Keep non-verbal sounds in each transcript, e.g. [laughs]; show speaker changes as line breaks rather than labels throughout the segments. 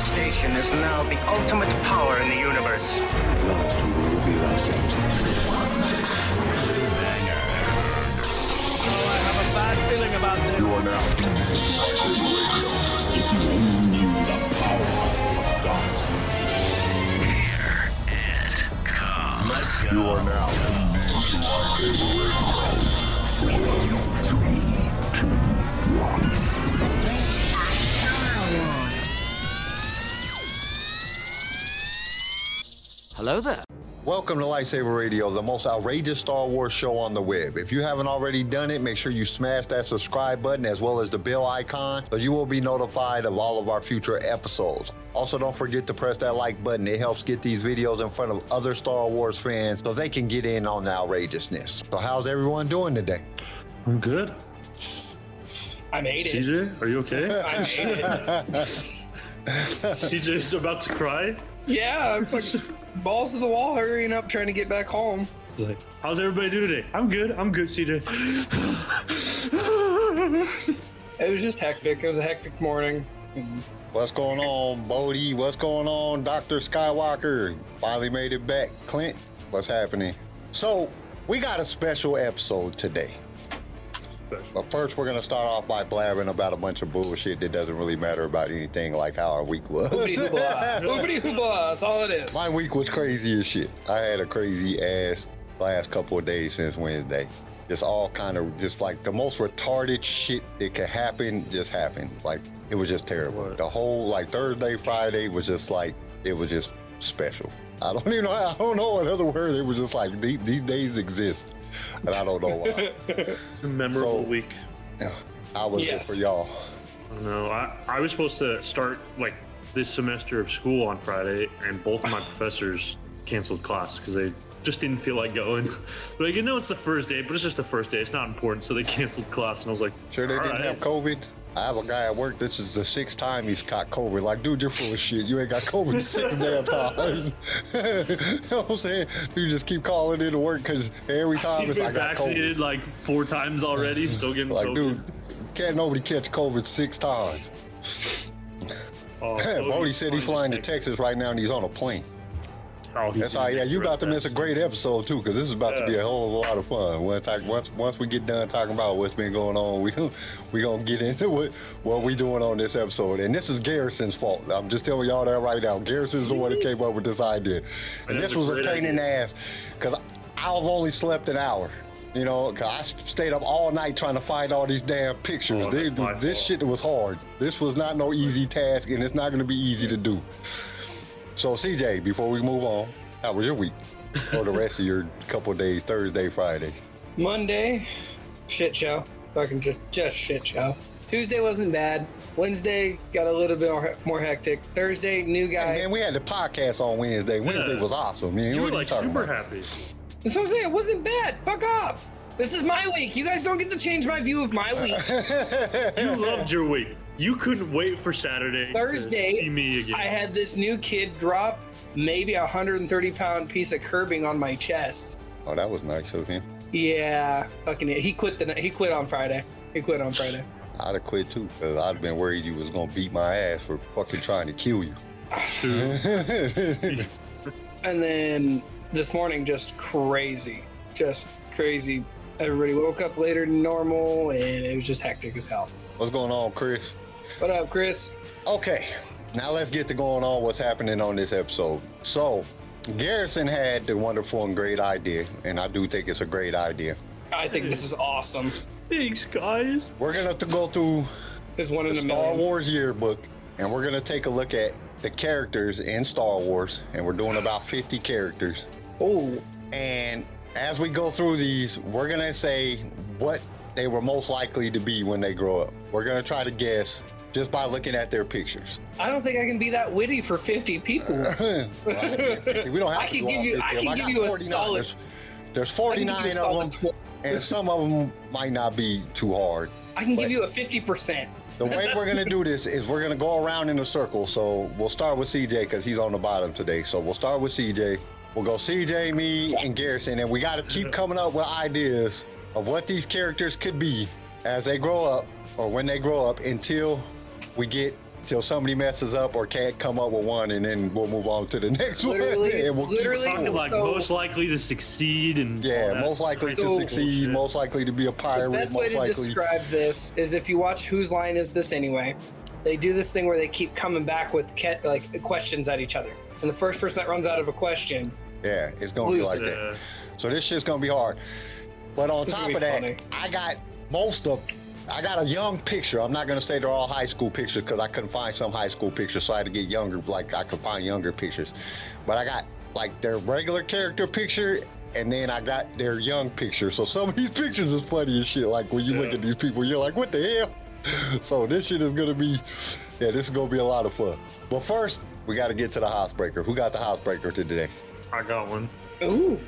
is now the ultimate power in the universe.
At last, we will reveal ourselves. You are now in Devices Radio. If you only knew the power of gods.
Let's go.
You are now in Devices Radio. Four, three, two, one.
Hello there.
Welcome to Lightsaber Radio, the most outrageous Star Wars show on the web. If you haven't already done it, make sure you smash that subscribe button as well as the bell icon so you will be notified of all of our future episodes. Also, don't forget to press that like button. It helps get these videos in front of other Star Wars fans so they can get in on the outrageousness. So, how's everyone doing today?
I'm good.
I made it.
CJ, are you
[laughs]
okay?
I made it.
CJ's about to cry.
Yeah, I'm fucking balls to the wall, hurrying up, trying to get back home.
Like, how's everybody doing today? I'm good. I'm good,
[laughs]
CJ.
It was just hectic. It was a hectic morning.
What's going on, Bodie? What's going on, Dr. Skywalker? Finally made it back. Clint, what's happening? So, we got a special episode today. But first, we're going to start off by blabbing about a bunch of bullshit that doesn't really matter about anything, like how our week was. [laughs]
Hoobity hoobla. Hoobity hoobla. That's all it is.
My week was crazy as shit. I had a crazy ass last couple of days since Wednesday. Just all kind of just like the most retarded shit that could happen just happened. Like it was just terrible. The whole like Thursday, Friday was just like it was just special. I don't [laughs] even know. I don't know what other word. It was just like these, these days exist, and I don't know why.
Memorable
So-
week.
I was here
Yes.
for y'all.
No, I, I was supposed to start like this semester of school on Friday, and both
[laughs]
of my professors canceled class because they just didn't feel like going. [laughs] They're like, you know, it's the first day, but it's just the first day. It's not important. So they [laughs] canceled class, and I was like,
Sure, they
"All
didn't
right."
have COVID. I have a guy at work. This is the sixth time he's caught COVID. Like, dude, you're full of shit. You ain't got
[laughs]
COVID six damn times. [laughs] you know what I'm saying? You just keep calling in to work because every time
He's
it's I
been
got COVID.
vaccinated like four times already. Still getting
Like,
COVID.
dude, can't nobody catch COVID six times. [laughs]
Oh,
Bodie said he's flying to Texas right now and he's on a plane.
Oh, he's
That's all.
in
Yeah, you about to
Texas.
miss a great episode too, because this is about to be
Yeah.
a whole lot of fun. Once I, once once we get done talking about what's been going on, we [laughs] we gonna get into what what we doing on this episode. And this is Garrison's fault. I'm just telling y'all that right now. Garrison's the one that came up with
[laughs]
this idea. And
that's
this
a
was a
great
pain in the
idea.
ass, because I've only slept an hour. You know, 'cause I s- stayed up all night trying to find all these damn pictures.
Oh,
They-
that's my
this
fault.
shit was hard. This was not no easy task, and it's not going to be easy to do. So, CJ, before we move on, how was your week? or the rest of your couple days, Thursday, Friday?
Monday, shit show. Fucking just, just shit show. Tuesday wasn't bad. Wednesday got a little bit more- more hectic. Thursday, new guy.
Man, we had the podcast on Wednesday. Wednesday
Yeah.
was awesome. Man,
You
what
were
are
like
talking
super
about?
happy.
[laughs] That's what I'm saying. It wasn't bad. Fuck off. This is my week. You guys don't get to change my view of my week.
You loved your week. You couldn't wait for Saturday. To
Thursday,
see me again.
I had this new kid drop maybe a 130 pound piece of curbing on my chest.
Oh, that was nice of him.
Yeah, fucking it. He quit the he quit on Friday. He quit on Friday.
I'd have quit too, because I'd have been worried you was going to beat my ass for fucking trying to kill you.
Two.
And then this morning just crazy. Just crazy. Everybody woke up later than normal and it was just hectic as hell.
[laughs] What's going on, Chris?
What up, Chris?
Okay, now let's get to going on what's happening on this episode. So, Garrison had the wonderful and great idea, and I do think it's a great idea.
I think this is awesome.
Thanks, guys.
We're gonna have to go through
There's one in
the
the
Star
middle.
Wars yearbook, and we're gonna take a look at the characters in Star Wars, and we're doing about 50 characters.
Oh,
And as we go through these, we're gonna say what they were most likely to be when they grow up. We're gonna try to guess just by looking at their pictures.
I don't think I can be that witty for 50 people.
Well, I can't fifty. we don't have
I
to
can
do
give
all
you-
50
I
of 'em.
can give
got
you a
49.
solid-
There's, there's
I can
49
give you a solid
of them,
tw-
and some of them might not be too hard.
I can give
But-
you a 50%.
The way we're gonna do this is we're gonna go around in a circle. So we'll start with CJ because he's on the bottom today. So we'll start with CJ. We'll go CJ, me, and Garrison, and we gotta keep coming up with ideas of what these characters could be as they grow up or when they grow up until we get till somebody messes up or can't come up with one, and then we'll move on to the [laughs] next one.
Literally-
And we'll
literally-
keep
Talking
score.
like
Oh, So-
most likely to succeed and all
Yeah,
that
most likely to
So-
succeed,
Oh, bullshit.
most likely to be a pirate,
The best
most
way to
likely.
describe this is if you watch Whose Line Is This Anyway, they do this thing where they keep coming back with ca- like questions at each other. And the first person that runs out of a question,
yeah, it's gonna be
Lose
like
Yeah.
that. So this shit's gonna be hard. But on
This will
top
be
of that,
funny.
I got most of. I got a young picture. I'm not gonna say they're all high school pictures because I couldn't find some high school pictures, so I had to get younger. Like I could find younger pictures, but I got like their regular character picture, and then I got their young picture. So some of these pictures is funny as shit. Like when you look
Yeah.
at these people, you're like, what the hell? [laughs] So this shit is gonna be, yeah, this is gonna be a lot of fun. But first, we got to get to the housebreaker. Who got the housebreaker today?
I got one.
ooh,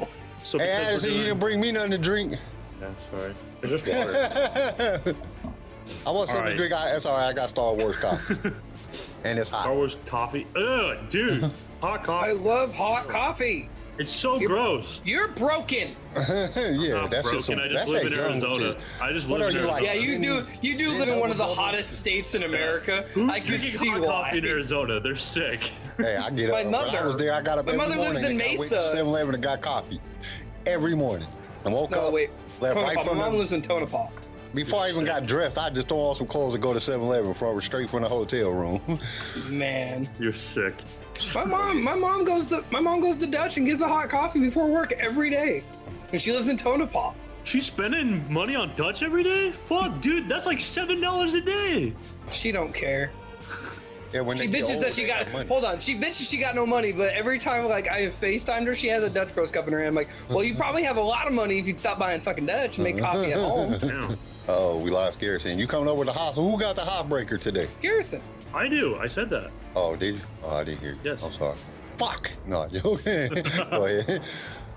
So because we're
Hey, Addison, you
doing-
didn't bring me nothing to drink.
Yeah, sorry. It's just water.
[laughs] I want something
right.
to drink. I, that's all right. I got Star Wars coffee,
[laughs]
and it's
Star
hot.
Wars coffee. Ugh, dude. Hot
I
coffee.
love hot coffee.
It's so gross.
You're broken.
[laughs] yeah,
I'm
that's
broken.
just some,
I just
that's
live
that
in
young
Arizona.
shit.
I just
What
live
are
in
you like?
Arizona.
Yeah, you do. You do live in one of the hottest states in America.
Who's
I can
drinking
see
hot
why.
coffee in Arizona? They're sick.
[laughs]
[laughs]
Hey, I get
My
up. When I
mother-
was there. I got up
my
every
mother
morning.
lives in Mesa.
7 Eleven and got coffee every morning. I woke
No,
up.
wait.
Left right
Tonopah. My
from
mom
the-
lives in Tonopah.
[laughs] Before I even got dressed, I just throw on some clothes and go to 7 Eleven from straight from the hotel room. [laughs]
Man,
You're sick.
my mom. My mom goes to my mom goes to Dutch and gets a hot coffee before work every day, and she lives in Tonopah.
She's spending money on Dutch every day? Fuck, dude, that's like seven dollars a day.
She don't care.
yeah, when
She
they get
bitches
older,
that she
they
got.
have money.
Hold on, she bitches she got no money. But every time like I have Facetimed her, she has a Dutch Bros cup in her hand. I'm like, well, you probably have a lot of money if you'd stop buying fucking Dutch and make coffee
[laughs]
at home.
Damn.
Oh, we lost Garrison. You coming up with the hot? Who got the hot breaker today?
Garrison,
[laughs] I do. I said that.
Oh, did you? Oh, I didn't hear you.
Yes.
I'm sorry. Fuck. No, [laughs]
[laughs]
go ahead. Go ahead.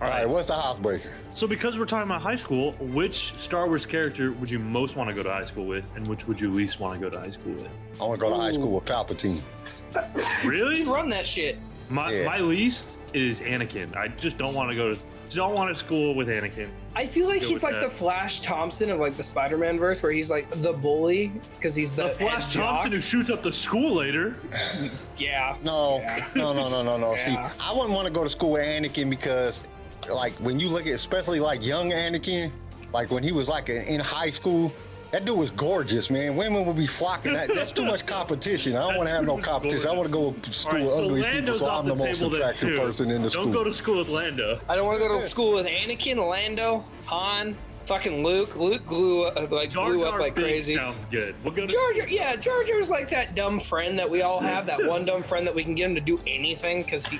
All right.
right.
What's the housebreaker?
So because we're talking about high school, which Star Wars character would you most want to go to high school with, and which would you least want to go to high school with?
I want to go to high school with Palpatine.
[laughs]
Really?
run that shit.
My
Yeah.
my least is Anakin. I just don't want to go to don't want to school with Anakin.
I feel like
Go
he's
with
like
that.
the Flash Thompson of like the Spider-Man verse, where he's like the bully because he's the,
The
head
Flash
jock.
Thompson who shoots up the school later.
Yeah,
No,
Yeah.
no, no, no, no, no.
Yeah.
See, I wouldn't want to go to school with Anakin because, like, when you look at, especially like young Anakin, like when he was like in in high school, that dude was gorgeous, man. Women would be flocking. That, that's too much competition. I don't want to have no competition. I want to go to school
All right,
with
so
ugly people,
Lando's
so
off
I'm
the
the most
table then
attractive
too.
person in the
don't
school.
go to school with Lando.
I don't want to go to school with Anakin, Lando, Han, fucking Luke. Luke glue uh, like
Jar
blew
Jar
up like
Binks
crazy.
sounds good. We'll go to
Jar Jar, yeah, Jar Jar's like that dumb friend that we all have. That one dumb friend that we can get him to do anything because he.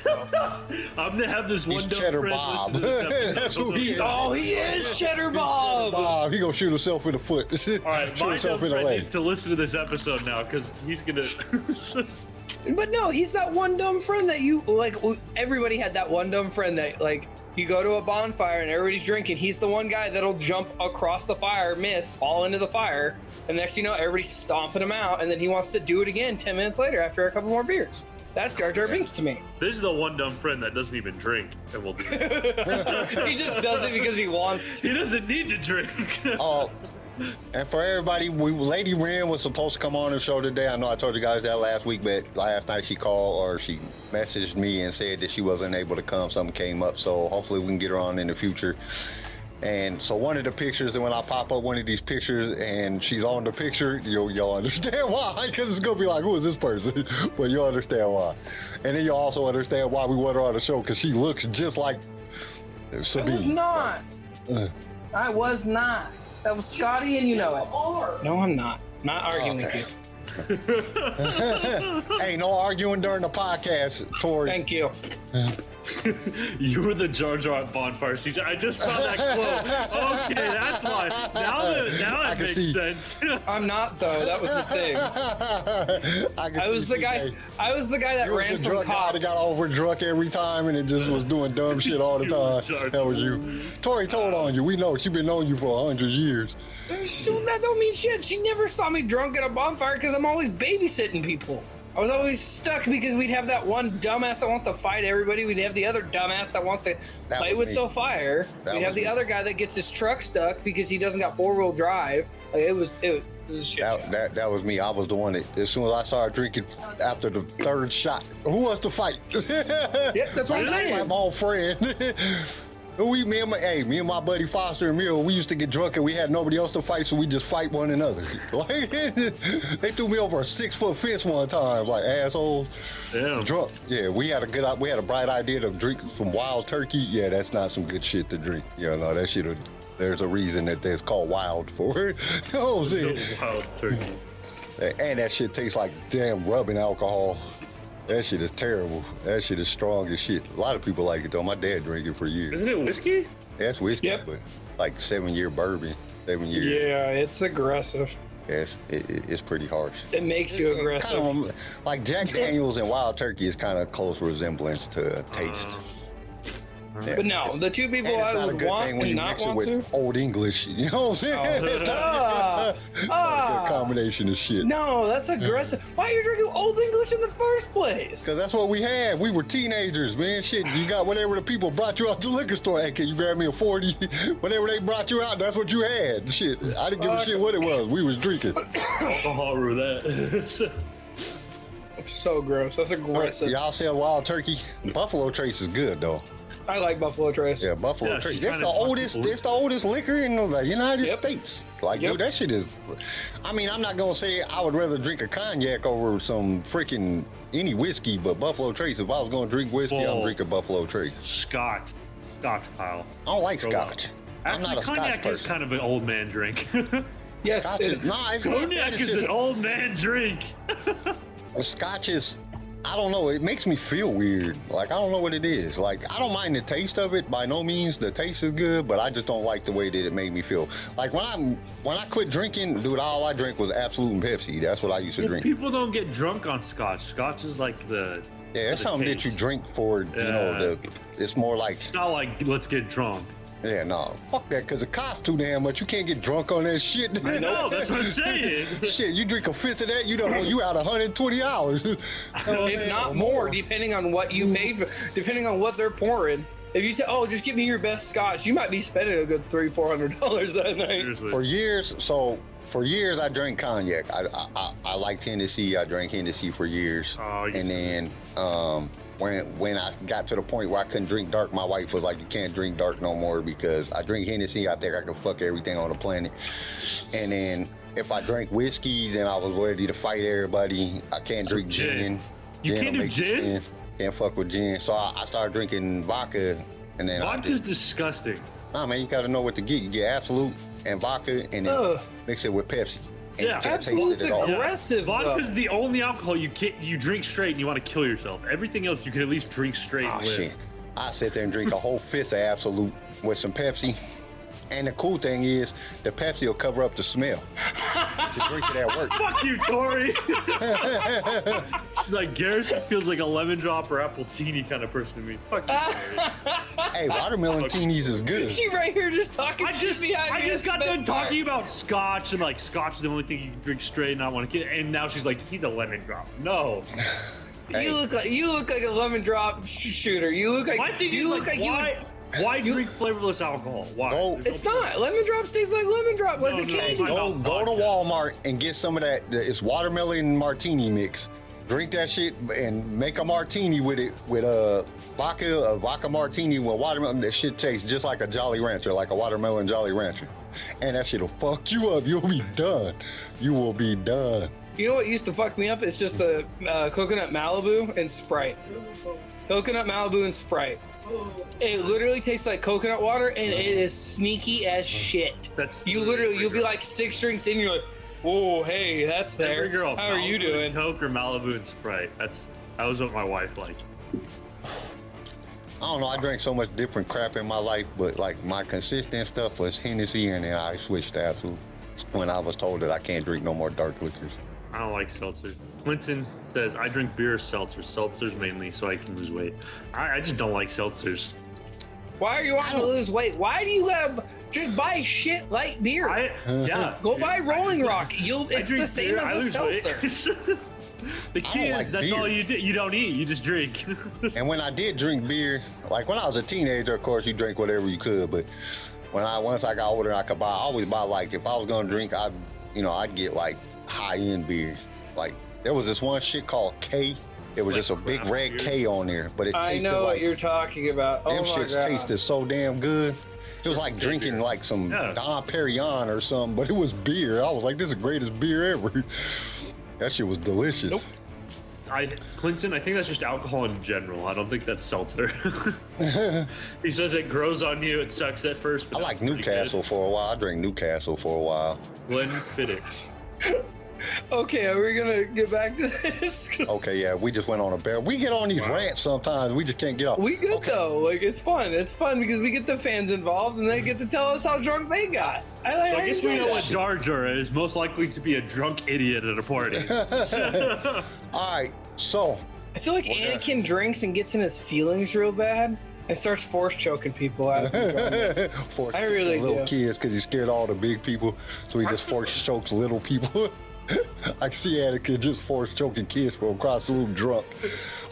I'm gonna have this one
He's
dumb
Cheddar
friend
Bob.
listen to this episode.
[laughs] That's who he is.
[laughs] oh, he is Cheddar Bob.
Bob, he gonna shoot himself in the foot. [laughs]
All right, my
shoot
dumb
himself in the
friend
leg.
needs to listen to this episode now because he's gonna. [laughs]
But no, he's that one dumb friend that you like. Everybody had that one dumb friend that like you go to a bonfire and everybody's drinking. He's the one guy that'll jump across the fire, miss, fall into the fire, and next you know everybody's stomping him out, and then he wants to do it again ten minutes later after a couple more beers. That's Jar Jar Binks to me.
this is the one dumb friend that doesn't even drink, and
[laughs]
will do. It.
he just does it because he wants to.
He doesn't need to drink.
Oh, and for everybody, we Lady Ren was supposed to come on the show today. I know I told you guys that last week, but last night she called or she messaged me and said that she wasn't able to come. Something came up, so hopefully we can get her on in the future. And so one of the pictures, and when I pop up one of these pictures and she's on the picture, you'll, you'll understand [laughs] why, because it's going to be like, who is this person? [laughs] but you'll understand why. And then you'll also understand why we want her on the show, because she looks just like
I was
Sabine.
not.
Uh.
I was not. That was Scotty, and you know it. No, I'm not. Not arguing with
Okay.
you.
Hey, no arguing during the podcast, Tori.
Thank you.
[laughs] You were the Jar Jar bonfire season. I just saw that quote. Okay, that's why. Now that now
I
it
can
makes
see.
sense. [laughs]
I'm not though. That
[laughs]
was the thing.
I, can
I was
see
the guy.
CJ.
I was the guy that
You
ran
was the
from
drunk guy
cops.
that got over drunk every time and it just was doing
[laughs]
dumb shit all the
You were
time.
drunk.
That was you. Tori told on you. We know she been knowing you for a hundred years.
Dude, that don't mean shit. She never saw me drunk at a bonfire because I'm always babysitting people. I was always stuck because we'd have that one dumbass that wants to fight everybody. We'd have the other dumbass that wants to
That
play
was
with
me.
the fire.
That
we'd have
was
the
me.
other guy that gets his truck stuck because he doesn't got four wheel drive. Like, it was it was a shit.
That,
show.
that that was me. I was the one that as soon as I started drinking after the third shot, who was to fight? [laughs]
Yep, that's what I'm
my
saying.
old friend. [laughs] we me and my hey, me and my buddy Foster and Miro, we used to get drunk and we had nobody else to fight, so we just fight one another. [laughs] Like they threw me over a six foot fence one time, like assholes.
Yeah.
Drunk. Yeah, we had a good we had a bright idea to drink some wild turkey. Yeah, that's not some good shit to drink. You know, that shit there's a reason that that's called wild for it. [laughs] you know what I'm saying?
Wild turkey.
And that shit tastes like damn rubbing alcohol. That shit is terrible. That shit is strong as shit. A lot of people like it though. My dad drank it for years.
Isn't it whiskey?
That's whiskey,
Yep.
but like seven year bourbon, seven years.
Yeah, it's aggressive.
Yes, it, it- it's pretty harsh.
It makes you aggressive.
Kind of rem- like Jack Daniels and Wild Turkey is kind of close resemblance to a taste. Yeah,
But no, the two people
and it's
I
not a
would
good
want
thing when
and
you
not
mix it
want
with
to. Oh,
old English. [laughs] You know what I'm saying? it's not,
[laughs] Ah,
a good, [laughs] not a
ah.
good combination of shit.
No, that's aggressive. Why are you drinking Old English in the first place?
Mm. Cause that's what we had. We were teenagers, man. Shit, you got whatever the people brought you out to the liquor store. Hey, can you grab me a forty? [laughs] whatever they brought you out, that's what you had. Shit, I didn't give
Uh,
a shit what it was. We was
[laughs]
drinking.
Alcohol roulette. [laughs]
It's so gross. That's aggressive.
Y'all sell wild turkey. Buffalo Trace is good though.
I like Buffalo Trace.
Yeah, Buffalo
Yeah,
Trace.
she's
That's
trying
the
to talk
oldest.
people.
That's the oldest liquor in the United
Yep.
States. Like,
Yep.
dude, that shit is. I mean, I'm not gonna say I would rather drink a cognac over some freaking any whiskey, but Buffalo Trace. If I was gonna drink whiskey, I'm
Bull.
drinking Buffalo Trace.
Scotch. Scotch pile.
I don't like
Go
scotch. I'm
Actually,
not a
cognac
scotch
is
person.
kind of an old man
[laughs]
drink.
Yes,
Scotch
[laughs]
it,
is, nah, it's not that.
cognac
It's
is
just,
an old man drink.
scotch is, I don't know. It makes me feel weird. Like, I don't know what it is. Like, I don't mind the taste of it. By no means, the taste is good, but I just don't like the way that it made me feel. Like, when I am when I quit drinking, dude, all I drink was Absolute and Pepsi. That's what I used to
Well,
drink.
people don't get drunk on scotch. Scotch is like the.
Yeah, it's
the
something that you
taste.
drink for, you
Yeah.
know, the, it's more like,
It's not like let's get drunk.
yeah, no, fuck that, because it costs too damn much. You can't get drunk on that shit.
I know, that's what I'm
[laughs]
saying.
Shit, you drink a fifth of that, you don't. You out 120 hours.
if not more, depending on what you made, depending on what they're pouring. If you say, "Oh, just give me your best scotch," you might be spending a good three, four hundred dollars that night.
Seriously.
for years. So for years, I drank cognac. I I, I, I like Tennessee. I drank Hennessy for years,
Oh, you-
and then um, when when I got to the point where I couldn't drink dark, my wife was like, "You can't drink dark no more because I drink Hennessy. I think I can fuck everything on the planet." And then if I drank whiskey, then I was ready to fight everybody. I can't drink
gin.
gin.
You
Gin
can't
will
do
make you
gin?
sin. Can't fuck with gin. So I, I started drinking vodka, and then I
Vodka's disgusting.
Nah, man, you gotta know what to get. You get absolute and vodka, and then
Ugh.
mix it with Pepsi. And
Yeah.
you can't taste it
Absolute's
at all.
a Aggressive,
Vodka's
though.
the only alcohol you can you drink straight and you want to kill yourself. Everything else you can at least drink straight.
Oh
and live.
shit! I sit there and drink a whole fifth of absolute with some Pepsi. And the cool thing is, the Pepsi will cover up the smell. [laughs] you should drink it at work.
Fuck you,
[laughs]
Tori. She's like Garrison feels like a lemon drop or apple teeny kind of person to me. Fuck you.
Hey, watermelon teenies is good.
[laughs] She right here just talking
I
shit
just
behind
I
me.
just
That's
got
the
done
best part.
talking about scotch and like scotch is the only thing you can drink straight and I want to kill. And now she's like he's a lemon drop. No.
Hey.
You look like you look like a lemon drop sh- shooter. You look like
My thing
you
is
look like,
like,
you.
why
Would, Oh.
why drink flavorless alcohol? Why?
Go-
There's
it's
no-
not lemon drops taste like lemon drop, like
No,
the
no,
candy.
I know.
Go, go to Walmart and get some of that. the- It's watermelon martini mix. Drink that shit and make a martini with it with a vodka, a vodka martini with watermelon. That shit tastes just like a Jolly Rancher, like a watermelon Jolly Rancher. And that shit'll fuck you up. You'll be done. You will be done.
You know what used to fuck me up? It's just the uh, coconut Malibu and Sprite. Coconut Malibu and Sprite. It literally tastes like coconut water, and it is sneaky as shit.
That's
You literally, you'll be like six drinks in, you're like, oh hey, that's there.
Every girl.
How are you
Malibu and
doing?
Coke or Malibu and Sprite. That's that was what my wife liked.
I don't know. I drank so much different crap in my life, but like my consistent stuff was Hennessy, and then I switched to Absolute when I was told that I can't drink no more dark liquors.
I don't like seltzer. Clinton says I drink beer or seltzer. Seltzers mainly, so I can lose weight. I, I just don't like seltzers.
Why are you wanting to
don't-
lose weight? Why do you gotta just buy shit like beer? [laughs]
I yeah.
Go
dude.
buy Rolling Rock. You'll
I
it's
drink
the same
beer, I
as a
lose
seltzer.
[laughs] weight. the key is
like
that's
beer.
all you do. You don't eat. You just drink. [laughs]
And when I did drink beer, like when I was a teenager, of course you drank whatever you could, but when I once I got older, and I could buy. I always buy like if I was gonna drink, I, you know, I'd get like high end beers. Like there was this one shit called K. It was
Like
just a big
craft
red
beer?
K on there, but it
I
tasted
know
like
what you're talking about. Oh
them
my
shits
god.
tasted so damn good. It was like drinking like some
Yeah.
Don Perignon or something, but it was beer. I was like, this is the greatest beer ever. [laughs] that shit was delicious.
Nope. I Clinton, I think that's just alcohol in general. I don't think that's
[laughs]
seltzer. he says it grows on you. It sucks at first. But
I like Newcastle for a while. I drank Newcastle for a while.
Glenfiddich.
Okay, are we gonna get back to [laughs] this? 'Cause
Okay, yeah, we just went on a bear. We get on these rants sometimes. We just can't get off.
We good though. Like it's fun. It's fun because we get the fans involved and they get to tell us how drunk they got. I like.
So [laughs]
I
I guess we
enjoy
know
that.
what Jar Jar is. Most likely to be a drunk idiot at a
[laughs]
party.
All right, so
I feel like Anakin drinks and gets in his feelings real bad and starts force choking people out. [laughs] Of control.
[laughs] for
I really
little
do.
kids because he scared all the big people, so he just
[laughs]
force chokes little people. [laughs] I see Anakin just force choking kids from across the room drunk.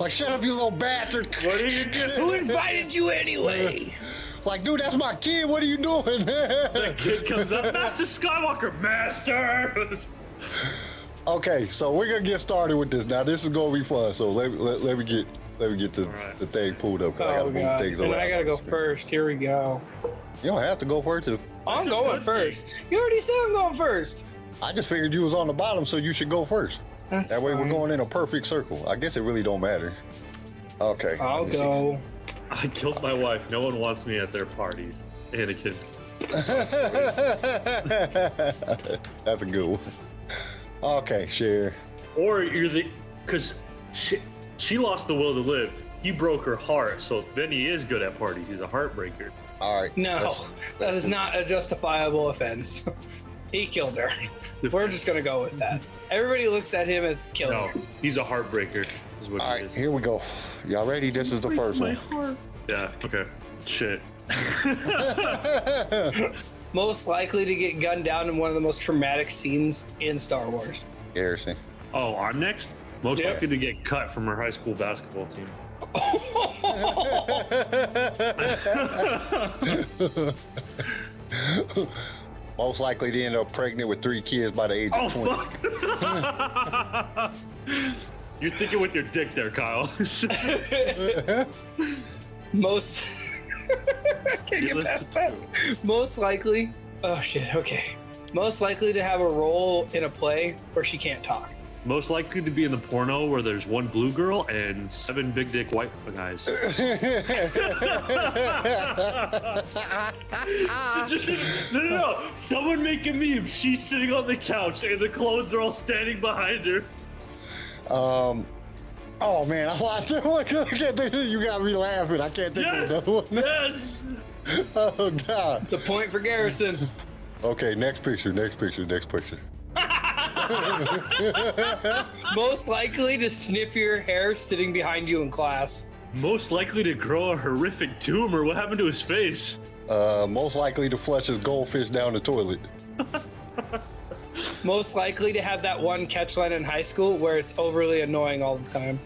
Like, shut up, you little bastard.
what are
[laughs]
you doing?
Who invited you [laughs] anyway?
Like, dude, that's my kid. What are you doing? [laughs]
Kid comes up, Master Skywalker, Master. [laughs]
okay, so we're gonna get started with this. Now, this is gonna be fun. So let let, let me get let me get the,
right.
the thing pulled up because I
Oh
gotta move
god!
things
And
around.
I gotta go first. Here we go.
You don't have to go first. If,
I'm
feel
going
good,
first. You already said I'm going first.
I just figured you was on the bottom, so you should go first.
That's
That way, we're
fine.
going in a perfect circle. I guess it really don't matter. Okay.
I'll
let me see.
go.
I killed my wife. No one wants me at their parties. Anakin.
[laughs] That's a good one. Okay, share.
Or you're the, because she, she lost the will to live. He broke her heart, so then he is good at parties. He's a heartbreaker.
All right.
No,
let's-
that is not a justifiable offense. [laughs] he killed her. We're just gonna go with that. Everybody looks at him as killer.
No, he's a heartbreaker. Is what
All
he
right,
is.
here we go. Y'all ready? This is the first one. [laughs]
Yeah. Okay. Shit.
Most likely to get gunned down in one of the most traumatic scenes in Star Wars.
Harrison.
Oh, I'm next. Most
Yeah.
likely to get cut from her high school basketball team.
[laughs] Most likely to end up pregnant with three kids by the age
Oh
of 20. [laughs]
fuck! You're thinking with your dick there, Kyle. [laughs]
Most. [laughs] I can't get past that. Most likely. Oh shit. Okay. Most likely to have a role in a play where she can't talk.
Most likely to be in the porno where there's one blue girl and seven big dick white guys. Just- no, no, no! Someone make a meme. She's sitting on the couch and the clones are all standing behind her. [laughs]
Um, oh man, I lost [laughs] that one. I can't think of- You got me laughing. I can't think
Yes!
of another one. [laughs]
Yes!
Oh god.
It's a point for Garrison.
Okay, next picture. Next picture. Next picture.
Most likely to sniff your hair sitting behind you in class.
Most likely to grow a horrific tumor. What happened to his face?
Uh, most likely to flush his goldfish down the toilet.
Most likely to have that one catch line in high school where it's overly annoying all the time.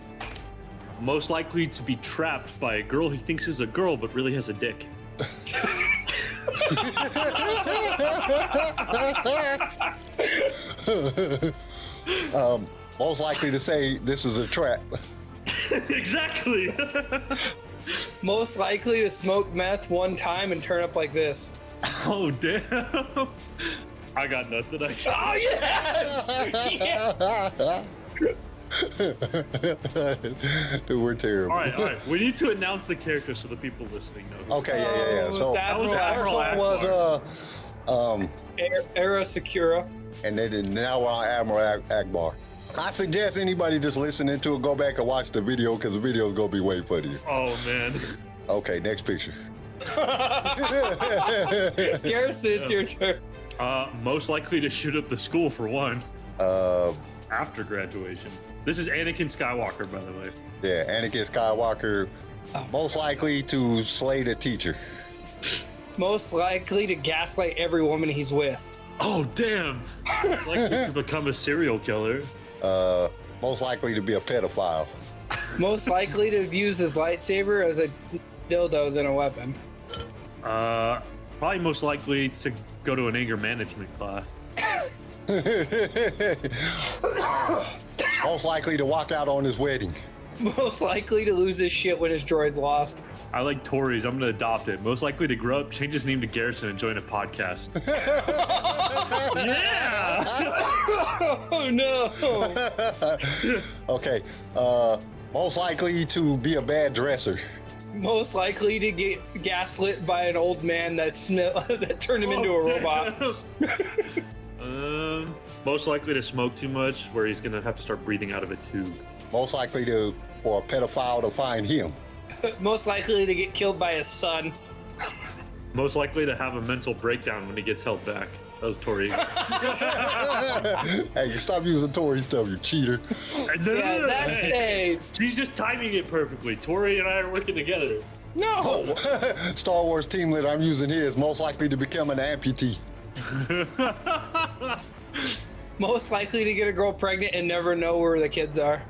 Most likely to be trapped by a girl he thinks is a girl but really has a dick. [laughs]
Most likely to say this is a trap. [laughs]
exactly. [laughs]
Most likely to smoke meth one time and turn up like this.
oh damn. I got nothing. I got.
Oh [laughs] yes!
Dude, we're terrible.
All right, all right. We need to announce the characters so the people listening know. who-
Okay, yeah, yeah, yeah. So
That
was
the first
Admiral
one was uh, um,
Aero
[laughs]
Secura.
and then and now we're on Admiral Ag- Akbar. I suggest anybody just listening to it go back and watch the video because the video's gonna be way funnier.
Oh man.
Okay, next picture. [laughs]
Garrison, it's your turn.
Uh, most likely to shoot up the school for one
Uh,
after graduation. This is Anakin Skywalker, by the way.
yeah, Anakin Skywalker, most likely to slay the teacher.
Most likely to gaslight every woman he's with.
Oh damn. likely to become a serial killer.
Uh, most likely to be a pedophile. [laughs]
Most likely to use his lightsaber as a dildo than a weapon.
Uh, Probably most likely to go to an anger management class.
Most likely to walk out on his wedding.
Most likely to lose his shit when his droid's lost. [laughs]
I like Tories. I'm gonna adopt it. Most likely to grow up, change his name to Garrison, and join a podcast. yeah.
oh no!
okay. Uh, most likely to be a bad dresser.
Most likely to get gaslit by an old man that smell [laughs] that turned him into a
Oh,
robot.
[laughs] um, most likely to smoke too much, where he's gonna have to start breathing out of a tube.
Most likely to for a pedophile to find him. [laughs]
Most likely to get killed by his son.
Most likely to have a mental breakdown when he gets held back. That was
[laughs]
Tory. no,
hey, you stop using Tory stuff, you cheater. [laughs]
no, no,
Yeah,
no,
that's
hey.
a
uh, She's just timing it perfectly. Tori and I are working together.
no.
Star Wars team leader, I'm using his. Most likely to become an amputee.
Most likely to get a girl pregnant and never know where the kids are.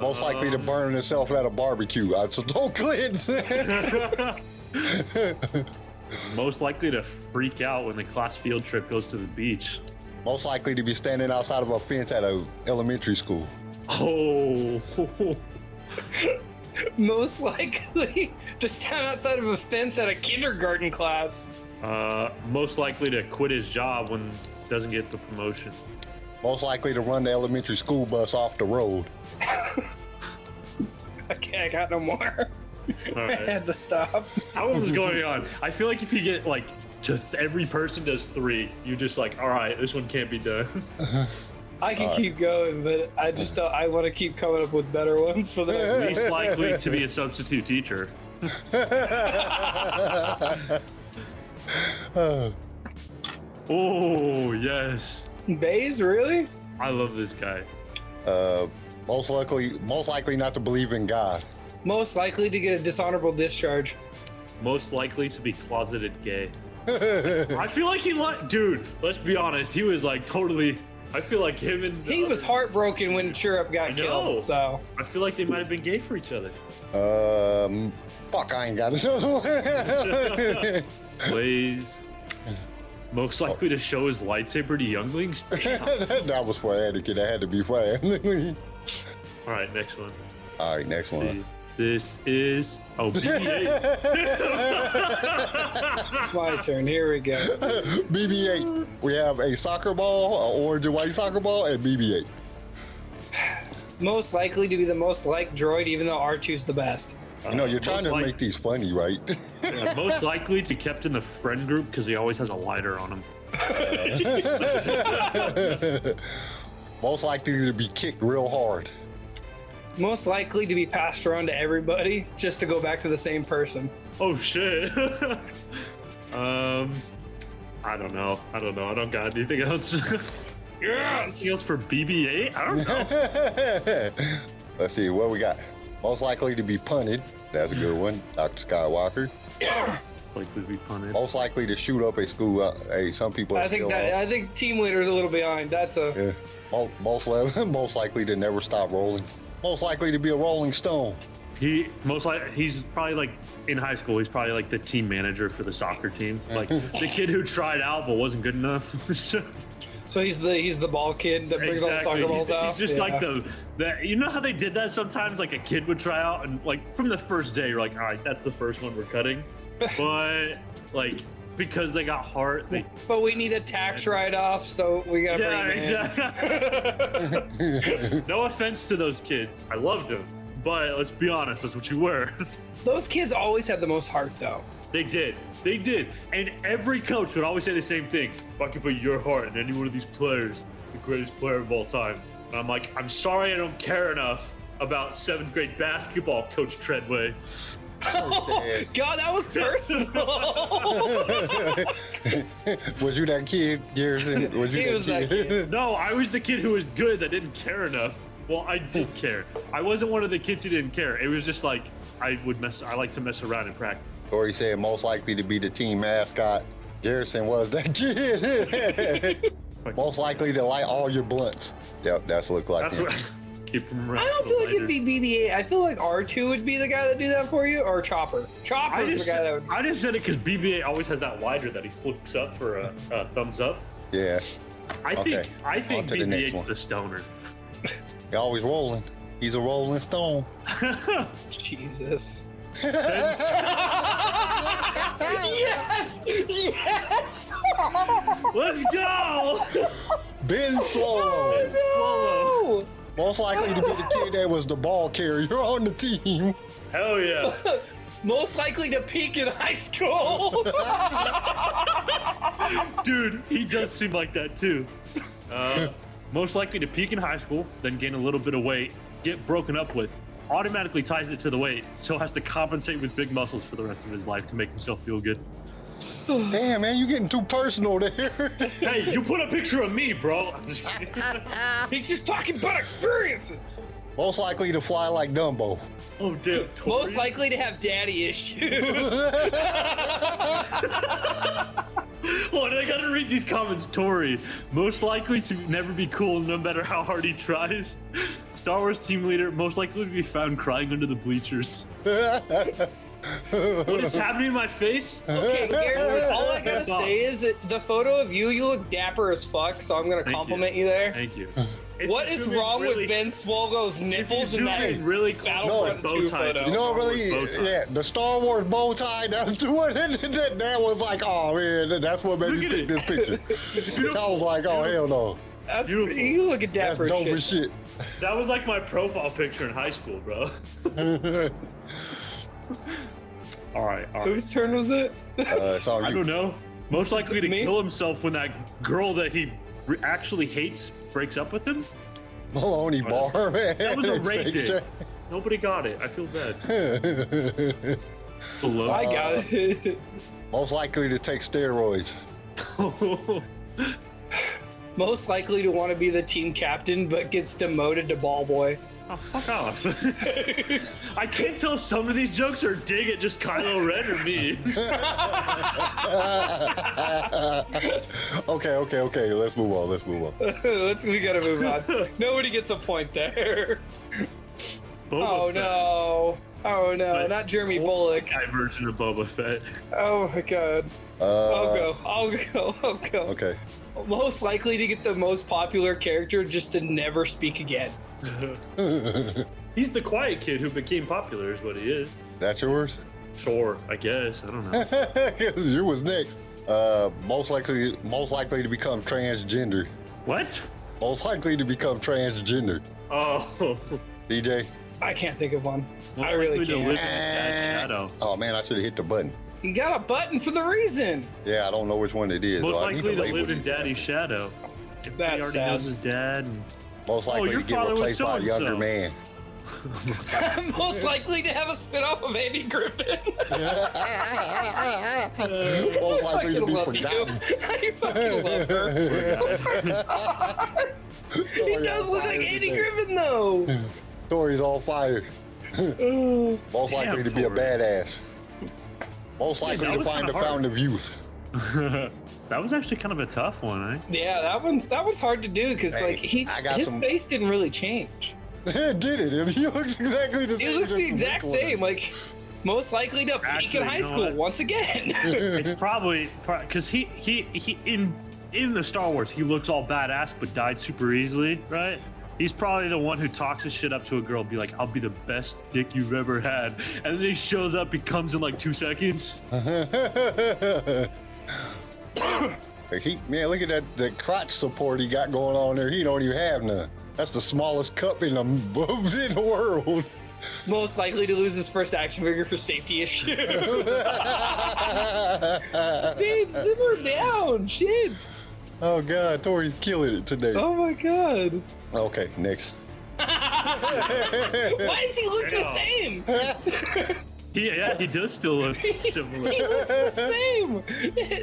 Most likely to burn himself at a barbecue. Uh, so don't [laughs] cleanse.
Most likely to freak out when the class field trip goes to the beach.
Most likely to be standing outside of a fence at a elementary school.
Oh, [laughs]
Most likely [laughs] to stand outside of a fence at a kindergarten class.
uh, most likely to quit his job when doesn't get the promotion.
Most likely to run the elementary school bus off the road.
Okay, I got no more. [laughs]
All
I
right.
had to stop.
How was going on? I feel like if you get like to th- every person does three, you're just like, all right, this one can't be done.
I can keep going, but I just don't, I want to keep coming up with better ones for the
Least likely to be a substitute teacher. Oh yes,
Bays. Really?
I love this guy.
Uh, most likely, most likely not to believe in God.
Most likely to get a dishonorable discharge.
Most likely to be closeted gay. I feel like he like, dude. Let's be honest. He was like totally. I feel like him and the
He was
other-
heartbroken when Churup got
I know.
killed. So
I feel like they might have been gay for each other.
Um, fuck, I ain't got [laughs] another one.
Blaze. Most likely to show his lightsaber to younglings. [laughs] Damn.
that was for Anakin. That had to be for Anakin. [laughs]
All right, next one.
All right, next one.
This is oh BB-8.
it's my turn. Here we go.
BB-8. We have a soccer ball, an orange and white soccer ball, and BB-8.
Most likely to be the most liked droid, even though R2's the best.
You know, you're trying
Uh, most
to
like-
make these funny, right? [laughs]
Yeah, most likely to be kept in the friend group because he always has a lighter on him.
Most likely to be kicked real hard.
Most likely to be passed around to everybody just to go back to the same person.
Oh shit. [laughs] um, I don't know. I don't know. I don't got anything else. [laughs] yeah, anything else for BB-8? I don't know.
[laughs] Let's see what we got. Most likely to be punted. That's a good one, Doctor Skywalker.
likely to be punted.
Most likely to shoot up a school. Uh, hey, some people. are
I think
still
that uh,
on.
I think team leader's a little behind. That's a
Yeah. Mo- Most, le- [laughs] most likely to never stop rolling. Most likely to be a Rolling Stone. [laughs]
He most like he's probably like in high school. He's probably like the team manager for the soccer team, like the kid who tried out but wasn't good enough. [laughs]
so he's the he's the ball kid that brings all the
exactly.
soccer balls
He's,
out.
he's just like
Yeah.
the, the you know how they did that sometimes. Like a kid would try out and like from the first day, you're like, all right, that's the first one we're
[laughs]
cutting, but like because they got heart, they
But we need a tax write off, so we gotta
yeah,
bring him in.
exactly.
[laughs]
no offense to those kids, I loved them, but let's be honest, that's what you were. [laughs]
Those kids always had the most heart though.
They did. They did. And every coach would always say the same thing. If I could put your heart in any one of these players, the greatest player of all time. And I'm like, I'm sorry I don't care enough about seventh grade basketball, Coach Treadway.
Oh, [laughs]
[laughs]
God, that was personal. [laughs]
was you that kid,
[laughs]
Garrison? Was you
He
that,
was that
kid?
No, I was the kid who was good that didn't care enough. Well, I did care. I wasn't one of the kids who didn't care. It was just like I would mess I like to mess around in practice.
[laughs] or he said most likely to be the team mascot. Garrison was that [laughs] kid. most likely to light all your blunts. Yep, that's look like
That's
him.
what [laughs] Keep him around.
I don't
for
feel like
later.
it'd be BB-8. I feel like R2 would be the guy that do that for you, or Chopper.
I
Chopper's
just,
the guy that
[laughs]
would.
I just said it because BBA always has that wider that he flips up for a, a thumbs up.
Yeah,
I
Okay.
think I
On
think
to the next
BBA's
one.
the stoner.
he always rolling. He's a rolling stone.
Jesus.
That's-
Yes. Yes.
Let's go!
Ben Swallow,
Swallow.
Oh,
most likely to be the kid that was the ball carrier [laughs] on the team.
Hell yeah!
most likely to peak in
[laughs]
high school.
Dude, he does seem like that too. Uh, most likely to peak in high school, then gain a little bit of weight, get broken up with, automatically ties it to the weight, so has to compensate with big muscles for the rest of his life to make himself feel good.
Damn, man, you getting too personal there. [laughs]
Hey, you put a picture of me, bro. I'm just kidding.
He's just talking about experiences.
most likely to fly like Dumbo.
oh damn.
Most
Tori.
likely to have
[laughs]
daddy issues.
What I gotta read these comments, Tori. Most likely to never be cool, no matter how hard he tries. Star Wars team leader, most likely to be found crying under the bleachers. What is happening in my face?
Okay, Garrison, all I gotta say is that the photo of you, you look dapper as fuck, so I'm gonna
you.
compliment you, there.
Thank you.
What is wrong with Ben Swalgow's
If you
nipples and
zoom
that?
in really close,
No.
like bow tie.
You
You know,
Star Wars
really,
bow tie.
yeah, the Star Wars bow tie. That's the one [laughs] that, that, that was like, oh man, that's what made
Look
me
at
pick
it.
this
[laughs]
picture. I
Beautiful.
was like, oh hell no,
That's
Beautiful.
You look
that's
dapper
dope
as
as
shit.
shit.
That was like my profile picture in high school, bro. all right, all right.
Whose turn was it?
Uh, it's
[laughs]
all
I
you.
don't know. Most likely to
me?
kill himself when that girl that he re- actually hates breaks up with him.
Maloney
Oh,
bar, [laughs] man.
That was a rape
Shake-
dick. Nobody got it. I feel bad. Below.
I
Uh,
got it.
[laughs]
[laughs]
Most likely to take steroids.
Most likely to want to be the team captain, but gets demoted to ball boy.
[laughs]
[laughs]
Oh, fuck off. [laughs] I can't tell if some of these jokes are dig at just Kylo Ren or me.
[laughs] Okay, okay, okay. Let's move on. Let's
[laughs]
move on.
Let's we gotta move on. Nobody gets a point there.
Boba
oh
Fett.
no. Oh no,
But-
not Jeremy Bullock.
Guy version of Boba Fett.
Oh my god. I'll
Uh,
go. I'll go. [laughs] I'll go.
okay.
Most likely to get the most popular character just to never speak again.
He's the quiet kid who became popular, is what he is.
That's yours? [laughs]
Sure, I guess. I don't know.
'Cause you was next. Uh, most likely, most likely to become transgender.
what?
Most likely to become transgender.
Oh.
DJ.
I can't think of one. I
Most
really
likely to live in
can't.
a bad shadow.
Oh man, I should have hit the button.
You got a button for the reason.
Yeah, I don't know which one it is.
Most
though. I need
likely to
label
live in
these.
daddy's shadow. he
That's
already
sad.
knows
[laughs]
his dad. And
Most
Oh,
likely
your
to get
father was
replaced by a
so-and-so.
younger
[laughs]
man. [laughs]
most likely to have a spinoff of Andy Griffin. [laughs]
uh,
[laughs] Most
I
likely to
fucking
be
love
forgotten.
you. [laughs] I fucking love her.
[laughs]
[laughs]
He does look like Andy Griffin though.
Tori's on fire. Most
Damn,
likely to be a
Tori.
badass. Most likely
that
to
was
find
kinda
the fountain of youth. [laughs]
That was actually kind of a tough one, eh?
Yeah, that one's that one's hard to do because
Hey,
like he
I got
his
some-
face didn't really change.
Did it? He looks exactly the same.
He looks
just
the
a
exact
wrinkle. [laughs]
same. Like most likely to peak
Actually,
in high
you know
school
what?
once
[laughs]
again. [laughs]
It's probably because he he he in in the Star Wars he looks all badass but died super easily, right? He's probably the one who talks his shit up to a girl, be like, "I'll be the best dick you've ever had," and then he shows up, he comes in like two seconds.
he man, look at that the crotch support he got going on there. He don't even have none. That's the smallest cup in the [laughs] in the world. [laughs]
most likely to lose his first action figure for safety issue.
[laughs]
Babe, simmer down, shits.
oh God, Tori's killing it today.
Oh my god.
Okay, next.
Why does he look the
Yeah.
same?
He, yeah, he does still look similar.
He looks the same. [laughs]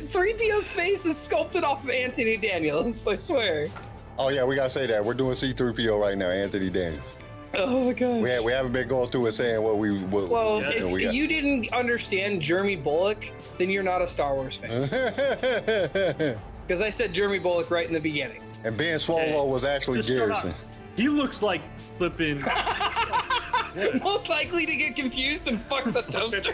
3PO's face is sculpted off of Anthony Daniels, I swear.
Oh yeah, we gotta say that we're doing C3PO right now, Anthony Daniels.
Oh my god.
We, ha- we haven't been going through and saying what we what,
Well,
Yeah,
if
we got-
you didn't understand Jeremy Bullock, then you're not a Star Wars fan.
and
Because I said Jeremy Bullock right in the beginning. [laughs]
Ben Swallow was actually
Just start out-
Garrison.
He looks like flipping
Most likely to get confused and fuck the toaster.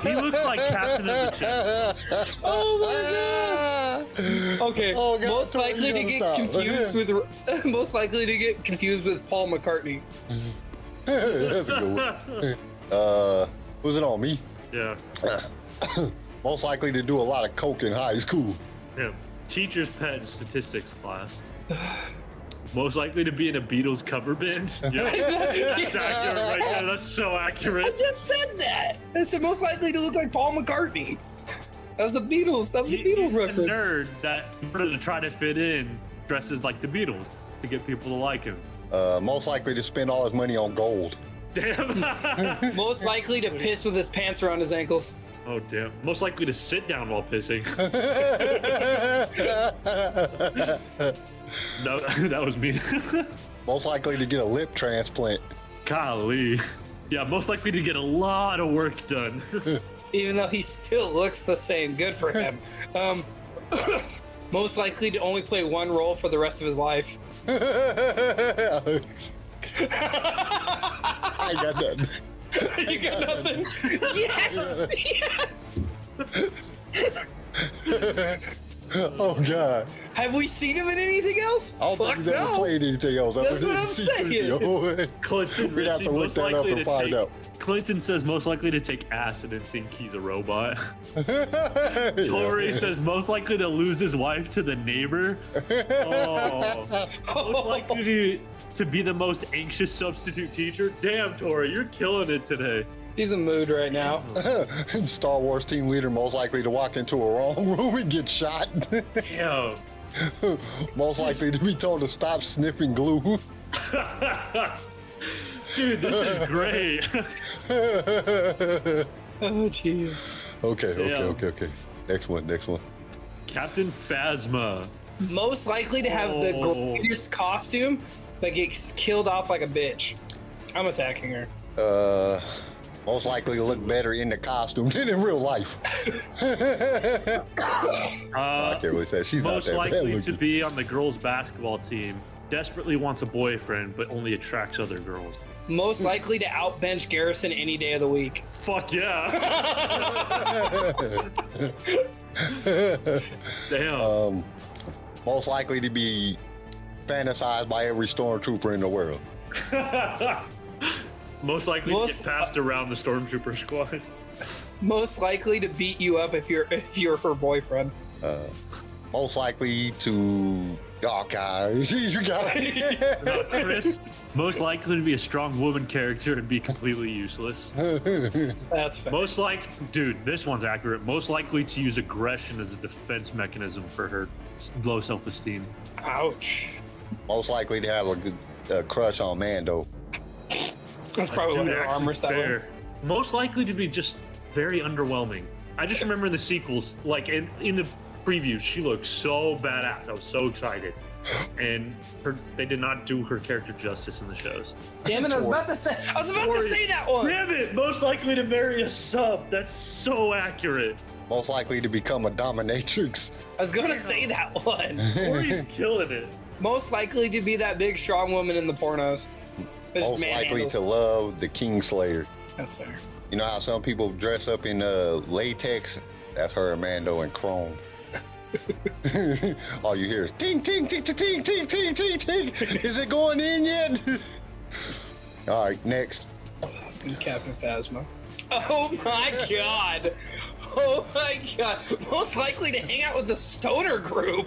[laughs]
He looks like Captain of the
[laughs]
Chip.
oh my god. Okay.
Oh, God,
most
so where
likely
you
to
gonna
get
stop? [laughs]
confused with [laughs] most likely to get confused with Paul McCartney.
That's a good one. Uh, was it on me?
[laughs] Yeah,
Most likely to do a lot of coke in high school.
yeah. Teacher's pet in statistics class. Most likely to be in a Beatles cover
[laughs]
band. Yeah, that's accurate right there. That's so
I
accurate.
just said that. I said most likely to look like Paul McCartney. That was the Beatles. That was a
He-
Beatles
he's the
reference.
nerd that, in order to try to fit in, dresses like the Beatles to get people to like him.
Uh, most likely to spend all his money on gold. [laughs]
Damn.
[laughs] [laughs] Most likely to piss with his pants around his ankles.
oh damn. Most likely to sit down while pissing. No, [laughs] that was me.
most likely to get a lip transplant. [laughs]
Golly. Yeah, most likely to get a lot of work done.
Even though he still looks the same. Good for [laughs] him. Um, [coughs] most likely to only play one role for the rest of his life.
I ain't got nothing.
[laughs] you got nothing. [laughs] yes, yes.
Oh god.
Have we seen him in anything else?
I don't
Fuck
think he's ever
no.
played anything else.
That's
other than
what I'm
C-3PO. [laughs]
Clinton
We'd have
Ritchie,
to look
most
that up
likely
and
to
find
take-
out.
Clinton says most likely to take acid and think he's a robot. [laughs] Tori says most likely to lose his wife to the neighbor. Oh, most likely to, to be the most anxious substitute teacher. Damn, Tori, you're killing it today.
[laughs] He's in mood right now.
[laughs] Star Wars team leader most likely to walk into a wrong room and get shot. [laughs]
Damn. [laughs]
most likely to be told to stop sniffing glue. [laughs]
Dude, this is great. [laughs]
okay,
[laughs] Oh, jeez.
okay,
Damn.
okay, okay. Next one, next one.
Captain Phasma.
Most likely to have the
Oh.
greatest costume, but gets killed off like a bitch. I'm attacking her.
Uh, most likely to look better in the costume than in
[coughs]
real life. I
Uh,
can't really say she's
most
not that
likely
bad
to
looking.
be on the girls' basketball team. Desperately wants a boyfriend, but only attracts other girls.
Most
Hmm.
likely to outbench Garrison any day of the week.
Fuck yeah. Damn.
Um, most likely to be fantasized by every stormtrooper in the world.
most likely to
most-
get passed around the stormtrooper squad.
Most likely to beat you up if you're [laughs] if you're her boyfriend.
Most likely to. Oh God, [laughs] you got it.
[laughs] Uh, [laughs] Chris, most likely to be a strong woman character and be completely useless.
That's fair.
Most like, dude, this one's accurate. Most likely to use aggression as a defense mechanism for her s- low self-esteem.
Ouch.
most likely to have a good uh, crush on Mando.
That's probably
Uh, Dude,
what her
actually,
armor's that way.
fair. Most likely to be just very underwhelming. I just remember in the sequels, like in in the preview, she looked so badass. I was so excited, and her they did not do her character justice in the shows.
Damn it! I was about to say. I was about to say that one.
Damn it! Most likely to marry a sub. That's so accurate.
Most likely to become a dominatrix.
I was gonna say that one.
[laughs] Tori's killing it.
Most likely to be that big, strong woman in the pornos. It's
Most
man
likely
handles.
to love the Kingslayer.
That's fair.
You know how some people dress up in uh, latex? That's her, Mando, and Chrome. [laughs] All you hear is ting, ting, ting, ting, ting, ting, ting, ting, ting. Is it going in yet? [laughs] All right, next.
And Captain Phasma. Oh my god. Oh my god. Most likely to hang out with the stoner group.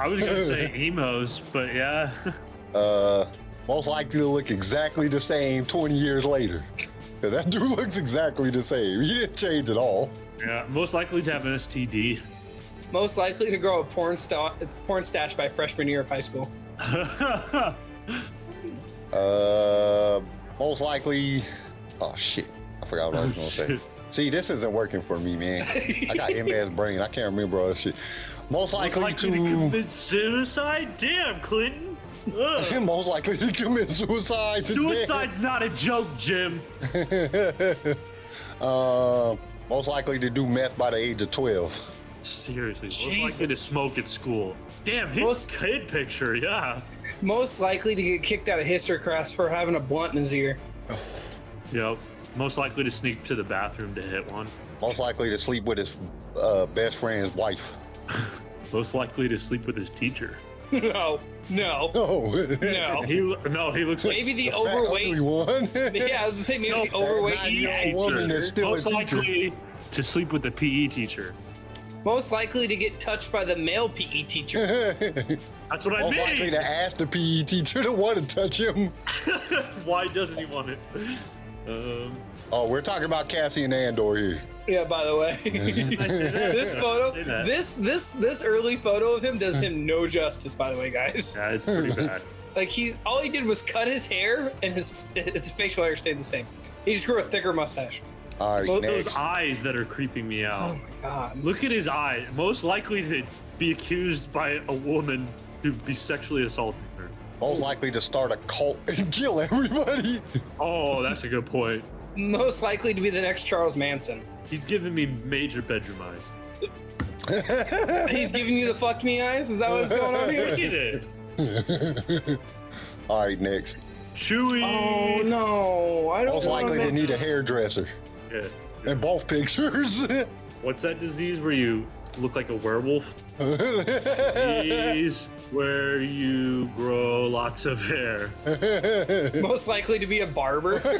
I was gonna say emos, but yeah, [laughs]
Uh, most likely to look exactly the same 20 years later. [laughs] 'Cause That dude looks exactly the same. He didn't change at all.
yeah. Most likely to have an STD. [laughs]
Most likely to grow a porn, sta- porn stash by freshman year of high school.
Uh, most likely. Oh shit! I forgot what I was gonna say. See, this isn't working for me, man. I got MS brain. I can't remember all this shit. Most likely,
likely to
to.
commit suicide? Damn, Clinton. Ugh.
[laughs] most likely to commit suicide. today.
Suicide's not a joke, Jim.
Uh, most likely to do meth by the age of twelve.
Seriously, most likely to
Jesus.
smoke at school. Damn, his
Most-
kid picture, yeah.
Most likely to get kicked out of history class for having a blunt in his ear. [laughs]
Yep. Most likely to sneak to the bathroom to hit one.
Most likely to sleep with his uh, best friend's wife. [laughs]
Most likely to sleep with his teacher.
no, no,
No. [laughs]
[laughs]
no.
He lo- no, he looks like
Maybe the
Ugly [laughs]
overweight.
one.
[laughs] Yeah, I was gonna say maybe
No,
the overweight.
not
EA.
a woman that's still a
E Most
teacher.
likely to sleep with the PE teacher.
Most likely to get touched by the male PE
[laughs]
teacher.
Most
That's what I
likely
mean.
to ask the PE teacher to want to touch him.
Why doesn't he
[laughs]
want it? Um,
Oh, we're talking about Cassie and Andor here.
Yeah, by the way.
[laughs] I say that.
this photo
Say that.
this this this early photo of him does him no justice by the way guys
Yeah, it's
[laughs]
pretty bad.
like he's all he did was cut his hair and his his facial hair stayed the same he just grew a thicker mustache
All right,
Both
next.
Those eyes that are creeping me out.
oh my god
Look at his eyes. Most likely to be accused by a woman to be sexually assaulting her.
Most likely to start a cult [laughs] and kill everybody. [laughs]
Oh, that's a good point.
most likely to be the next charles manson
He's giving me major bedroom eyes.
he's giving you the fuck me eyes is that what's going on
Look
[laughs]
here
at it.
All right, next.
Chewy.
oh no i don't
Oh,
Most
wanna
likely to
make-
need a hairdresser.
Yeah.
In both pictures. [laughs]
[laughs] What's that disease where you look like a werewolf? Disease where you grow lots of hair.
Uh, most likely to be a
[laughs]
barber [laughs] oh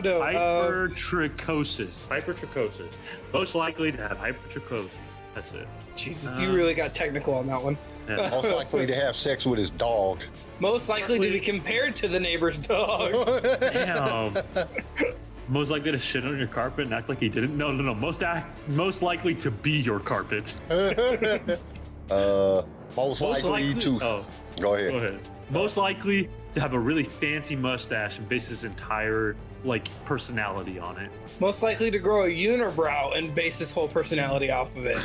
no uh,
Hypertrichosis. Hypertrichosis. Most likely to have hypertrichosis. That's
[laughs]
it.
Um, jesus you really got technical on that one
Yeah.
Most likely to have sex with his dog.
most likely to be compared to the neighbor's dog
[laughs]
Damn. most likely to shit on your carpet and act like he didn't. No, no, no. Most act, most likely to be your carpet.
Uh, most,
Most
likely, to.
Oh,
Go
go
ahead.
ahead. Most likely to have a really fancy mustache and base his entire like personality on it. [laughs]
most likely to grow a unibrow and base his whole personality off of it.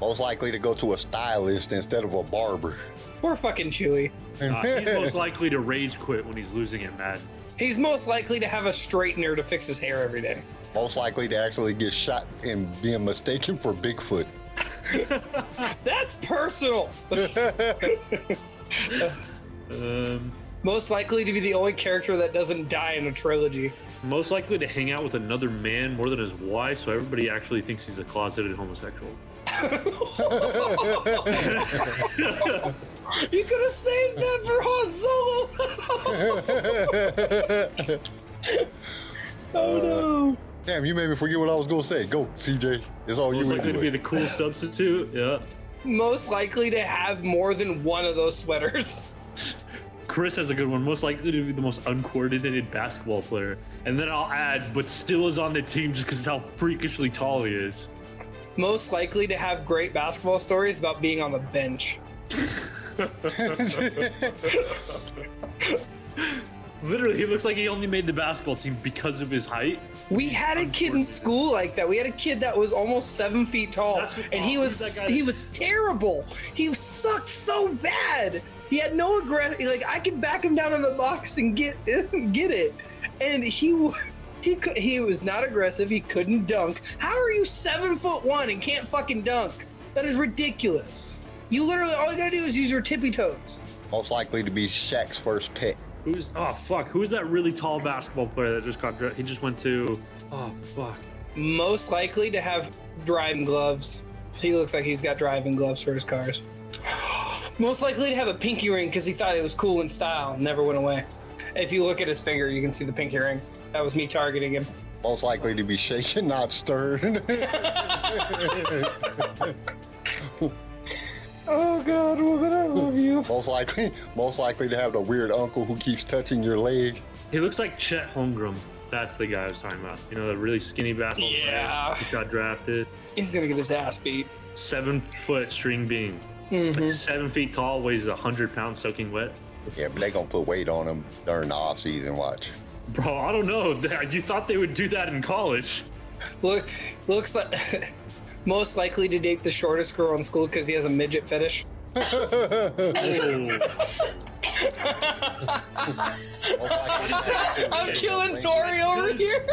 Most likely to go to a stylist instead of a barber.
Poor fucking Chewy.
Uh, he's most likely to rage quit when he's losing at Madden.
He's most likely to have a straightener to fix his hair every day.
[laughs] Most likely to actually get shot and being mistaken for Bigfoot. [laughs]
That's personal. [laughs]
Um,
most likely to be the only character that doesn't die in a trilogy.
most likely to hang out with another man more than his wife, so everybody actually thinks he's a closeted homosexual.
You could have saved that for Han Solo. oh
Damn, you made me forget what I was gonna say. Go, CJ. It's all
Most
you
likely to be
anyway.
the cool substitute. Yeah.
no. [laughs] Most likely to have more than one of those sweaters. [laughs]
Chris has a good one. Most likely to be the most uncoordinated basketball player. And then I'll add, but still is on the team just because how freakishly tall he is.
Most likely to have great basketball stories about being on the bench.
Literally, he looks like he only made the basketball team because of his height.
We had a kid in school like that. We had a kid that was almost seven feet tall,
That's what-
and he
oh,
was
that guy-
he was terrible. He sucked so bad. He had no aggression. Like I could back him down in the box and get [laughs] get it, and he w- he could, he was not aggressive. He couldn't dunk. How are you seven foot one and can't fucking dunk? That is ridiculous. You literally all you gotta do is use your tippy toes.
[laughs] Most likely to be Shaq's first pet.
Who's oh fuck? Who's that really tall basketball player that just got? dra- He just went to oh fuck.
Most likely to have driving gloves. So he looks like he's got driving gloves for his cars. [gasps] Most likely to have a pinky ring because he thought it was cool in style, never went away. If you look at his finger, you can see the pinky ring. That was me targeting him.
Most likely to be shaken, not stirred. [laughs]
Oh God, woman, I love you.
most likely, most likely to have the weird uncle who keeps touching your leg.
He looks like Chet Holmgren. That's the guy I was talking about. You know, the really skinny basketball
Yeah.
player. He got drafted.
He's gonna get his ass beat.
Seven foot string bean. Like seven feet tall, weighs a hundred pounds soaking wet.
Yeah, but they gonna put weight on him during the off season. Watch.
Bro, I don't know. You thought they would do that in college?
Look, looks like [laughs] most likely to date the shortest girl in school because he has a midget fetish.
Oh,
Most likely to have-
I'm killing Tori over here.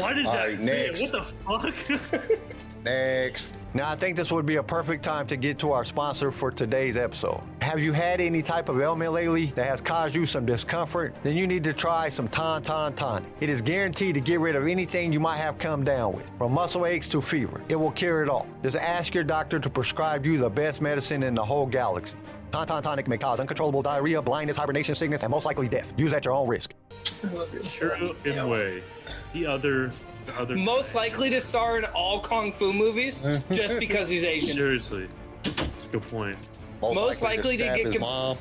Why does
All
that?
right, next.
What the fuck?
[laughs] Next.
Now, I think this would be a perfect time to get to our sponsor for today's episode. Have you had any type of ailment lately that has caused you some discomfort? Then you need to try some Tauntaun Tonic. It is guaranteed to get rid of anything you might have come down with, from muscle aches to fever. It will cure it all. Just ask your doctor to prescribe you the best medicine in the whole galaxy. Tauntaun Tonic may cause uncontrollable diarrhea, blindness, hibernation, sickness, and most likely death. Use at your own risk.
Shiro Imwe, the other, the other.
Most likely to star in all kung fu movies just because he's Asian.
Seriously, that's a good point.
Most likely to
stab
get
his
com- [laughs]
mom.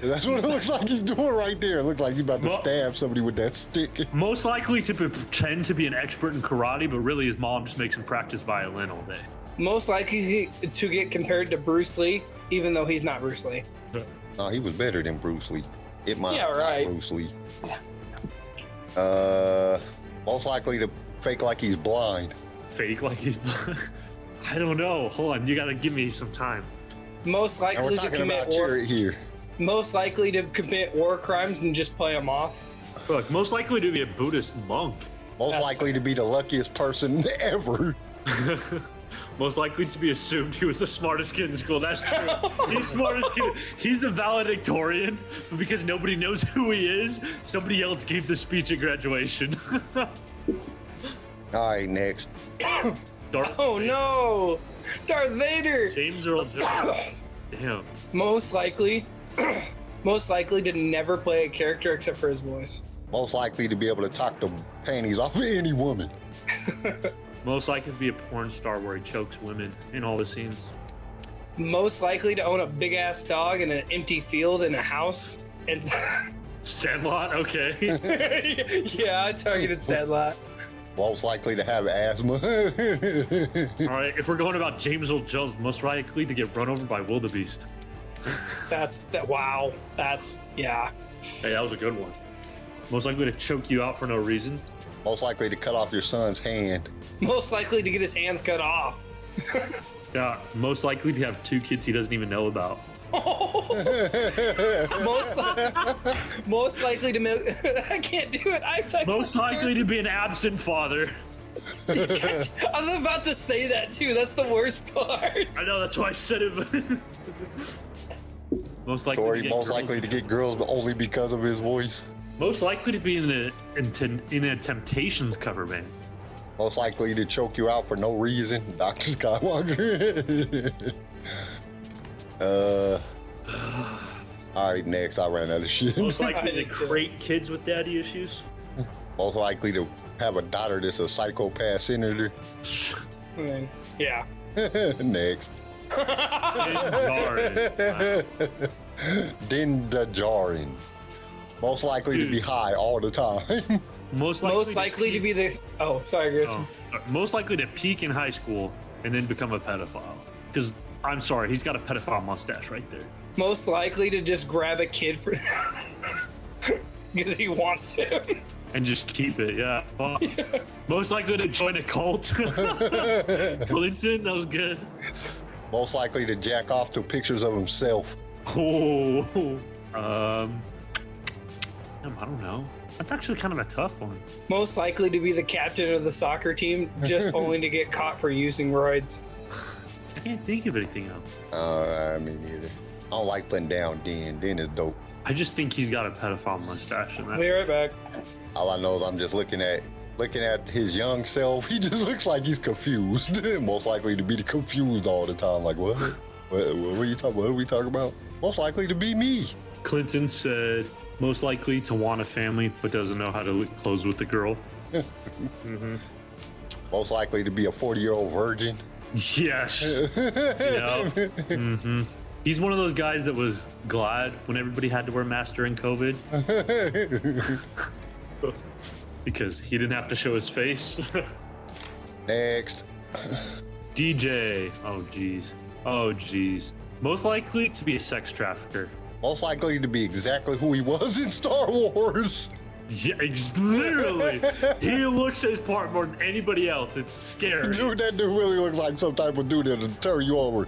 That's what it looks like he's doing right there. It looks like he's about to
Well-
stab somebody with that stick.
Most likely to p- pretend to be an expert in karate, but really his mom just makes him practice violin all day.
Most likely to get compared to Bruce Lee, even though he's not Bruce Lee.
No, he was better than Bruce Lee. It might
Yeah,
not
right.
Bruce Lee. Uh, most likely to fake like he's blind.
Fake like he's. [laughs] I don't know. Hold on, you gotta give me some time.
Most
And we're
likely to
talking
commit
about
war.
Jared here.
Most likely to commit war crimes and just play them off.
Look, most likely to be a Buddhist monk.
Most
That's
likely to be the luckiest person [laughs] ever.
Most likely to be assumed he was the smartest kid in school. That's true. He's smartest kid. He's the valedictorian, but because nobody knows who he is, somebody else gave the speech at graduation. [laughs]
All right, next.
Darth
Oh no, Darth Vader.
James Earl Jones. Damn.
Most likely, [clears throat] most likely to never play a character except for his voice.
Most likely to be able to talk the panties off of any woman.
Most likely to be a porn star where he chokes women in all the scenes.
Most likely to own a big ass dog in an empty field in a house. And [laughs]
Sandlot, okay.
yeah, I targeted Sandlot.
Most likely to have asthma.
all right, if we're going about James Earl Jones, most likely to get run over by wildebeest.
That's that. Wow, that's yeah.
Hey, that was a good one. Most likely to choke you out for no reason.
[laughs] Most likely to cut off your son's hand.
Most likely to get his hands cut off.
Yeah, most likely to have two kids he doesn't even know about.
most, li- [laughs] most likely to milk. [laughs] I can't do it. I I-
Most likely to be an absent father.
I was about to say that too. That's the worst [laughs] part.
I know that's why I said it. But [laughs] most likely,
Or
to
he
get
most
girls-
likely to get girls, but only because of his voice.
most likely to be in a in, ten- in a Temptations cover band.
Most likely to choke you out for no reason, [laughs] Dr. Skywalker. [laughs] uh. All right, next. I ran out of shit.
[laughs]
Most likely to
did too.
create kids with daddy issues.
[laughs] Most likely to have a daughter that's a psychopath senator. [laughs]
I mean, yeah.
next. [laughs]
Sorry.
Then the jarring. Most likely to be
Dude.
high all the time. [laughs]
most likely,
Most likely to
peak-
be this. Oh, sorry, Grayson.
oh, uh, most likely to peak in high school and then become a pedophile. Because I'm sorry, he's got a pedophile mustache right there.
Most likely to just grab a kid for [laughs] because he wants him. [laughs]
and just keep it. Yeah. Well, most likely to join a cult. [laughs] Clinton, that was good.
most likely to jack off to pictures of himself.
Oh, [laughs] um, damn, I don't know. That's actually kind of a tough one.
Most likely to be the captain of the soccer team,
[laughs]
just only to get caught for using roids.
I can't think of anything else.
Uh, I mean, either. I don't like putting down Den. Den is dope.
I just think he's got a pedophile mustache. And
I'll
that.
be right back.
All I know is I'm just looking at looking at his young self. [laughs] He just looks like he's confused. [laughs] Most likely to be the confused all the time. Like what? What, what are you talking? What are we talking about? Most likely to be me.
Clinton said most likely to want a family, but doesn't know how to li- close with the girl. [laughs]
Most likely to be a 40 year old virgin. [laughs]
Yes. hmm He's one of those guys that was glad when everybody had to wear masks during COVID because he didn't have to show his face. [laughs]
Next,
DJ. Oh, jeez. Oh, jeez. Most likely to be a sex trafficker.
most likely to be exactly who he was in Star Wars. [laughs]
Yeah, ex- literally. he looks his part more than anybody else. It's scary.
Dude, that dude really looks like some type of dude that'll turn you over,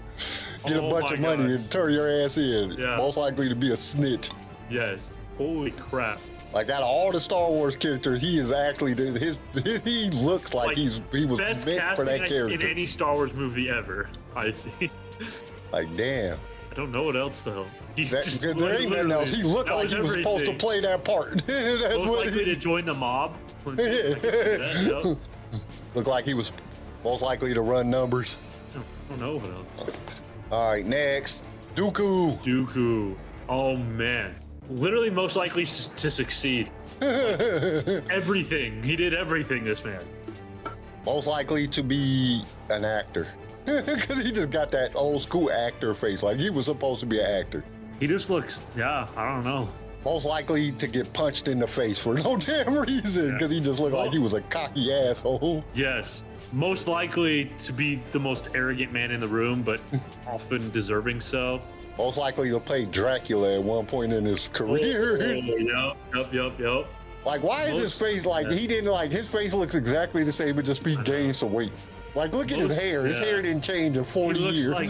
get a
Oh
bunch
my
of money,
God.
and turn your ass in.
Yeah.
Most likely to be a snitch.
Yes. Holy crap.
Like out of all the Star Wars characters, he is actually the- his. He looks like,
Like,
he's he was
Best
meant
casting
for that
I- in
character.
any Star Wars movie ever. I think.
like damn,
I don't know what else though. He's
that,
just
there
like,
ain't nothing else.
literally-
He looked
that
like he was supposed to
everything.
play that part. [laughs] That's
Most
what
likely
he
to join the mob. I can see that,
[laughs]
yep. I
looked like. He was most likely to run numbers.
don't know what else.
All right, next, Dooku.
Dooku. Oh man. Literally most likely s- to
[laughs]
succeed. everything. He did everything, this man.
Most likely to be an actor. [laughs] Because he just got that old school actor face, like he was supposed to be an actor.
He just looks, yeah, I don't know.
Most likely to get punched in the face for no [laughs] damn reason, because he just looked like he was a cocky asshole.
Yes. Most likely to be the most arrogant man in the room, but often deserving so.
Most likely to play Dracula at one point in his career.
Oh, yep, yep, yep, yep.
Like, why is his
Most-
face like he didn't like his face looks exactly the same, but just be gained some weight. Like, look at his
Most-
hair. His
yeah.
hair didn't change in
He
40
looks
years.
like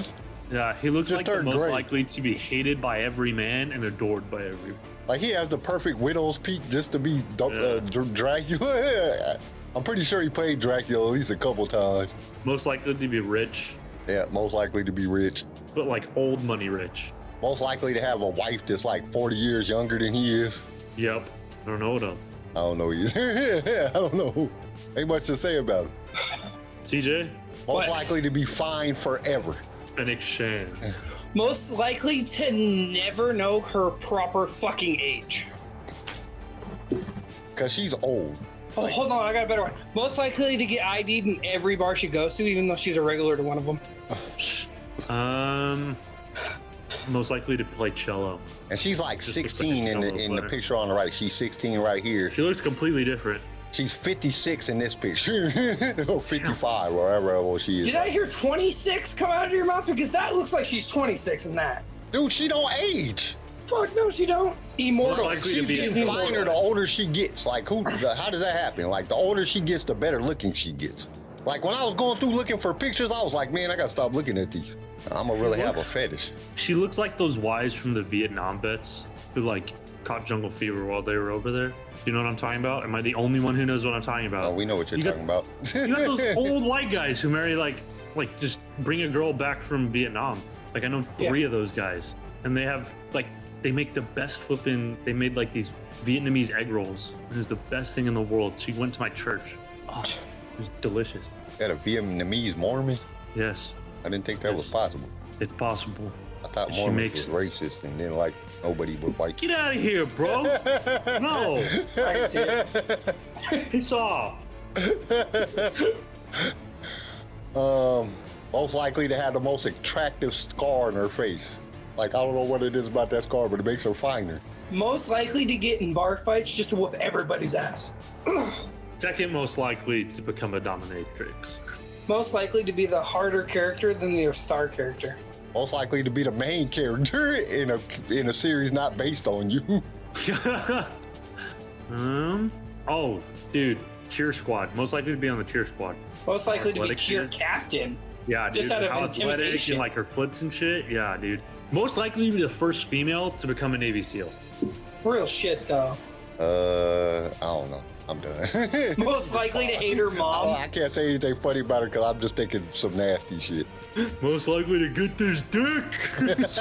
yeah, he looks
Just
like the
turned
most
gray.
likely to be hated by every man and adored by every.
Like he has the perfect widow's peak just to be du- uh, Dr- Dracula. [laughs] I'm pretty sure he played Dracula at least a couple times.
Most likely to be rich,
Yeah, most likely to be rich.
but like old money rich.
Most likely to have a wife that's like 40 years younger than he is.
Yep. I don't know what else.
I don't know either. [laughs] I don't know. Ain't much to say about it.
TJ,
Most
What?
likely to be fined forever.
Fennec Shan.
Most likely to never know her proper fucking age.
Because she's old.
Oh, hold on, I got a better one. Most likely to get ID'd in every bar she goes to, even though she's a regular to one of them.
Um, most likely to play cello.
And she's like
Just looks
16
like a
in the,
shallow
in the
player.
picture on the right. She's 16 right here.
She looks completely different.
She's 56 in this picture. [laughs] or 55, or wherever old she is.
Did I hear 26 come out of your mouth? Because that looks like she's 26 in that.
Dude, she don't age.
Fuck no, she don't. Immortal.
Most likely to
She's
be
getting
a
finer the older she gets. Like, who? the- how does that happen? Like, the older she gets, the better looking she gets. Like when I was going through looking for pictures, I was like, man, I gotta stop looking at these. I'm gonna really have a fetish.
She looks like those wives from the Vietnam vets who like caught jungle fever while they were over there. You know what I'm talking about? Am I the only one who knows what I'm talking about?
Oh, we know what you're
You got-
talking about.
You got
[laughs]
those old white guys who marry like, like just bring a girl back from Vietnam. Like I know three of those guys, and they have like they make the best flipping. They made like these Vietnamese egg rolls. It was the best thing in the world. She went to my church. Oh, it was delicious.
Got a Vietnamese Mormon?
Yes,
I didn't think that was possible.
it's possible.
I thought
She
Mormons
makes-
was racist and didn't like nobody but white.
Get out of here, bro. no,
I
[laughs]
can see it.
piss off.
Um, most likely to have the most attractive scar on her face. Like I don't know what it is about that scar, but it makes her finer.
Most likely to get in bar fights just to whoop everybody's ass.
Second most likely to become a dominatrix. [laughs]
Most likely to be the harder character than their star character.
Most likely to be the main character [laughs] in a in a series not based on you. [laughs]
um. Oh, dude. Cheer squad. Most likely to be on the cheer squad.
Most likely to be
Athletic
cheer
is.
captain.
Yeah,
Just
dude.
out of
how athletic
intimidation.
and like her flips and shit. Yeah, dude. Most likely to be the first female to become a Navy SEAL.
Real shit though.
Uh, I don't know. I'm done. [laughs] I,
Most likely to hate her
don't-
mom.
I can't say anything funny about it because I'm just thinking some nasty shit.
Most likely to get this dick. That's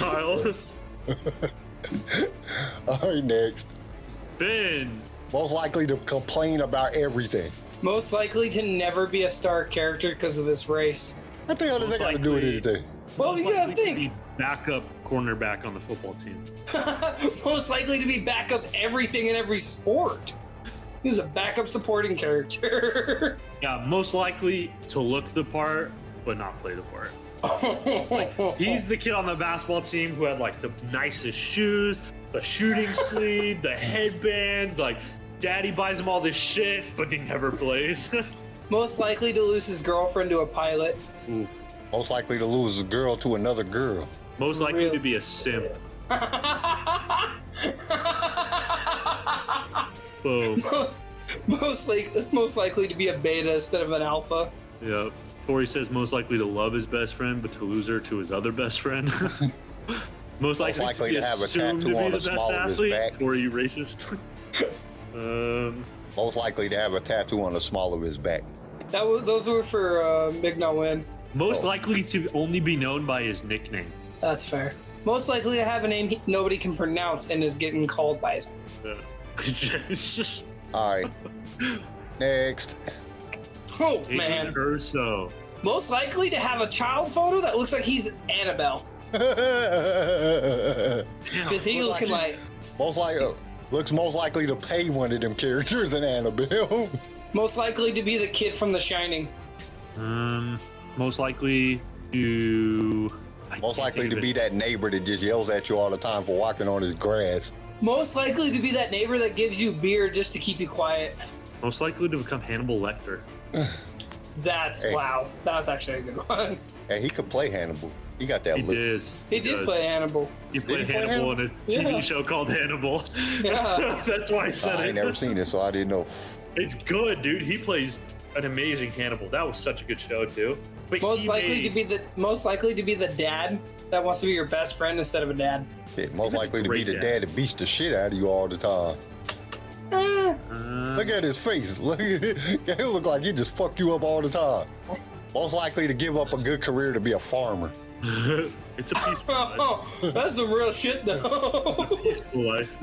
Kyle.
All right, next.
Ben.
Most likely to complain about everything.
Most likely to never be a star character because of his race.
What the hell does that got to do with
likely-
anything?
Well,
most
Oh, you gotta
likely to
think.
be backup cornerback on the football team.
Most likely to be backup everything in every sport. He was a backup supporting character. [laughs]
Yeah, most likely to look the part but not play the part. He's the kid on the basketball team who had like the nicest shoes, the
[laughs]
shooting sleeve, the headbands. Like, daddy buys him all this shit, but he never plays. [laughs]
Most likely to lose his girlfriend to a pilot. [laughs]
Ooh.
Most likely to lose a girl to another girl.
Most likely
Real.
to be a simp.
[laughs]
Boom.
most likely, most likely to be a beta instead of an alpha.
yep. Tori says most likely to love his best friend, but to lose her to his other best friend. [laughs] Most likely,
likely
to,
to have a
assumed
tattoo
to be
on
the
the
best
small of his
athlete,
back.
Or are you racist? [laughs] um,
Most likely to have a tattoo on the small of his back.
That was those were for uh, Mignon Win.
most
Oh.
likely to only be known by his nickname. [laughs]
That's fair. Most likely to have a name he, nobody can pronounce and is getting called by his.
Uh, it's just-
All right. Next. [laughs]
Oh
Aiden
man!
Urso.
Most likely to have a child photo that looks like he's Annabelle because he
Look
looking
like
like.
most like uh, looks most likely to pay one of them characters in Annabelle. [laughs]
Most likely to be the kid from The Shining.
Um, most likely to. I
most
can't
likely
think
to
of
be
it.
that neighbor that just yells at you all the time for walking on his grass.
Most likely to be that neighbor that gives you beer just to keep you quiet.
Most likely to become Hannibal Lecter.
That's
Hey.
wow. That was actually a good [laughs] one.
And he could play Hannibal. He got that
He
look.
does.
He did
does.
play Hannibal.
He
he
played
play
Hannibal in a TV
Yeah.
show called Hannibal. [laughs]
Yeah.
That's why I said
I
it.
ain't never seen it, so I didn't know.
[laughs] It's good, dude. He plays an amazing Hannibal. That was such a good show too. But
Most
he
likely
made-
to be the most likely to be the dad that wants to be your best friend instead of a dad. [laughs]
Shit, most likely to be
great
the
dad.
dad that beats the shit out of you all the time.
Uh,
Look at his face. [laughs] Look, he look like he just fuck you up all the time. Most likely to give up a good career to be a farmer.
[laughs] it's a peaceful
[laughs]
life.
Oh, that's some real
[laughs]
shit though.
Peaceful life.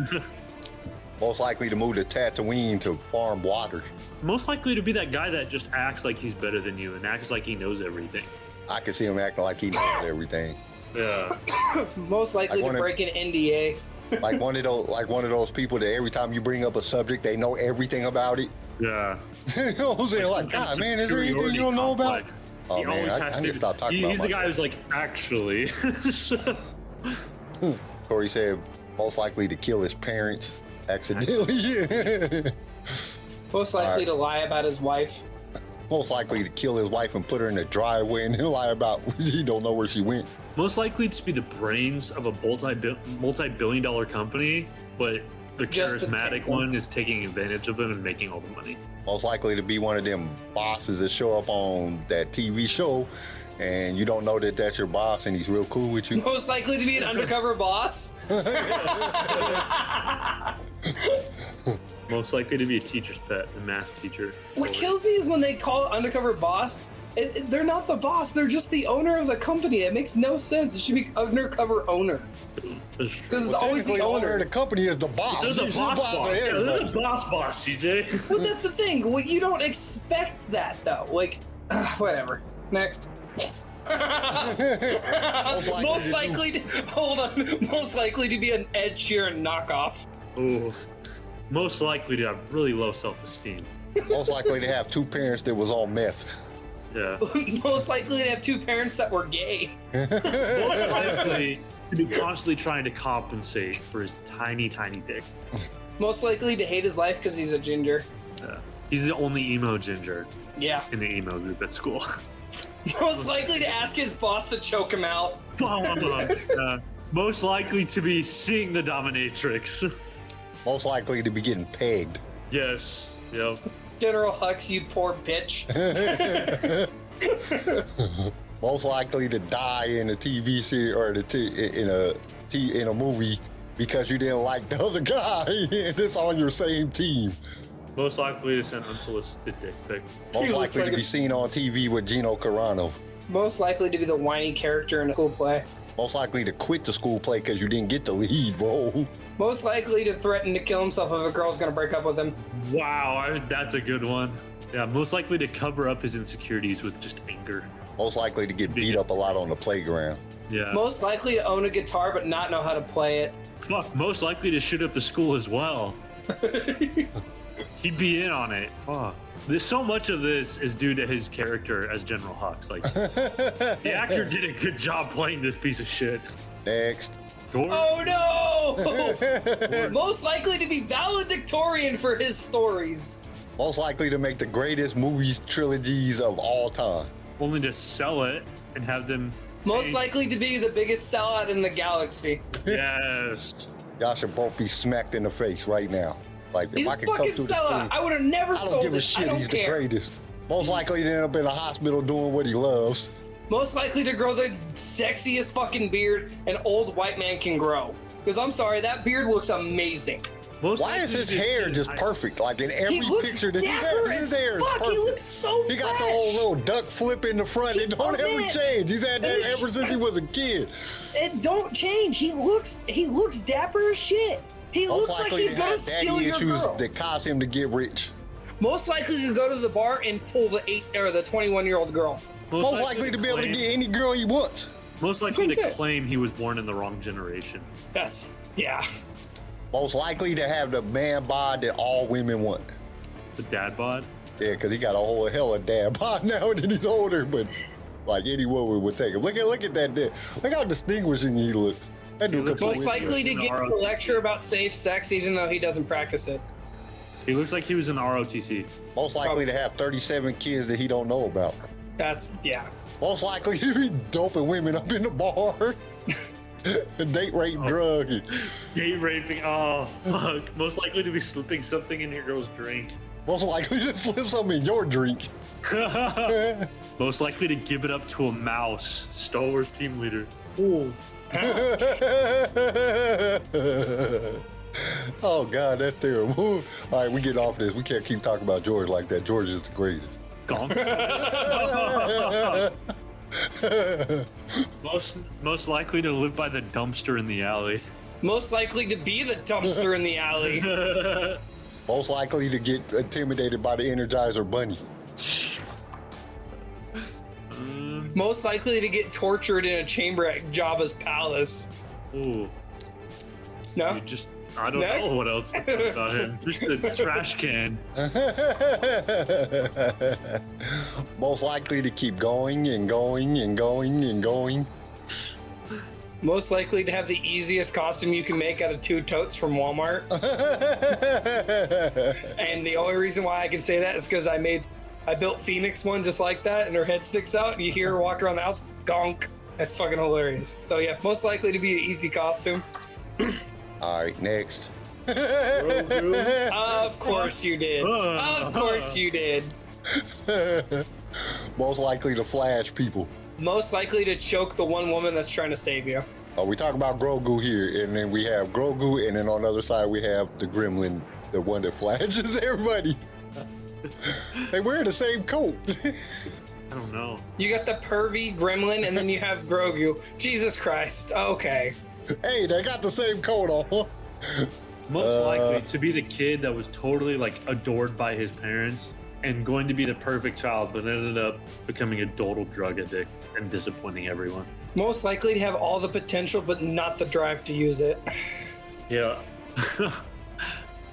Most likely to move to Tatooine to farm water.
Most likely to be that guy that just acts like he's better than you and acts like he knows everything.
I can see him acting like he knows everything.
Yeah.
most likely
I
to
wanna-
break an NDA.
Like one of those, like one of those people that every time you bring up a subject, they know everything about it. [laughs]
Yeah.
you know what I'm saying? Like, God, man, is there anything you don't know about? Oh,
he
man,
always
I-
has
I
to.
need to stop talking
he-
about
he's the guy
myself.
who's like, actually. [laughs]
Corey said most likely to kill his parents accidentally. [laughs] Yeah.
Most likely to lie about his wife. [laughs]
most likely to kill his wife and put her in the driveway and then lie about [laughs] he don't know where she went.
Most likely to be the brains of a multi multi billion dollar company, but the
Just to take
charismatic
them.
one is taking advantage of them and making all the money.
Most likely to be one of them bosses that show up on that TV show, and you don't know that that's your boss and he's real cool with you.
Most likely to
[laughs]
be an undercover boss.
Most likely to be a teacher's pet, a math teacher.
What kills me is when they call it undercover boss. It, it- they're not the boss. They're just the owner of the company. It makes no sense. It should be undercover owner
It's-
because it's always the
Technically,
owner.
owner of the company is the boss.
They're the
He's
boss
the boss of
boss. Yeah,
everybody.
they're the boss boss, CJ.
Well, that's the thing. Well, you don't expect that though. Like, [sighs] whatever. Next. most
likely
likely,
to do-
to, hold on. Most likely to be an Ed Sheeran knockoff.
[laughs]
[laughs]
Ooh. Most likely to have really low self esteem.
Most likely to have two parents that was on meth.
Yeah.
most likely to have two parents that were gay.
Most likely to be constantly trying to compensate for his tiny, tiny dick.
Most likely to hate his life because he's a ginger.
Yeah. He's the only emo ginger
Yeah.
in the emo group at school. [laughs]
Most likely to ask his boss to choke him out.
uh, most likely to be seeing the dominatrix. [laughs]
Most likely to be getting pegged.
yes. Yep.
General Hux, you poor bitch.
[laughs] Most likely to die in a TV series or the t- in a t- in a movie because you didn't like the [laughs] other guy that's on your same team.
Most likely to send unsolicited dick pic.
Most
He looks
likely
like
to
a-
be seen on TV with Gino Carano.
Most likely to be the whiny character in a school play.
Most likely to quit the school play because you didn't get the lead role.
Most likely to threaten to kill himself if a girl's gonna break up with him.
Wow, I, that's a good one. Yeah, most likely to cover up his insecurities with just anger.
[laughs] Most likely to get beat up a lot on the playground.
Yeah.
Most likely to own a guitar but not know how to play it.
Fuck, most likely to shoot up the school as well. He'd be in on it. Fuck. There's so much of this is due to his character as General Hux. Like, the actor did a good job playing this piece of shit.
Next,
Gore-
Oh.
Oh
[laughs]
no! Most likely to be valedictorian for his stories.
most likely to make the greatest movies trilogies of all time.
only to sell it and have them.
Most
take-
likely to be the biggest sellout in the galaxy.
Yes.
Y'all should both be smacked in the face right now. Like if
He's
I
a
could come
fucking
through the
sellout.
screen,
I would have never
I don't
sold
give a
it. I
shit.
don't
He's the
care.
greatest. Most likely to end up in a hospital doing what he loves.
most likely to grow the sexiest fucking beard an old white man can grow. Because I'm sorry, that beard looks amazing.
Most
Why is his hair just perfect? Like in every
he looks
picture that he
dapper
has, his
as
hair is
fuck.
perfect.
He looks so
He got the
fresh.
whole little duck flip in the front. It
Oh,
don't ever
man.
change. He's had that
And he's-
ever since he was a kid.
It don't change. He looks he looks dapper as shit. He
Most
[laughs] looks like
likely
he's
he
gonna
had
steal
daddy
your
issues
girl.
that caused him to get rich.
Most likely to go to the bar and pull the eight or the 21 year old girl.
Most likely to be able to
claim-
get any girl he wants.
Most likely
That's
to
it.
claim he was born in the wrong generation.
That's yeah.
Most likely to have the man bod that all women want.
The dad bod.
Yeah, because he got a whole hell of dad [laughs] bod now that he's older, but like any woman would take him. Look at look at that dude. Look how distinguishing he looks. That dude
looks
could
Most
put-
likely to
in the
give a
ROTC.
lecture about safe sex, even though he doesn't practice it.
He looks like he was in ROTC.
most likely to have 37 kids that he don't know about.
That's yeah.
Most likely [laughs] to be doping women up in the bar. [laughs] Date rape drug.
Gay raping. Oh fuck. Most likely to be slipping something in your girl's drink.
Most likely to slip something in your drink. [laughs]
Most likely to give it up to a mouse. Star Wars team leader.
oh God, that's terrible. All right, we get off this. We can't keep talking about George like that. George is the greatest.
Gone. most most likely to live by the dumpster in the alley.
Most likely to be the dumpster in the alley.
Most likely to get intimidated by the Energizer Bunny.
Most likely to get tortured in a chamber at Jabba's palace.
Ooh.
No.
You just I don't
Next.
know what else to say about him. Just a trash can.
Most likely to keep going and going and going and going.
Most likely to have the easiest costume you can make out of two totes from Walmart. And the only reason why I can say that is because I made, I built Phoenix one just like that, and her head sticks out, and you hear her walk around the house, gonk. That's fucking hilarious. So yeah, most likely to be an easy costume.
All right, next.
Of course you did. Of course you did.
Most likely to flash people.
Most likely to choke the one woman that's trying to save you.
Uh, we talk about Grogu here, and then we have Grogu, and then on the other side we have the Gremlin, the one that [laughs] flashes
[laughs]
everybody. they wear the same coat. [laughs]
I don't know.
You got the pervy gremlin, and then you have Grogu. Jesus Christ. Okay.
hey, they got the same coat on.
Most
Uh,
likely to be the kid that was totally like adored by his parents and going to be the perfect child, but ended up becoming a total drug addict and disappointing everyone.
Most likely to have all the potential, but not the drive to use it.
Yeah. [laughs]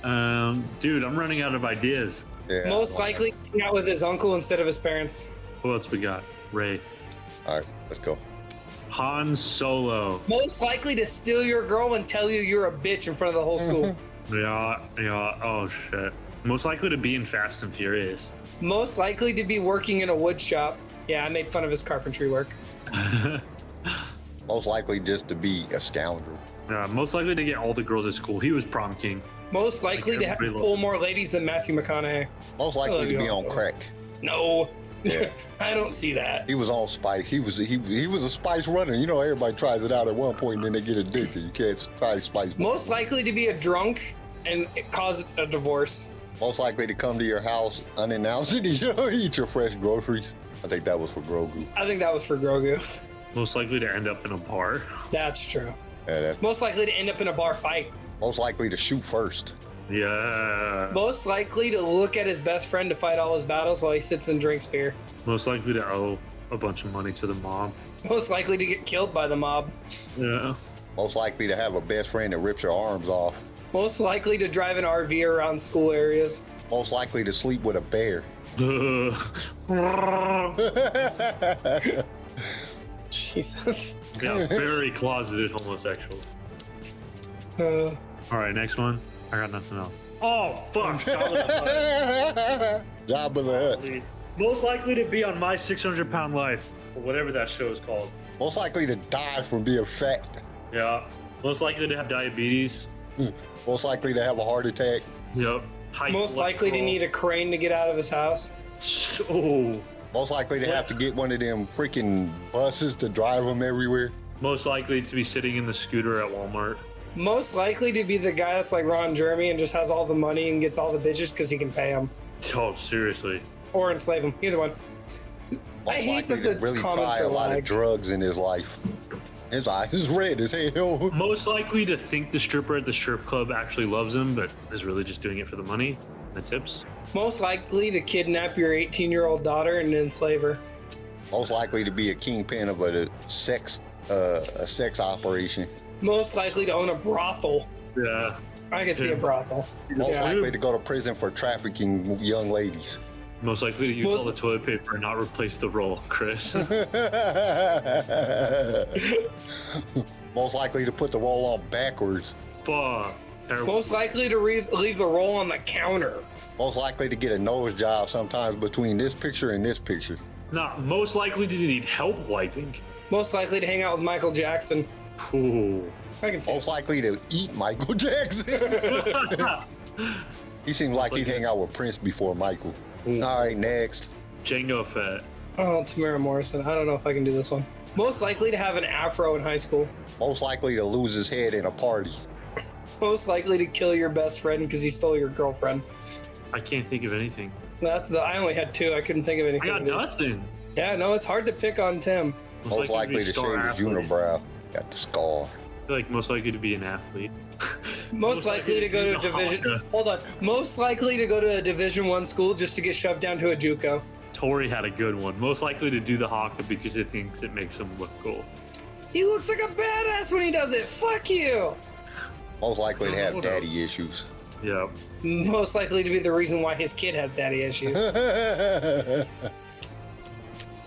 um, dude, I'm running out of ideas.
Yeah.
Most likely to hang out with his uncle instead of his parents.
Who else we got? Ray.
All right, let's go.
Han Solo.
Most likely to steal your girl and tell you you're a bitch in front of the
[laughs]
whole school.
Yeah, yeah. Oh shit. Most likely to be in Fast and Furious.
Most likely to be working in a wood shop. Yeah, I made fun of his carpentry work.
Most likely just to be a scoundrel.
Yeah, most likely to get all the girls at school. He was prom king.
Most likely to have
everybody
pull
loves-
more ladies than Matthew McConaughey.
Most
Oh,
likely to be
yeah.
on crack.
No.
Yeah.
[laughs] I don't see that.
He was on spice. He was he, he was a spice runner. You know, everybody tries it out at one point and then they get addicted. You can't try spice.
Most likely to be a drunk and cause a divorce.
Most likely to come to your house unannounced and [laughs] you know, eat your fresh groceries. I think that was for Grogu.
I think that was for Grogu. [laughs]
Most likely to end up in a bar. [laughs]
That's true.
Yeah, that's
Most likely to end up in a bar fight.
most likely to shoot first.
Yeah.
Most likely to look at his best friend to fight all his battles while he sits and drinks beer. [laughs]
Most likely to owe a bunch of money to the mom.
Most likely to get killed by the mob.
[laughs] Yeah.
Most likely to have a best friend that rips your arms off.
Most likely to drive an RV around school areas. [laughs]
Most likely to sleep with a bear. [laughs]
yeah,
Jesus.
very closeted homosexual.
Uh,
All right, next one. I got nothing else. Oh fuck! Jabba the
Job of the Hutt.
Hutt. Most likely to be on my 600 pound life, or whatever that show is called.
Most likely to die from being fat.
Yeah. Most likely to have diabetes.
Most likely to have a heart attack.
Yep. High
most likely to need a crane to get out of his house.
[laughs] Oh,
Most likely to have to get one of them freaking buses to drive them everywhere.
Most likely to be sitting in the scooter at Walmart.
Most likely to be the guy that's like Ron Jeremy and just has all the money and gets all the bitches because he can pay them
Oh, seriously.
or enslave them. Either one.
Most
I hate
likely
that the
to really
comments
try
are
a lot
like-
of drugs in his life. His eyes is red as hell.
Most likely to think the stripper at the strip club actually loves him, but is really just doing it for the money and the tips.
Most likely to kidnap your 18 year old daughter and enslave her.
Most likely to be a kingpin of a sex uh, a sex operation.
Most likely to own a brothel.
Yeah.
I could see a brothel.
Most
Yeah.
likely to go to prison for trafficking young ladies. [laughs]
Most likely to use
Most-
all the toilet paper and not replace the roll, [laughs]
[laughs]
Chris.
Most likely to put the roll on backwards.
Fuck. Terrible.
Most likely to re- leave the roll on the counter.
Most likely to get a nose job sometimes between this picture and this picture.
Not most likely to need help wiping.
Most likely to hang out with Michael Jackson.
Ooh.
I can see.
Most likely to eat Michael [laughs] Jackson. he seems like he'd hang out with Prince before Michael. All right, next.
Django Fett.
Oh, Tamara Morrison. I don't know if I can do this one. Most likely to have an afro in high school.
Most likely to lose his head in a party.
Most likely to kill your best friend because he stole your girlfriend.
I can't think of anything.
That's the. I only had two. I couldn't think of
I
anything.
got nothing.
Yeah, no, it's hard to pick on Tim.
Most likely to
be a star
shave his
athlete.
unibrow. Got the scar.
I feel like most likely to be an athlete.
Most, likely, to go to a
do the
division.
Honda.
Hold on. Most likely to go to a Division One school just to get shoved down to a JUCO.
Tori had a good one. Most likely to do the haka because it thinks it makes him look cool.
He looks like a badass when he does it. Fuck you.
Most likely to have
What
daddy issues. [laughs]
Yeah.
Most likely to be the reason why his kid has daddy issues.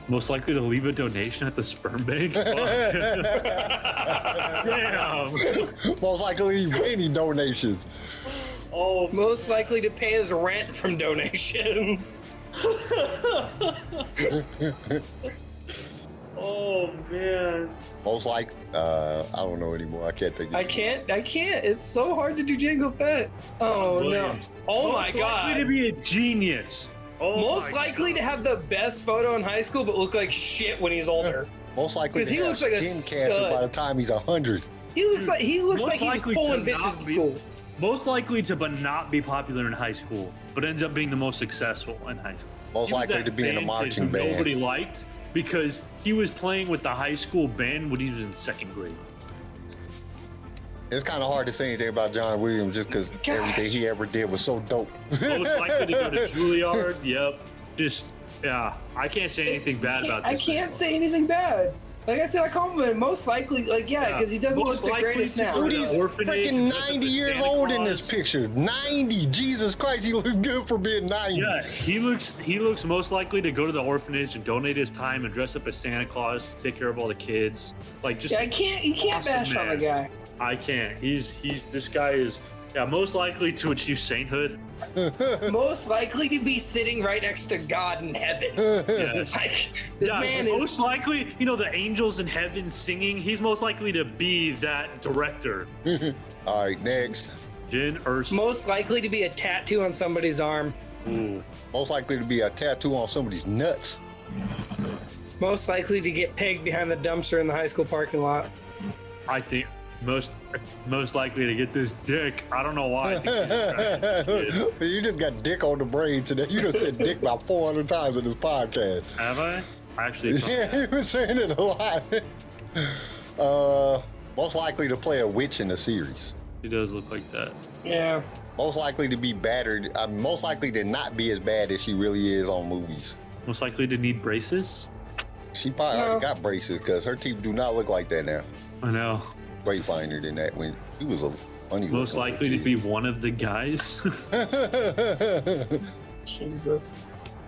Most likely to leave a donation at the sperm
[laughs]
bank. Fuck. Damn.
Most likely to any donations.
Oh,
Most likely to pay his rent from donations.
oh man.
Most like uh, I don't know anymore. I can't think. Of
I can't. I can't. It's so hard to do Django Fett. Oh no.
Williams.
Oh
most
my god.
Likely to be a genius. Oh,
Most
my
likely to have the best photo in high school, but look like shit when he's older.
Most likely
'Cause
to
he
have
looks like a
skin cancer
stud.
by the time he's hundred.
He looks like he looks
Most
like he was
likely to
pulling
not
bitches to
be-
school.
Most likely to but not be popular in high school, but ends up being the most successful in high school.
Most
He was
likely
that
to be in
band
a
kid
marching
who
band.
Nobody liked because he was playing with the high school band when he was in second grade.
It's kind of hard to say anything about John Williams just because everything he ever did was so dope. [laughs]
Most likely to go to Juilliard. Yep. Just yeah, I can't say anything bad about
I
this.
can't
man.
say anything bad. Like I said, I complimented him. most likely. Like yeah,
Yeah.
because he doesn't
Most
look the
likely
greatest
to
now.
go to-
Dude, he's
orphanage,
freaking
dressed up
90
as
years
Santa
old in
Claus.
this picture. 90. Jesus Christ, he looks good for being 90.
Yeah, he looks he looks most likely to go to the orphanage and donate his time and dress up as Santa Claus, take care of all the kids. Like just
Yeah, I can't. You can't
Awesome
bash on the guy.
I can't. He's he's this guy is yeah, most likely to achieve sainthood. [laughs]
most likely to be sitting right next to God in heaven.
[laughs] Yes.
Like this
yeah,
man
most
is.
likely, you know, the angels in heaven singing, he's most likely to be that director.
All right, next.
Jin Erso.
most likely to be a tattoo on somebody's arm.
Most likely to be a tattoo on somebody's nuts. [laughs]
Most likely to get pegged behind the dumpster in the high school parking lot.
I think most most likely to get this dick. I don't know why. I think he's attracted to kids.
you just got dick on the brain today. You done said dick about 400 times in this podcast.
Have I? I actually don't.
[laughs] Yeah, he was saying it a lot. [laughs] Uh, most likely to play a witch in the series.
He does look like that.
Yeah.
Most likely to be battered. Uh, most likely to not be as bad as she really is on movies.
Most likely to need braces.
She probably
No.
already got braces because her teeth do not look like that now.
I know.
Way finer than that when she was a funny.
Most likely to
[laughs]
be one of the guys. [laughs]
Jesus.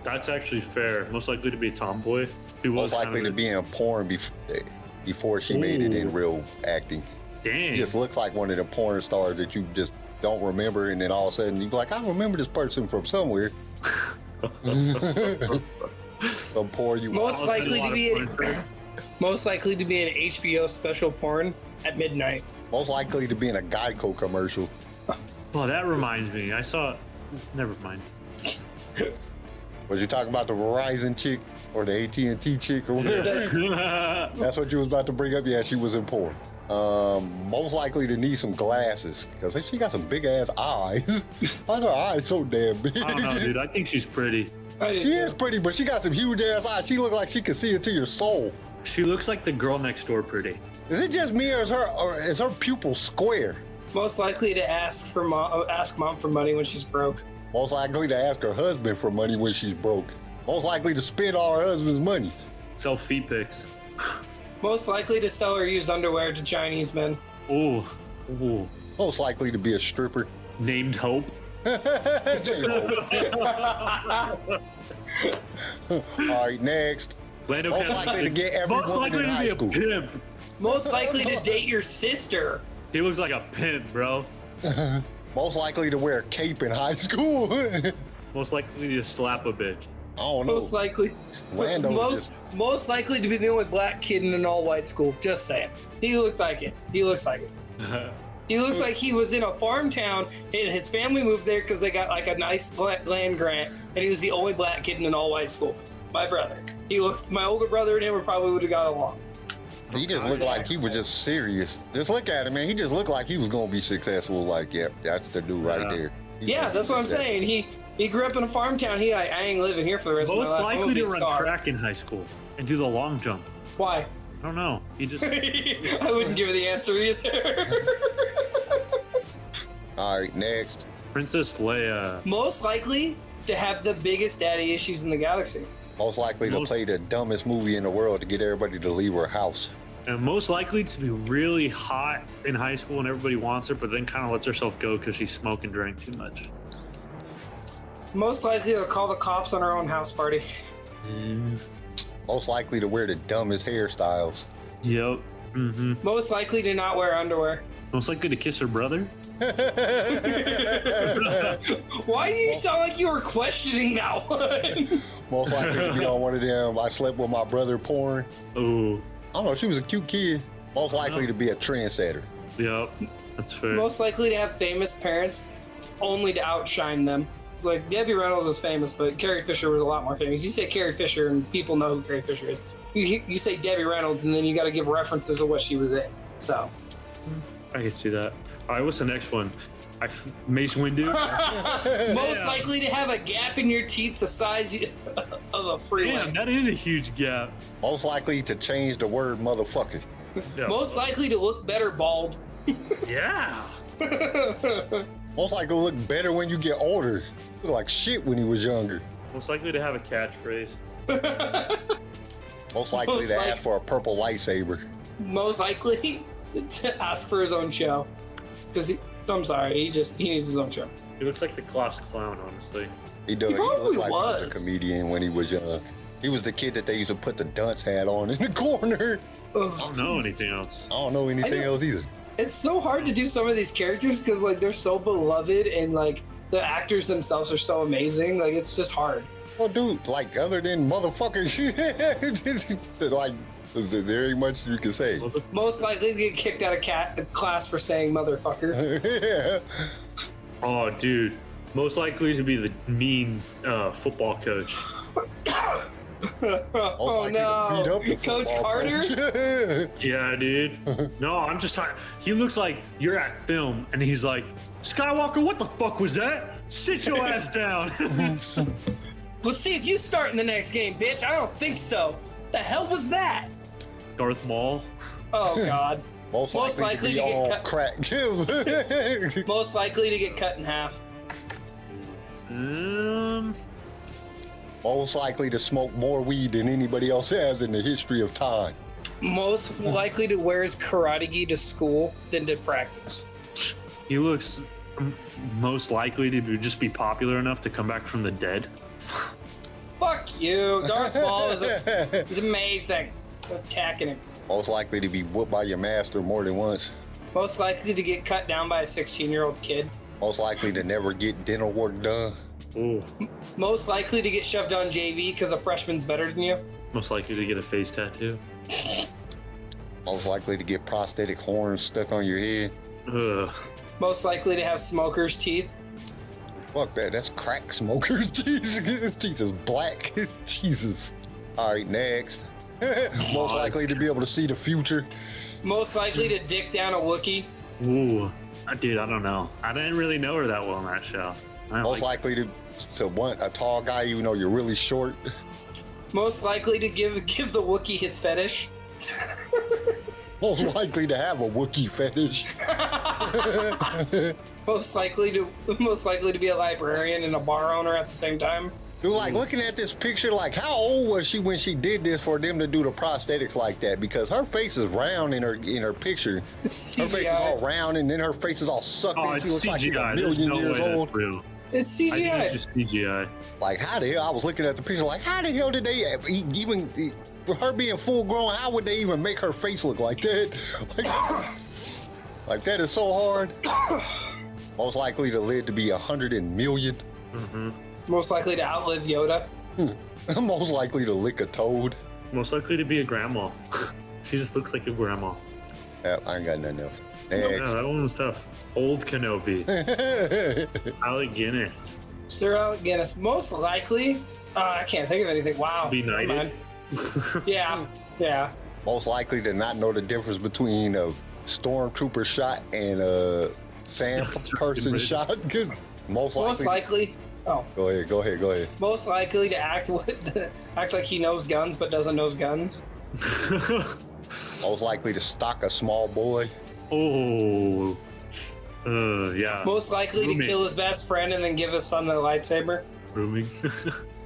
That's actually fair. Most likely to be a tomboy. He was
Most likely
kind
to
of
be in porn bef- eh, before she made it in
Ooh.
real acting.
a- Dang.
She just looks like one of the porn stars that you just don't remember, and then all of a sudden you're like, I remember this person from somewhere. [laughs] Some poor you.
Most
Almost
likely
had
to
lot
be
of
an,
friends.
most likely to be an HBO special porn at [clears throat] midnight.
Most likely to be in a Geico commercial.
Well, Oh, that reminds me. I saw. Never mind. [laughs]
Was you talking about the Verizon chick? or the AT and T chick or whatever. That's what you was about to bring up. Yeah, she was in porn. Um, most likely to need some glasses because she got some big ass eyes. [laughs] Why is her eyes so damn big?
I don't
[laughs]
know, dude. I think she's pretty.
I did
She is pretty, but she got some huge ass eyes. She look like she can see into your soul.
She looks like the girl next door pretty.
Is it just me or is her or is her pupil square?
most likely to ask for mom, ask mom for money when she's broke.
Most likely to ask her husband for money when she's broke. Most likely to spend all her husband's money.
Sell feet pics.
Most likely to sell her used underwear to Chinese men.
Ooh. Ooh.
Most likely to be a stripper. [laughs]
Named Hope.
all right, next.
Lando
Most
Calrissian.
likely to get every
Most
woman
likely
in
to
high
be a
school.
pimp.
Most likely to date your sister.
He looks like a pimp, bro.
Most likely to wear a cape in high school. [laughs] I
Most likely to slap a bitch.
don't know.
Most likely.
Lando
most most likely to be the only black kid in an all-white school. Just saying. He looked like it. He looks like it.
[laughs]
He looks like he was in a farm town, and his family moved there because they got like a nice pla- land grant, and he was the only black kid in an all-white school. My brother. He looked. My older brother and him would probably would have got along.
He just looked like he was just serious. Just look at him, man. He just looked like he was gonna be successful. Like, yep, that's the dude right
Yeah.
there. He
Yeah,
gonna
that's
be
what I'm
successful.
saying. He he grew up in a farm town. He like I ain't living here for the rest
Most
of my life. I'm
likely
a
to
big
run
star.
track in high school and do the long jump.
Why? [laughs]
I don't know. He just
I wouldn't give her the
[laughs]
answer either.
All right, next.
Princess Leia.
most likely to have the biggest daddy issues in the galaxy.
Most likely to
Most-
play the dumbest movie in the world to get everybody to leave her house.
And most likely to be really hot in high school and everybody wants her, but then kind of lets herself go because she smoked and drank too much.
Most likely to call the cops on our own house party.
Most likely to wear the dumbest hairstyles.
Yep. Mm-hmm.
Most likely to not wear underwear.
Most likely to kiss her brother.
Why do you sound like you were questioning that [laughs] one?
Most likely
[laughs]
to be on one of them. I slept with my brother porn.
Oh,
I don't know. She was a cute kid. Most likely to be a trendsetter.
yep. That's fair.
Most likely to have famous parents, only to outshine them. It's like Debbie Reynolds was famous, but Carrie Fisher was a lot more famous. You say Carrie Fisher, and people know who Carrie Fisher is. You you say Debbie Reynolds, and then you got to give references of what she was in. So [laughs]
I can see that. All right, what's the next one? I, Mace
[laughs]
Windu.
most
Yeah.
likely to have a gap in your teeth the size [laughs] you- of a freeway.
Damn, that is a huge gap.
Most likely to change the word motherfucker.
Yeah.
Most likely to look better bald.
yeah.
Most likely to look better when you get older. Look like shit when he was younger.
Most likely to have a catchphrase.
Most likely
Most
to
like-
ask for a purple lightsaber.
Most likely to ask for his own show. Because I'm sorry, he just he needs his own show.
He looks like the class clown, honestly.
He does. He, looked
probably
like he
was.
was a comedian when he was young. He was the kid that they used to put the dunce hat on in the [laughs] corner.
I
Ugh.
Oh.
don't know anything else.
I don't know
I
anything
know-
else either.
It's so hard to do some of these characters because like they're so beloved and like the actors themselves are so amazing. Like it's just hard.
Well, dude, like other than [laughs] motherfucker, like there ain't much you can
[laughs]
say.
Well, the-
Most likely to get kicked out of cat class for saying motherfucker.
Oh, dude. Most likely to be the mean uh, football coach.
oh [laughs]
Most likely to
no,
beat up the
Coach
football
Carter.
coach.
Yeah, dude. No, I'm just trying. He looks like you're at film, and he's like, Skywalker, what the fuck was that? Sit your ass down.
Let's see if you start in the next game, bitch. I don't think so. The hell was that?
Darth Maul.
[laughs]
Oh God.
[laughs] Most,
Most likely
likely,
to
to be
get
on
cut-
crack. [laughs]
Most likely to get cut in half.
Um,
Most likely to smoke more weed than anybody else has in the history of time.
Most likely to wear his karate gi to school than to practice.
he looks m- most likely to be, just be popular enough to come back from the dead.
Fuck you. Darth Maul Oh, is, a, is amazing. Attacking him.
[laughs] Most likely to be whooped by your master more than once.
Most likely to get cut down by a 16 year old kid.
Most likely to never get dental work done.
Ooh.
Most likely to get shoved on JV because a freshman's better than you.
Most likely to get a face tattoo.
Most likely to get prosthetic horns stuck on your head.
Ugh.
Most likely to have smoker's teeth.
[laughs] Fuck that. That's crack smokers. [laughs] Jesus, his teeth is black. Jesus. All right, next. [laughs] Most likely to be able to see the future.
Most likely to dick down a Wookiee.
Ooh, Uh, dude, I don't know. I didn't really know her that well in that show. I don't
Most
like,
likely to to want a tall guy, even though you're really short. [laughs]
Most likely to give [laughs] give the Wookiee his fetish.
[laughs]
Most likely to have a Wookiee fetish.
Most likely to [laughs] most likely to be a librarian and a bar owner at the same time. [laughs]
Dude, like looking at this picture, like how old was she when she did this for them to do the prosthetics like that? Because her face is round in her in her picture.
[laughs]
Her face is all round, and then her face is all sucked
oh,
in. She
it's
looks like she's a
CGI. There's
million
no way
years old.
that's real.
It's
I think
CGI.
it's just CGI.
Like how the hell? I was looking at the picture. Like how the hell did they e- even e- for her being full grown? How would they even make her face look like that? [laughs] Like, like that is so hard. [coughs] Most likely to live to be a hundred and million. [laughs]
Mm-hmm.
Most likely to outlive Yoda.
Most likely to lick a toad.
Most likely to be a grandma. [laughs] she just looks like a grandma.
Yeah, I ain't got nothing else.
Yeah, that one was tough. Old
[laughs]
Kenobi.
Next.
Alec Guinness. [laughs]
Sir Alec Guinness. Most likely. Uh, I can't think of anything. Wow.
Be
Never
knighted.
mind.
[laughs]
Yeah. Yeah.
[laughs] most likely to not know the difference between a stormtrooper shot and a sand person shot. [laughs] 'Cause most likely.
Most likely. Oh,
Go ahead. Go ahead. Go ahead.
most likely to act [laughs] with, act like he knows guns but doesn't know guns.
Most likely to stalk a small boy.
oh. Uh, yeah.
Most likely to
Roommate.
kill his best friend and then give his son the lightsaber.
Grooming.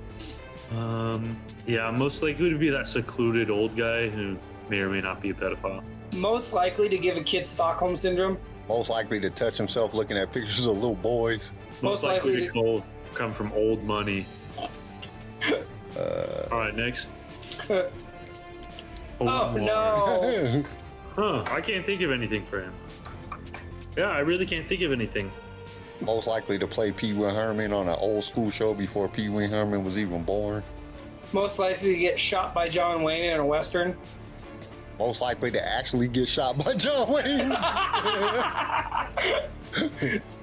[laughs] um, yeah, most likely to be that secluded old guy who may or may not be a pedophile.
Most likely to give a kid Stockholm syndrome.
Most likely to touch himself looking at pictures of little boys.
Most,
Most
likely,
likely
to call, come from old
[laughs]
money. All right, next.
[laughs] oh
Old money.
[laughs] no!
Huh, I can't think of anything for him. Yeah, I really can't think of anything.
most likely to play Pee Wee Herman on an old school show before Pee Wee Herman was even born.
Most likely to get shot by John Wayne in a western.
Most likely to actually get shot by [laughs] John Wayne.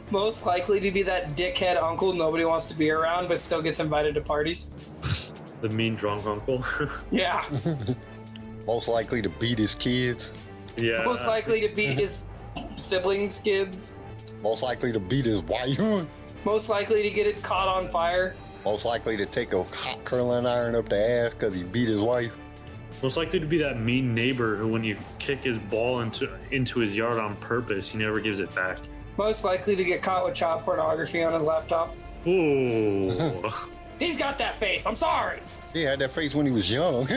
Most likely to be that dickhead uncle nobody wants to be around but still gets invited to parties.
The mean drunk uncle. [laughs]
Yeah.
most likely to beat his kids.
yeah.
Most likely to beat his siblings' kids.
Most likely to beat his wife.
Most likely to get it caught on fire.
Most likely to take a hot curling iron up the ass because he beat his wife.
Most likely to be that mean neighbor who, when you kick his ball into into his yard on purpose, he never gives it back.
Most likely to get caught with child pornography on his laptop.
Ooh.
He's got that face. I'm sorry.
He had that face when he was young. [laughs] look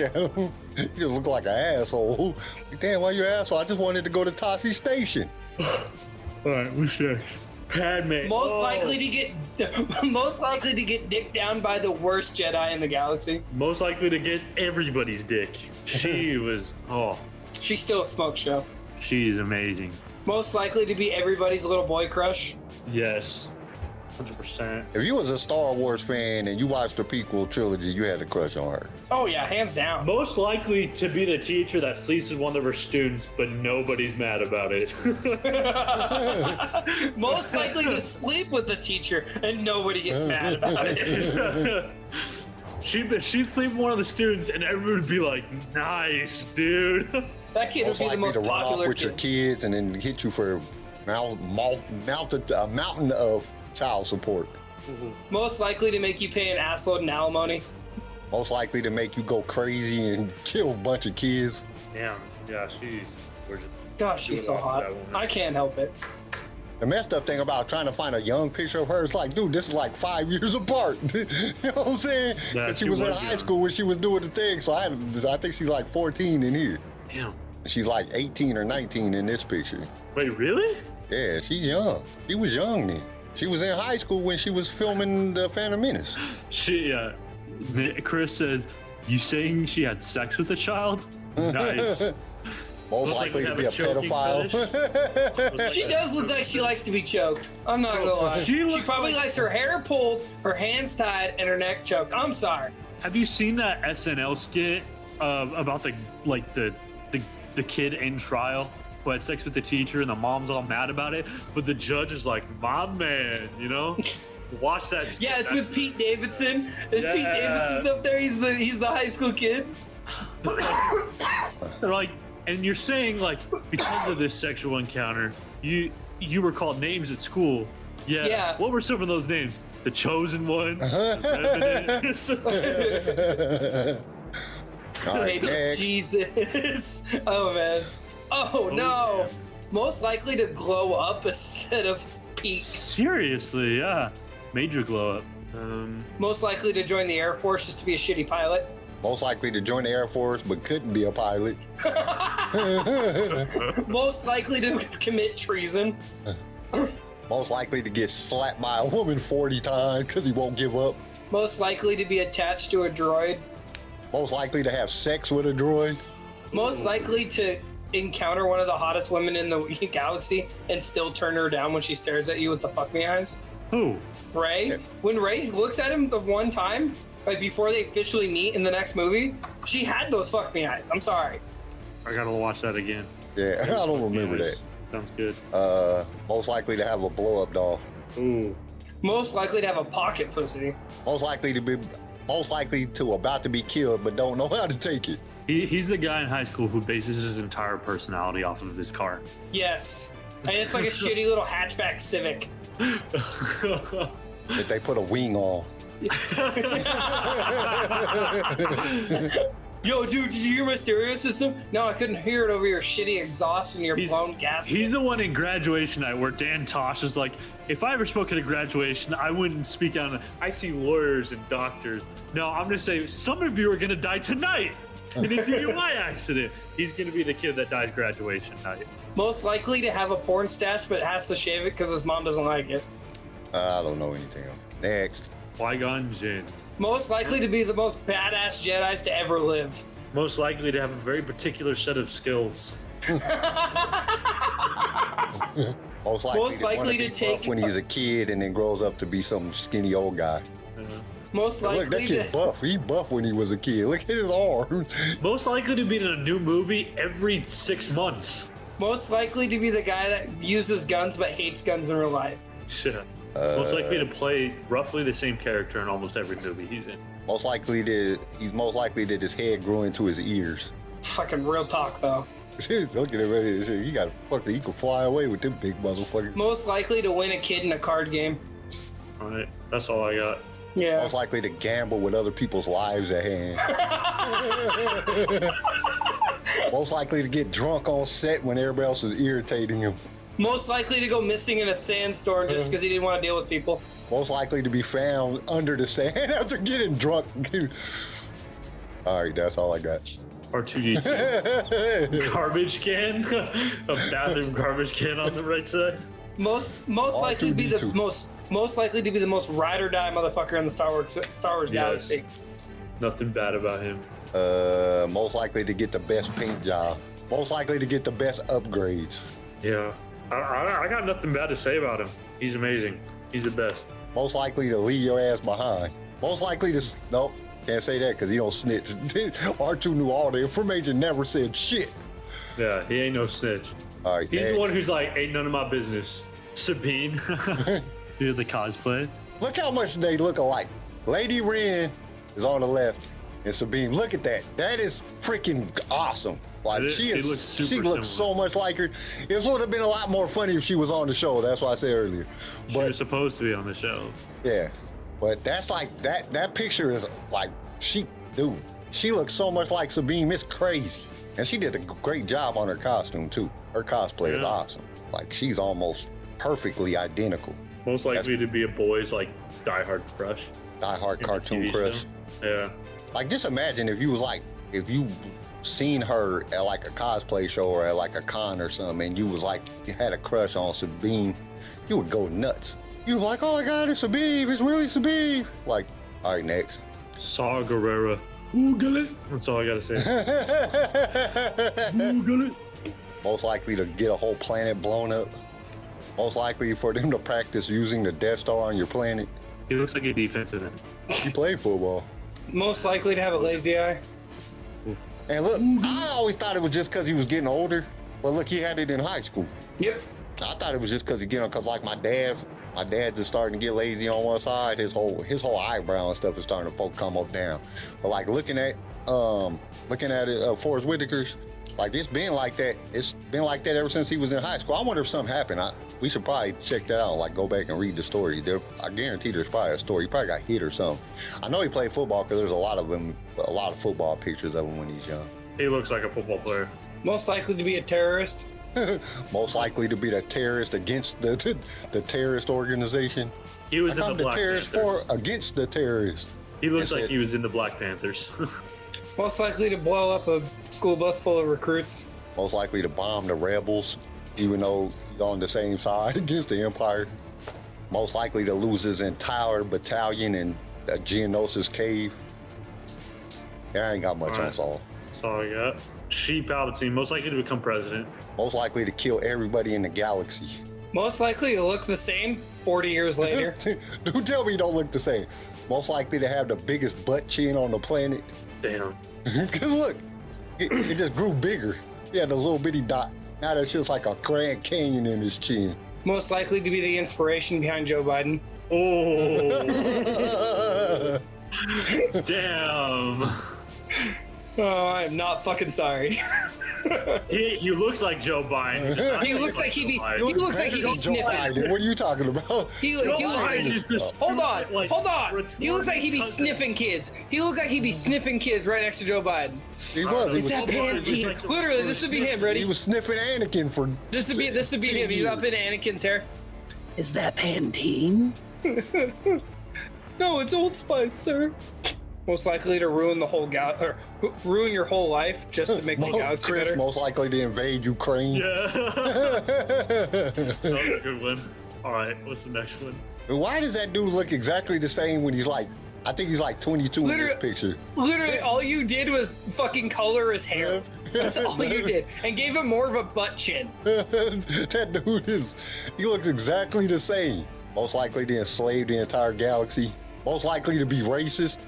at him. He just looked like an asshole. Like, Damn, why you an asshole? I just wanted to go to Tossy Station.
All right, what's next? Padme.
Most
Oh.
likely to get [laughs] most likely to get dicked down by the worst Jedi in the galaxy.
Most likely to get everybody's dick. She
Uh-huh.
was. Oh,
She's still a smoke show.
she's amazing.
Most likely to be everybody's little boy crush.
Yes. 100%.
If you was a Star Wars fan and you watched the prequel trilogy, you had a crush on her.
Oh yeah, hands
[laughs]
down.
Most likely to be the teacher that sleeps with one of her students, but nobody's mad about it.
Most likely to sleep with the teacher and nobody gets mad about it.
[laughs] she she'd sleep with one of the students, and everyone would be like, "Nice, dude." [laughs]
That kid
Most
would be the
likely
most
to run off
popular
with your
kid.
kids and then hit you for mount, mount, mounted, a mountain of child support.
Most likely to make you pay an assload in alimony.
Most likely to make you go crazy and [laughs] kill a bunch of kids.
Damn. Yeah, she's gorgeous.
Gosh, she's so
Good luck
hot.
with that woman.
I can't help it.
The messed up thing about trying to find a young picture of her is like, dude, this is like five [laughs] years apart. you know what I'm saying?
Nah,
But she,
she
was, in
was
high
young.
school when she was doing the thing, so I, I think she's like 14 in here.
Damn.
She's like 18 or 19 in this picture.
Wait, really?
Yeah, she young. She was young then. She was in high school when she was filming the Phantom Menace.
She. Uh, Chris says, "You saying she had sex with a [laughs] child?" Nice.
Most
Looks like we
likely to
have
be
a
a
choking
pedophile.
She does look like she likes to be choked. I'm not gonna lie.
She
She,
looks
probably likes her hair pulled, her hands tied, and her neck choked. I'm sorry.
Have you seen that SNL skit uh, about the like the, the the kid in trial who had
[laughs]
sex with the teacher and the mom's all mad about it, but the judge is like, "My man," you know. Watch that. skit.
Yeah, it's
That's-
with Pete Davidson. It's Pete
Yeah.
Davidson's up there. He's the he's the high school kid.
They're like, and you're saying like because of this sexual encounter, you you were called names at school. Yeah.
Yeah.
What were some of those names? The chosen one. the
[laughs] All right,
Baby
next.
Jesus. [laughs] Oh man. Oh no.
yeah.
Most likely to glow up [laughs] instead of peak.
Seriously, yeah. Major glow up. Um,
Most likely to join the Air Force just to be a shitty pilot.
Most likely to join the Air Force, but couldn't be a pilot.
Most likely to [laughs] commit treason.
Most likely to get slapped by a woman 40 times because he won't give up.
Most likely to be attached to a droid.
Most likely to have sex with a droid.
Most likely to encounter one of the hottest women in the [laughs] galaxy and still turn her down when she stares at you with the fuck me eyes.
who?
Ray, when Ray looks at him the one time, like before they officially meet in the next movie, she had those fuck me eyes. I'm sorry.
I gotta watch that again.
Yeah, [laughs] I don't remember
Yeah,
that.
it's- Sounds good.
Uh, most likely to have a blow up doll.
Ooh.
Most likely to have a pocket pussy.
Most likely to be, most likely to about to be killed, but don't know [laughs] how to take it.
He, he's the guy in high school who bases his entire personality off of his car. [laughs]
Yes. And it's like a shitty little hatchback Civic.
If they put a wing on,
Yo, dude, did you hear my stereo system? No, I couldn't hear it over your shitty exhaust and your
He's-
blown gas.
He's the one in graduation night where Dan Tosh is like, if I ever spoke at a graduation, I wouldn't speak on it. I see lawyers and doctors. No, I'm gonna say some of you are gonna die tonight in a
[laughs]
DUI accident. He's gonna be the kid that dies graduation night.
Most likely to have a porn stash, but has to shave it because his mom doesn't like it.
Uh, I don't know anything else. Next.
Qui-Gon Jinn.
Most likely to be the most badass Jedi's to ever live.
Most likely to have a very particular set of skills.
Most likely,
Most
to, wanna
likely
be
to take-
buff when he's a kid and then grows up to be some skinny old guy.
Most likely
Look, that
to.
kid buff. He buff when he was a kid. Look at his arm.
Most likely to be in a new movie every six months.
Most likely to be the guy that uses guns but hates guns in real life.
Yeah. Most likely to play roughly the same character in almost every movie he's in.
[laughs] Most likely to he's most likely that his head grew into his ears. [laughs]
Fucking real talk though.
Look at him right here. Shit, He got fucking he could fly away with them big motherfuckers.
Most likely to win a kid in a card game.
All right, that's all I got.
Yeah.
Most likely to gamble with other people's lives at hand.
[laughs]
[laughs] most likely to get drunk on set when everybody else is irritating him.
Most likely to go missing in a sandstorm
Uh-huh.
just because he didn't want to deal with people.
Most likely to be found under the sand [laughs] after getting drunk. all right, that's all I got. [laughs]
R2D2 garbage can, a bathroom garbage can on the right side.
Most most likely to be the
R2D2.
most most likely to be the most ride or die motherfucker in the Star Wars Star Wars
Yes.
galaxy.
Nothing bad about him.
Uh, most likely to get the best paint job. Most likely to get the best upgrades.
Yeah, I, I, I got nothing bad to say about him. He's amazing. He's the best.
Most likely to leave your ass behind. Most likely to s- nope. Can't say that because he don't snitch. [laughs] R2 knew all the information, never said shit.
Yeah, he ain't no snitch.
All right,
He's
next.
the one who's like, ain't none of my business.
[laughs]
Sabine, [laughs] you're the cosplay.
look how much they look alike. Lady Ren is on the left, and Sabine. Look at that. That is freaking awesome. Like
It is-
she
it
is,
looks super
she looks
similar.
so much like her. It would have been a lot more funny if she was on the show. That's what I said earlier.
She
But
was supposed to be on the show.
Yeah, but that's like that. That picture is like she, dude. She looks so much like Sabine. It's crazy, and she did a great job on her costume too. Her cosplay is
Yeah.
awesome. Like she's almost perfectly identical.
Most likely to be a boy's like diehard crush.
Die Hard
in the
cartoon
TV show.
crush.
Yeah.
Like just imagine if you was like if you seen her at like a cosplay show or at like a con or something, and you was like you had a crush on Sabine, you would go nuts. You were like, oh my god, it's Sabine. It's really Sabine. Like, all right, next.
Saw Guerrera. Oogle it. That's all I gotta say. Oogle it.
most likely to get a whole planet blown up, most likely for them to practice using the Death Star on your planet.
He looks like a defensive end.
You play football.
Most likely to have a lazy eye.
And look, I always thought it was just because he was getting older, but look, he had it in high school.
Yep.
I thought it was just because, you know, because like my dad's, My dad's is starting to get lazy on one side. His whole his whole eyebrow and stuff is starting to poke, come up down. But like looking at um looking at it, uh, Forrest Whitaker's, like it's been like that. It's been like that ever since he was in high school. I wonder if something happened. I, we should probably check that out. Like go back and read the story. There, I guarantee there's probably a story. He probably got hit or something. I know he played football because there's a lot of him, a lot of football pictures of him when he's young.
He looks like a football player.
Most likely to be a terrorist.
Most likely to be the terrorist against the [laughs] the, terrorist organization.
He was in
Come
the
the
Black
terrorist for
Panthers.
against the terrorists.
He looks
Yes,
like
it-
he was in the Black Panthers. [laughs]
Most likely to blow up a school bus full of recruits.
most likely to bomb the rebels, even though he's on the same side [laughs] against the Empire. Most likely to lose his entire battalion in the Geonosis cave. Yeah, I ain't got much on
Alright.
Saul.
That's all I got. She Palpatine, most likely to become president.
Most likely to kill everybody in the galaxy. [laughs]
Most likely to look the same 40 [laughs] years later.
Dude, tell me you don't look the same. Most likely to have the biggest butt chin on the planet. [laughs]
Damn.
Cause look, it, it just grew bigger. He had a little bitty dot. Now that's just like a Grand Canyon in his chin.
Most likely to be the inspiration behind Joe Biden.
Oh, damn.
Oh, I am not fucking sorry.
He, he looks like Joe Biden. not
He looks like he'd be.
Joe Biden.
He looks like he'd be
Joe
sniffing.
Biden, What are you talking about?
[laughs]
[laughs]
He, he looks like
Biden is this
[laughs] Hold on,
like,
hold on. He looks like he'd be
retarded
sniffing kids. He looked like he'd be sniffing kids right next to Joe Biden.
He was. He
Is
was,
that
sniffing,
Pantene? Literally, this would be him,
he
Brody.
was sniffing Anakin for.
This would be this would be
10
him. He's
years.
up in Anakin's hair.
Is that Pantene?
[laughs] No, it's Old Spice, sir. Most likely to ruin the whole gal or ru- ruin your whole life just to
[laughs]
make the
Most,
galaxy
Chris
better.
most likely to invade Ukraine.
Yeah. that was a good one. All right, what's the next one?
Why does that dude look exactly the same when he's like, I think he's like 22 in
Literally-
this picture. [laughs]
Literally, all you did was fucking color his hair. That's all
[laughs]
you did, and gave him more of a butt chin.
that dude is, he looks exactly the same. Most likely to enslave the entire galaxy. Most likely to be racist.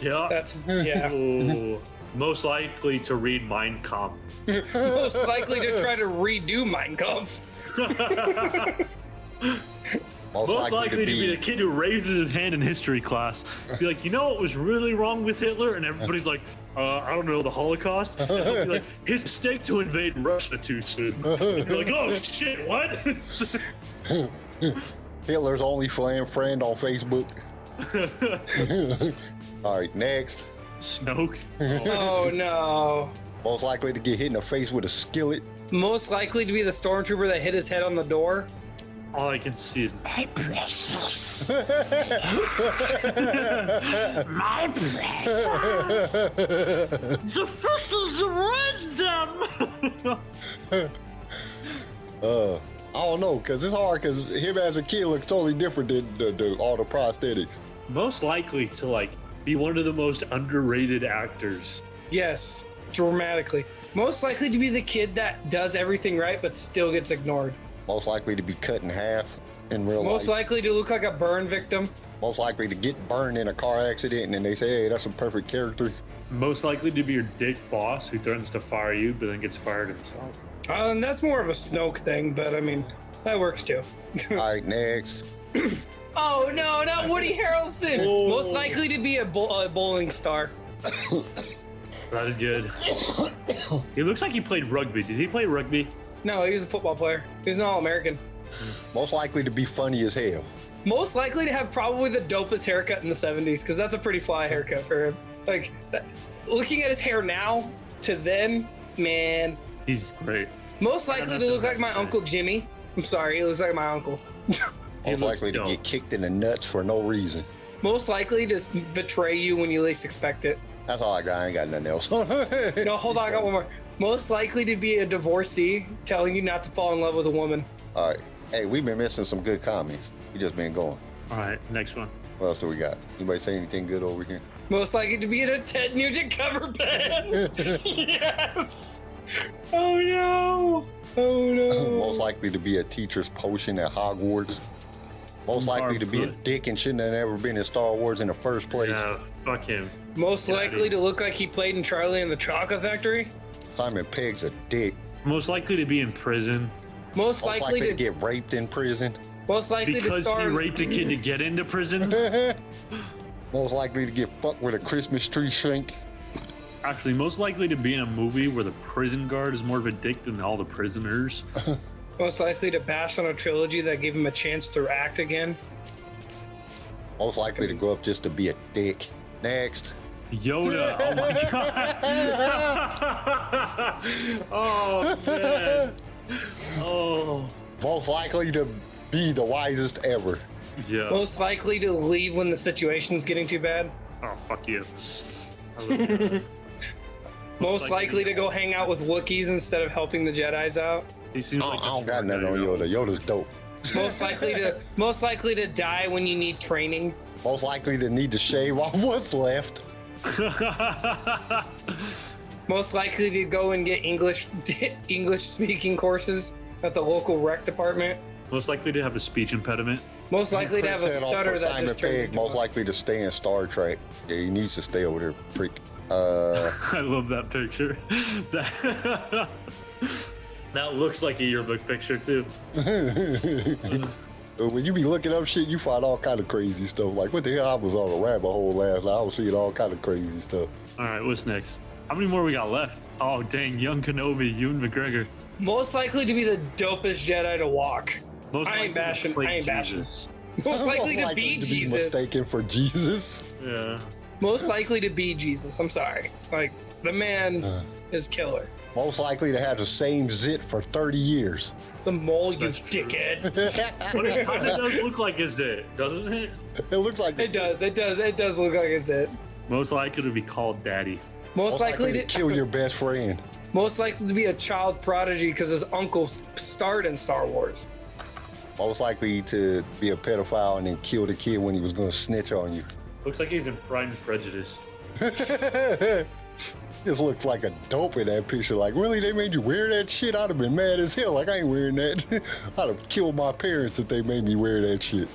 Yeah.
That's yeah.
Ooh. Most likely to read Mein Kampf.
Most likely to try to redo Mein Kampf.
Most,
Most likely to be the kid who raises his hand in history class. Be like, you know what was really wrong with Hitler? And everybody's like, uh, I don't know, the Holocaust? And he'll be like, his mistake to invade Russia too soon. And you're like, oh shit, what? [laughs]
Hitler's only flan friend on Facebook.
[laughs]
[laughs] All right, next.
Snoke.
Oh no.
Most likely to get hit in the face with a skillet.
Most likely to be the stormtrooper that hit his head on the door.
All I can see is
My precious. [laughs]
[laughs]
My precious. the thistles runs them. [laughs]
Uh, I don't know, cause it's hard, cause him as a kid looks totally different than the, the, all the prosthetics.
most likely to like be one of the most underrated actors.
Yes, dramatically. Most likely to be the kid that does everything right but still gets ignored.
Most likely to be cut in half in real
Most
life.
likely to look like a burn victim.
Most likely to get burned in a car accident, and then they say, "Hey, that's a perfect character."
Most likely to be your dick boss who threatens to fire you but then gets fired himself.
Um, that's more of a Snoke thing, but I mean, that works too.
all right, next.
Oh no, not [laughs] Woody Harrelson!
Oh.
Most likely to be a, bo- a bowling star.
That is good. [coughs] he looks like he played rugby. Did he play rugby?
No, he was a football player. He was an All American.
Most likely to be funny as hell.
Most likely to have probably the dopest haircut in the 70s, because that's a pretty fly haircut for him. Like, that, looking at his hair now to then, man,
He's great.
Most likely to look like my uncle Jimmy. I'm sorry, he looks like my uncle.
He
Most
looks
likely
dumb.
to get kicked in the nuts for no reason.
Most likely to s- betray you when you least expect it.
That's all I got. I ain't got nothing else. [laughs]
No, hold on, I got one more. Most likely to be a divorcee telling you not to fall in love with a woman.
all right. Hey, we've been missing some good comments. We just been going.
All right, next one.
What else do we got? Anybody say anything good over here?
Most likely to be in a Ted Nugent cover
[laughs]
band. yes. Oh no. Oh
[laughs] Most
no.
likely to be a teacher's potion at Hogwarts. Most likely to be a
good.
dick and shouldn't have ever been in Star Wars in the first place.
Yeah, fuck him.
Most
Yeah,
likely
dude.
to look like he played in Charlie and the Chocolate Factory.
Simon Pegg's a dick.
Most likely to be in prison.
Most
Most likely,
likely
to
to
get raped in prison.
Most likely to
because
start.
he raped a kid to get into prison.
[laughs]
Most likely to get fucked with a Christmas tree shrink.
Actually, most likely to be in a movie where the prison guard is more of a dick than all the prisoners.
most likely to bash on a trilogy that gave him a chance to act again.
Most likely to grow up just to be a dick. Next.
[laughs]
Yoda. Oh my god. [laughs] oh man. Oh
Most likely to be the wisest ever.
yeah.
Most likely to leave when the situation's getting too bad.
Oh fuck you. I love Yoda.
Most
likely-
likely to go hang out with Wookiees instead of helping the Jedi's out.
He seems
I
like the
don't, Oh, I don't
smart
got nothing
guy,
on
you know?
Yoda. Yoda's dope.
[laughs]
Most likely to most likely to die when you need training.
Most likely to need to shave [laughs] off what's left.
Most likely to go and get English [laughs] English speaking courses at the local rec department.
[laughs] Most likely to have a speech impediment. [laughs]
Most likely to have a
Set off
stutter
for
that
Simon
just turned
Pegg.
into
Most likely to stay in Star Trek. Yeah, he needs to stay over there, freak. Uh,
I love that picture. [laughs] That, [laughs] that looks like a yearbook picture too.
when you be looking up shit, you find all kind of crazy stuff. Like, what the hell? I was on a rabbit hole last night. I was seeing all kind of crazy stuff.
All right, what's next? How many more we got left? Oh dang, young Kenobi, Ewan McGregor.
Most likely to be the dopest Jedi to walk. [laughs]
Most
I
likely to
ain't bashing- I
play
ain't bashing.
Jesus.
Most likely to
Most
be Jesus.
mistaken for Jesus.
Yeah.
Most likely to be Jesus. I'm sorry. Like the man is killer.
Most likely to have the same zit for 30 years.
The mole, you
That's true.
dickhead.
But it kind of does look like a zit, doesn't it?
It looks like
It does. It does. It does look like it's it.
Most likely to be called daddy.
Most,
Most
likely, to
kill your best friend.
Most likely to be a child prodigy because his uncle s- starred in Star Wars.
Most likely to be a pedophile and then kill the kid when he was going to snitch on you.
Looks like he's in Pride and Prejudice.
This looks like a dope in that picture. Like, really, they made you wear that shit? I'd have been mad as hell. Like, I ain't wearing that. [laughs] I'd have killed my parents if they made me wear that shit.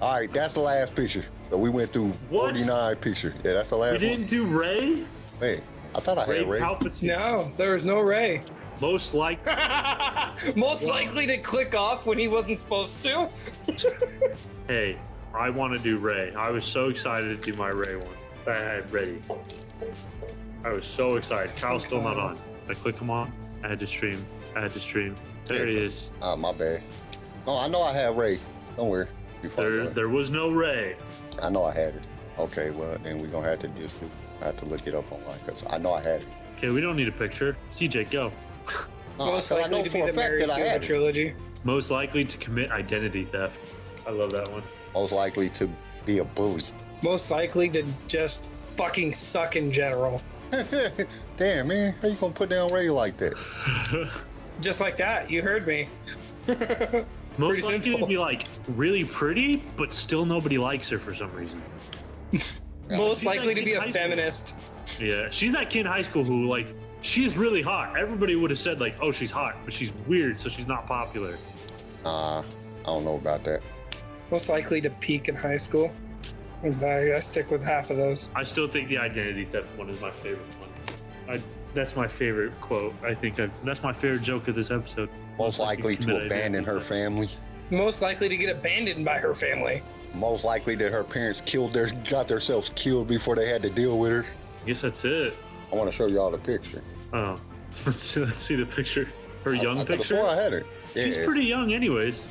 All right, that's the last picture. So we went through
What?
49 picture. Yeah, that's the
We
last one.
didn't do Ray.
Wait, I thought I
Ray
had Ray.
Palpatine.
No, there is no Ray.
[laughs]
Most likely.
Most likely to click off when he wasn't supposed
Oh,
to.
hey, I want to do Ray. I was so excited to do my Ray one. that I had ready. I was so excited. Kyle's still not on. I click him on. I had to stream. I had to stream. There he is.
Ah, my bad. Oh, I know I had Ray. Don't worry. You
There,
fine.
there was no Ray.
I know I had it. Okay, well, then we're going to have to just I have to look it up online because I know I had it.
Okay, we don't need a picture. TJ, go.
No,
Most
'cause I
likely
know
to
for
be
a
the
fact
Mary
that I
Sue of
had
the
it.
trilogy.
Most likely to commit identity theft. I love that one.
Most likely to be a bully.
Most likely to just fucking suck in general.
[laughs] Damn, man, how you gonna put down Ray like that?
Just like that. You heard me.
Most
Pretty
likely
simple.
to be like really pretty, but still nobody likes her for some reason.
Most
she's like
likely to
in
be a
high school.
feminist.
Yeah, she's that kid in high school who like she's really hot. Everybody would have said like, oh, she's hot, but she's weird, so she's not popular.
Nah, I don't know about that.
Most likely to peak in high school. I, I stick with half of those.
I still think the identity theft one is my favorite one. I, that's my favorite quote. I think I, that's my favorite joke of this episode.
Most likely to
commit
abandon
identity
her
theft.
family.
Most likely to get abandoned by her family.
Most likely that her parents killed their got themselves killed before they had to deal with her.
I guess that's it.
I want to show y'all the picture.
Oh, [laughs] let's see, let's see the picture. Her young
I, I could've
picture.
swore I had her. Yeah,
She's pretty young, anyways.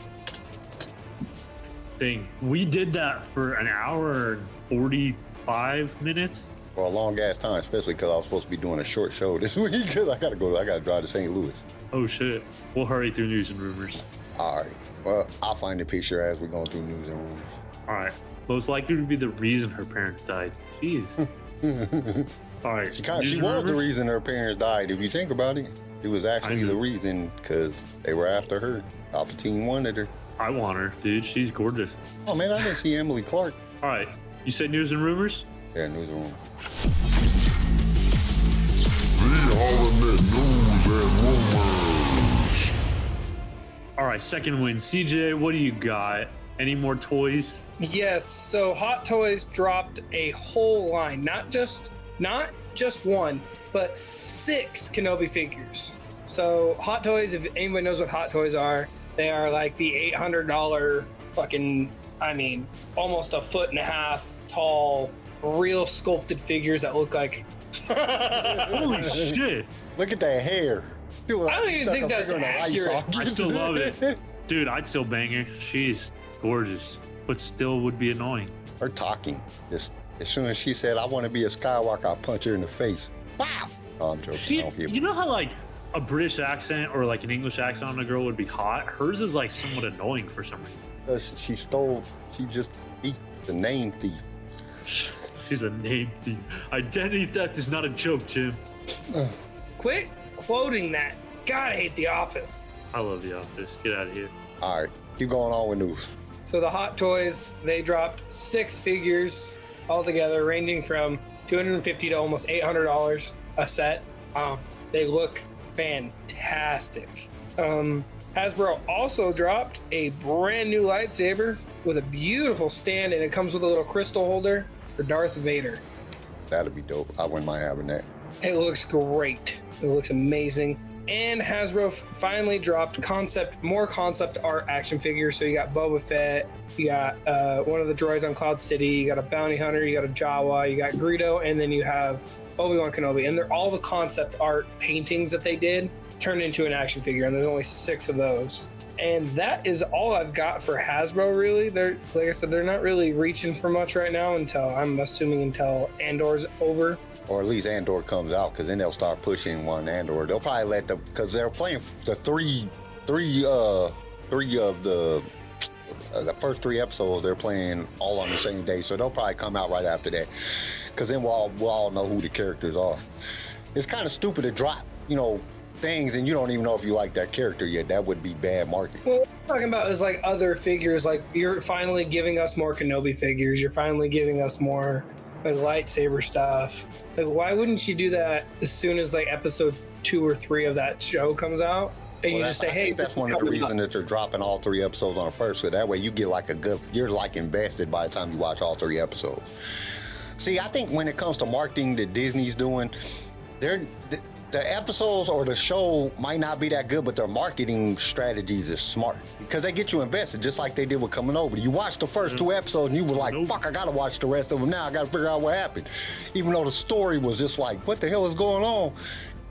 Thing. We did that for an hour and 45 minutes.
for a long ass time, especially because I was supposed to be doing a short show this [laughs] week because I gotta go. I gotta drive to St. Louis.
Oh, shit. We'll hurry through news and rumors.
All right. Well, I'll find the picture as we're going through news and rumors.
All right. Most likely to be the reason her parents died.
[laughs]
Jeez. All right.
She, kind of,
news
she
and
was the
rumors?
reason her parents died. If you think about it, it was actually
know.
the reason because they were after her. Palpatine wanted her.
I want her, dude. She's gorgeous.
Oh man, I didn't see Emily Clark.
All right. You said news and rumors?
Yeah, newsroom.
All right. Second win. CJ, what do you got? Any more toys?
Yes, so Hot Toys dropped a whole line, not just not just one, but six Kenobi figures. So Hot Toys, if anybody knows what Hot Toys are, They are like the eight hundred dollar fucking. I mean, almost a foot and a half tall, real sculpted figures that look like.
[laughs]
Holy shit!
Look at that hair. Dude,
I don't even
stuck
think
a
that's
finger in the ice
accurate.
I still love [laughs] it, dude. I'd still bang her. She's gorgeous, but still would be annoying.
[laughs] Her talking. Just as soon as she said, "I want to be a Skywalker," I punch her in the face. Wow. Oh, I'm joking.
She,
I don't give-
you know how like a British accent or like an English accent on a girl would be hot. Hers is like somewhat annoying for some reason.
Plus, she stole. She just beat the name thief.
She's a name thief. Identity theft is not a joke, Jim.
Quit quoting that. God, I hate The Office.
I love the office. Get out of here.
All right, keep going on with news.
So the Hot Toys, they dropped six figures altogether, ranging from 250 to almost 800 dollars a set. Um, they look fantastic. Um, Hasbro also dropped a brand new lightsaber with a beautiful stand, and it comes with a little crystal holder for Darth Vader.
That'd be dope. I wouldn't mind having that.
It looks great. It looks amazing. And Hasbro f- finally dropped concept, more concept art action figures. So you got Boba Fett, you got uh, one of the droids on Cloud City, you got a bounty hunter, you got a Jawa, you got Greedo, and then you have Obi Wan Kenobi. And they're all the concept art paintings that they did turned into an action figure. And there's only six of those. And that is all I've got for Hasbro. Really, they're like I said, they're not really reaching for much right now until I'm assuming until Andor's over.
Or at least Andor comes out, because then they'll start pushing one Andor. They'll probably let the because they're playing the three, three, uh, three of the uh, the first three episodes. They're playing all on the same day, so they'll probably come out right after that. Because then we'll all, we'll all know who the characters are. It's kind of stupid to drop, you know, things and you don't even know if you like that character yet. That would be bad marketing.
Well, what I'm talking about is like other figures. Like you're finally giving us more Kenobi figures. You're finally giving us more like lightsaber stuff. Like, why wouldn't you do that as soon as like episode two or three of that show comes out? And you
Well,
just say,
that's- I
"Hey,
think
this
that's
is
one of the
coming up."
reasons that they're dropping all three episodes on a first. So that way, you get like a good, you're like invested by the time you watch all three episodes. See, I think when it comes to marketing that Disney's doing, they're the, the episodes or the show might not be that good, but their marketing strategies is smart because they get you invested, just like they did with coming over. You watch the 1st
Mm-hmm.
two episodes and you were like,
Nope.
"Fuck, I gotta watch the rest of them now. I gotta figure out what happened," even though the story was just like, "What the hell is going on?"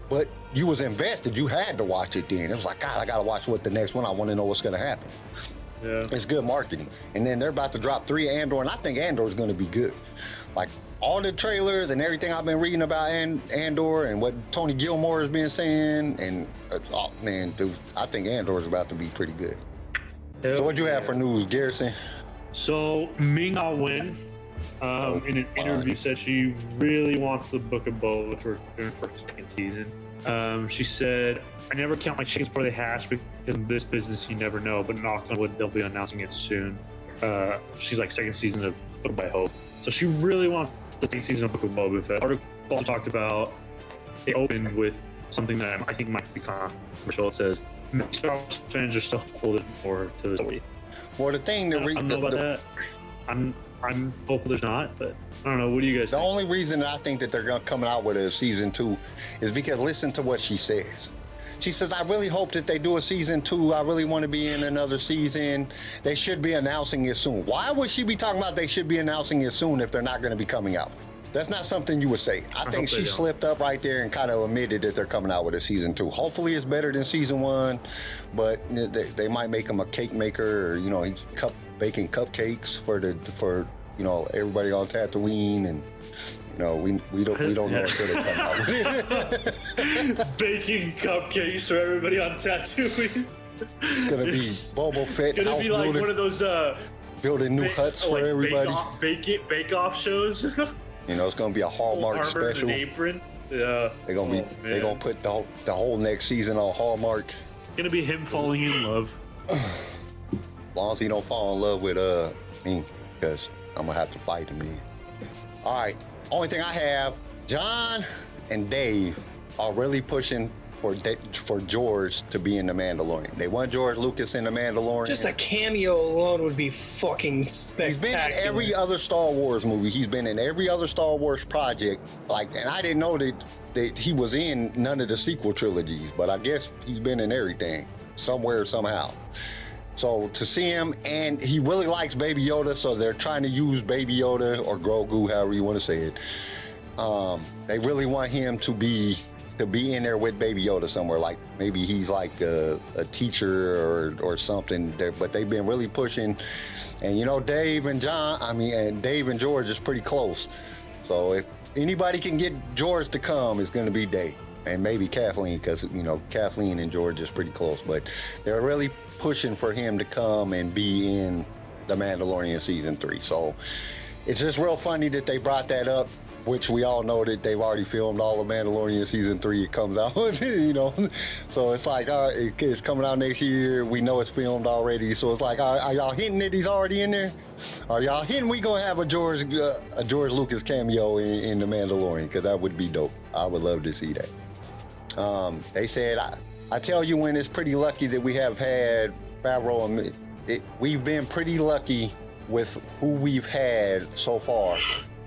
But you was invested. You had to watch it. Then it was like, God, I gotta watch what the next one. I want to know what's gonna happen.
Yeah.
It's good marketing. And then they're about to drop three Andor, and I think Andor is going to be good. Like all the trailers and everything I've been reading about and Andor and what Tony Gilmore has been saying, and uh, oh, man, dude, I think Andor is about to be pretty good. So what you have for news, Garrison?
So Ming Na Wen, um, in an interview, said she really wants the Book of Boba, which we're doing for second season. Um, she said, "I never count my chickens before they hatch because in this business you never know. But knock on wood, they'll be announcing it soon." Uh, she's like second season of Book by Hope, so she really wants the second season of Book of Boba. Fett. article also talked about it opened with something that I think might be controversial. It says, "Many Star Wars fans are still hopeful there's more to the story."
Well, the thing that
I
re-
don't
the,
know about
the-
that. I'm I'm hopeful there's not, but I don't know. What do you guys
The
think?
only reason that I think that they're gonna coming out with a season two is because listen to what she says. She says, I really hope that they do a season two. I really want to be in another season. They should be announcing it soon. Why would she be talking about they should be announcing it soon if they're not going to be coming out? That's not something you would say. I,
hope
think
they
she
don't.
slipped up right there and kind of admitted that they're coming out with a season two. Hopefully, it's better than season one, but they, they might make him a cake maker or, you know, he's cup baking cupcakes for the, for, you know, everybody on Tatooine and you know, we we don't
[laughs]
we don't know until they come out. [laughs]
Baking cupcakes for everybody on [laughs] Tatooine. It's
It's gonna be Boba Fett
gonna
house
be like
building,
one of those uh,
building new
ba-
huts for
like,
everybody.
Bake off, bake it, bake off shows. [laughs]
You know, it's gonna be a Hallmark
Armor and
special.
an apron. Yeah.
They're gonna be
Oh,
they're
man.
gonna put the whole, the whole next season on Hallmark.
Gonna be him falling in love.
As long as he don't fall in love with uh me, because I'm gonna have to fight him then. All right. Only thing I have, John and Dave are really pushing for Da- for George to be in the Mandalorian. They want George Lucas in the Mandalorian.
Just a cameo alone would be fucking
He's been
spectacular.
in every other Star Wars movie. He's been in every other Star Wars project. Like, and I didn't know that, that he was in none of the sequel trilogies, but I guess he's been in everything. somewhere, somehow. So to see him, and he really likes Baby Yoda, so they're trying to use Baby Yoda or Grogu, however you want to say it. Um, they really want him to be to be in there with Baby Yoda somewhere, like maybe he's like a, a teacher or or something. There, but they've been really pushing, and you know Dave and John, I mean, and Dave and George is pretty close. So if anybody can get George to come, it's going to be Dave and maybe Kathleen, because you know Kathleen and George is pretty close, but they're really pushing for him to come and be in the Mandalorian season three. So it's just real funny that they brought that up, which we all know that they've already filmed all of Mandalorian season three. It comes [laughs] out, you know, so it's like all right, it- it's coming out next year. We know it's filmed already, so it's like all right, are y'all hitting that he's already in there? Are y'all hitting? We gonna have a George uh, a George Lucas cameo in, in the Mandalorian because that would be dope. I would love to see that. Um, they said, I, I tell you when it's pretty lucky that we have had Favreau and me. It, we've been pretty lucky with who we've had so far,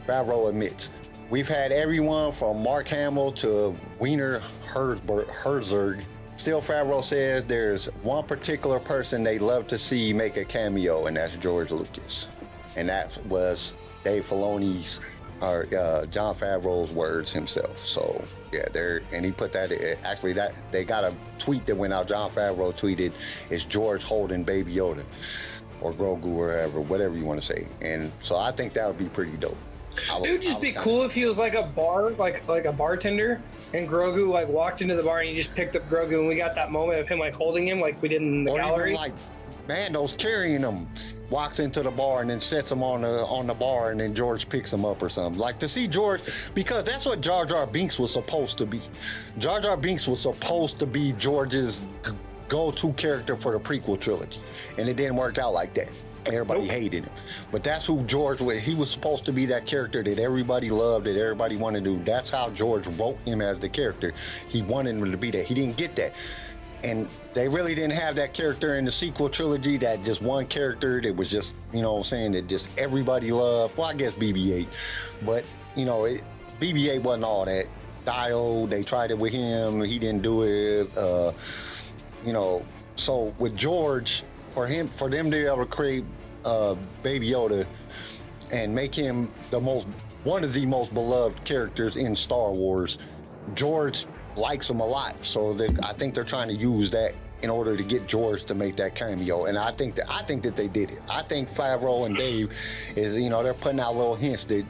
Favreau admits. We've had everyone from Mark Hamill to Wiener Herzberg, Herzog. Still, Favreau says there's one particular person they love to see make a cameo, and that's George Lucas. And that was Dave Filoni's or uh, John Favreau's words himself. So yeah, there and he put that eh, actually that they got a tweet that went out. John Favreau tweeted, "It's George holding Baby Yoda, or Grogu, or whatever, whatever you want to say." And so I think that would be pretty dope. I would-
It would
I
just be
would kinda-
cool if he was like a bar, like like a bartender, and Grogu like walked into the bar and he just picked up Grogu, and we got that moment of him like holding him, like we did in the
or
gallery.
even like Mando's carrying him, walks into the bar and then sets him on the on the bar, and then George picks him up or something. Like to see George because that's what Jar Jar Binks was supposed to be. Jar Jar Binks was supposed to be George's g- go-to character for the prequel trilogy, and it didn't work out like that. Everybody hated him, but that's who George was. He was supposed to be that character that everybody loved, that everybody wanted to do. That's how George wrote him as the character. He wanted him to be that. He didn't get that and they really didn't have that character in the sequel trilogy. That just one character that was just, you know, what I'm saying that just everybody loved. Well, I guess BB-8, but you know, it, BB-8 wasn't all that. Dio, they tried it with him. He didn't do it. Uh, you know, so with George, for him, for them to be able to create uh, Baby Yoda and make him the most, one of the most beloved characters in Star Wars, George likes him a lot. So they, I think they're trying to use that in order to get George to make that cameo. And I think that I think that they did it. I think Favreau and Dave is, you know, they're putting out little hints that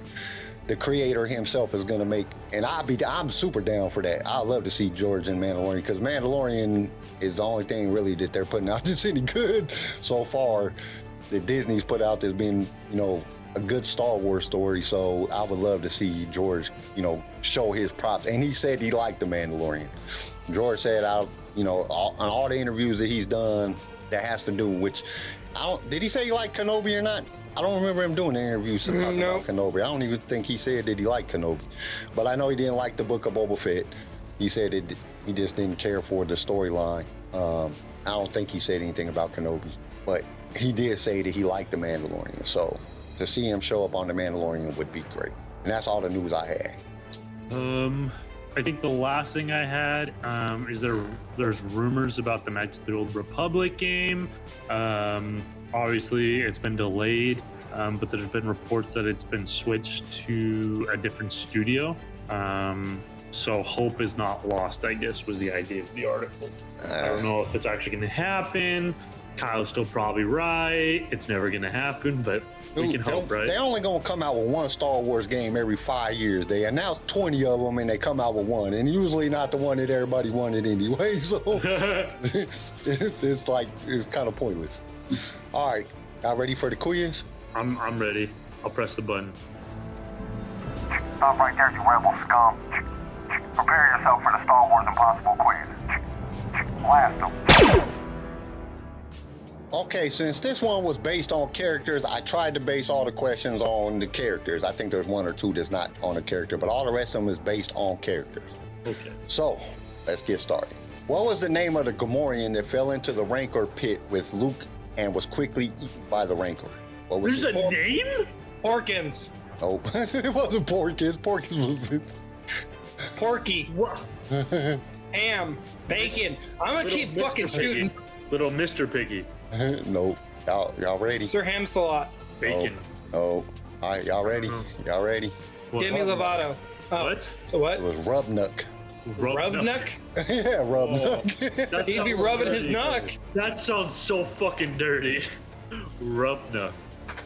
the creator himself is gonna make. And I'll be I'm super down for that. I love to see George in Mandalorian because Mandalorian is the only thing really that they're putting out [laughs] that's any good so far that Disney's put out that's been, you know, a good Star Wars story. So I would love to see George, you know, show his props. And he said he liked The Mandalorian. George said, I, you know, all, on all the interviews that he's done, that has to do, which I don't, did he say he liked Kenobi or not? I don't remember him doing the interviews to talk
no.
about Kenobi. I don't even think he said that he liked Kenobi. But I know he didn't like the book of Boba Fett. He said it, he just didn't care for the storyline. Um, I don't think he said anything about Kenobi, but he did say that he liked the Mandalorian. So to see him show up on the Mandalorian would be great. And that's all the news I had.
Um, I think the last thing I had um, is there. There's rumors about the Knights of the Old Republic game. Um, obviously, it's been delayed, um, but there's been reports that it's been switched to a different studio. Um, so hope is not lost. I guess was the idea of the article. I don't know if it's actually going to happen. Kyle's still probably right. It's never going to happen, but we
Dude,
can
they-
hope, right?
They only gonna come out with one Star Wars game every five years. They announce twenty of them, and they come out with one, and usually not the one that everybody wanted anyway. [laughs] So
[laughs]
it's like it's kind of pointless. All right, y'all ready for the quiz?
I'm I'm ready. I'll press the button.
Stop right there, you rebel scum. Prepare yourself for the Star Wars Impossible quiz. Blast them.
Okay, since this one was based on characters, I tried to base all the questions on the characters. I think there's one or two that's not on a character, but all the rest of them is based on characters.
Okay.
So, let's get started. What was the name of the Gamorrean that fell into the Rancor pit with Luke and was quickly eaten by the Rancor? What was
There's
it?
a name.
Porkins,
Oh, [laughs] it wasn't Porkins. Porkins was.
Porky,
What? [laughs]
ham, bacon. I'm gonna
Little
keep
Mr.
fucking shooting.
Piggy. Little Mr. Piggy.
[laughs] nope. Y'all, y'all ready?
Sir Hamsalot.
Bacon.
Oh, all right, y'all ready? Y'all ready?
Demi Lovato. Oh,
What?
So what?
It was Rubnuck. [laughs]
Rub-
Rubnuck?
yeah, Rubnuck. [laughs]
That
He'd be
sounds
rubbing his
dirty.
nuck.
That sounds so fucking dirty. Rubna.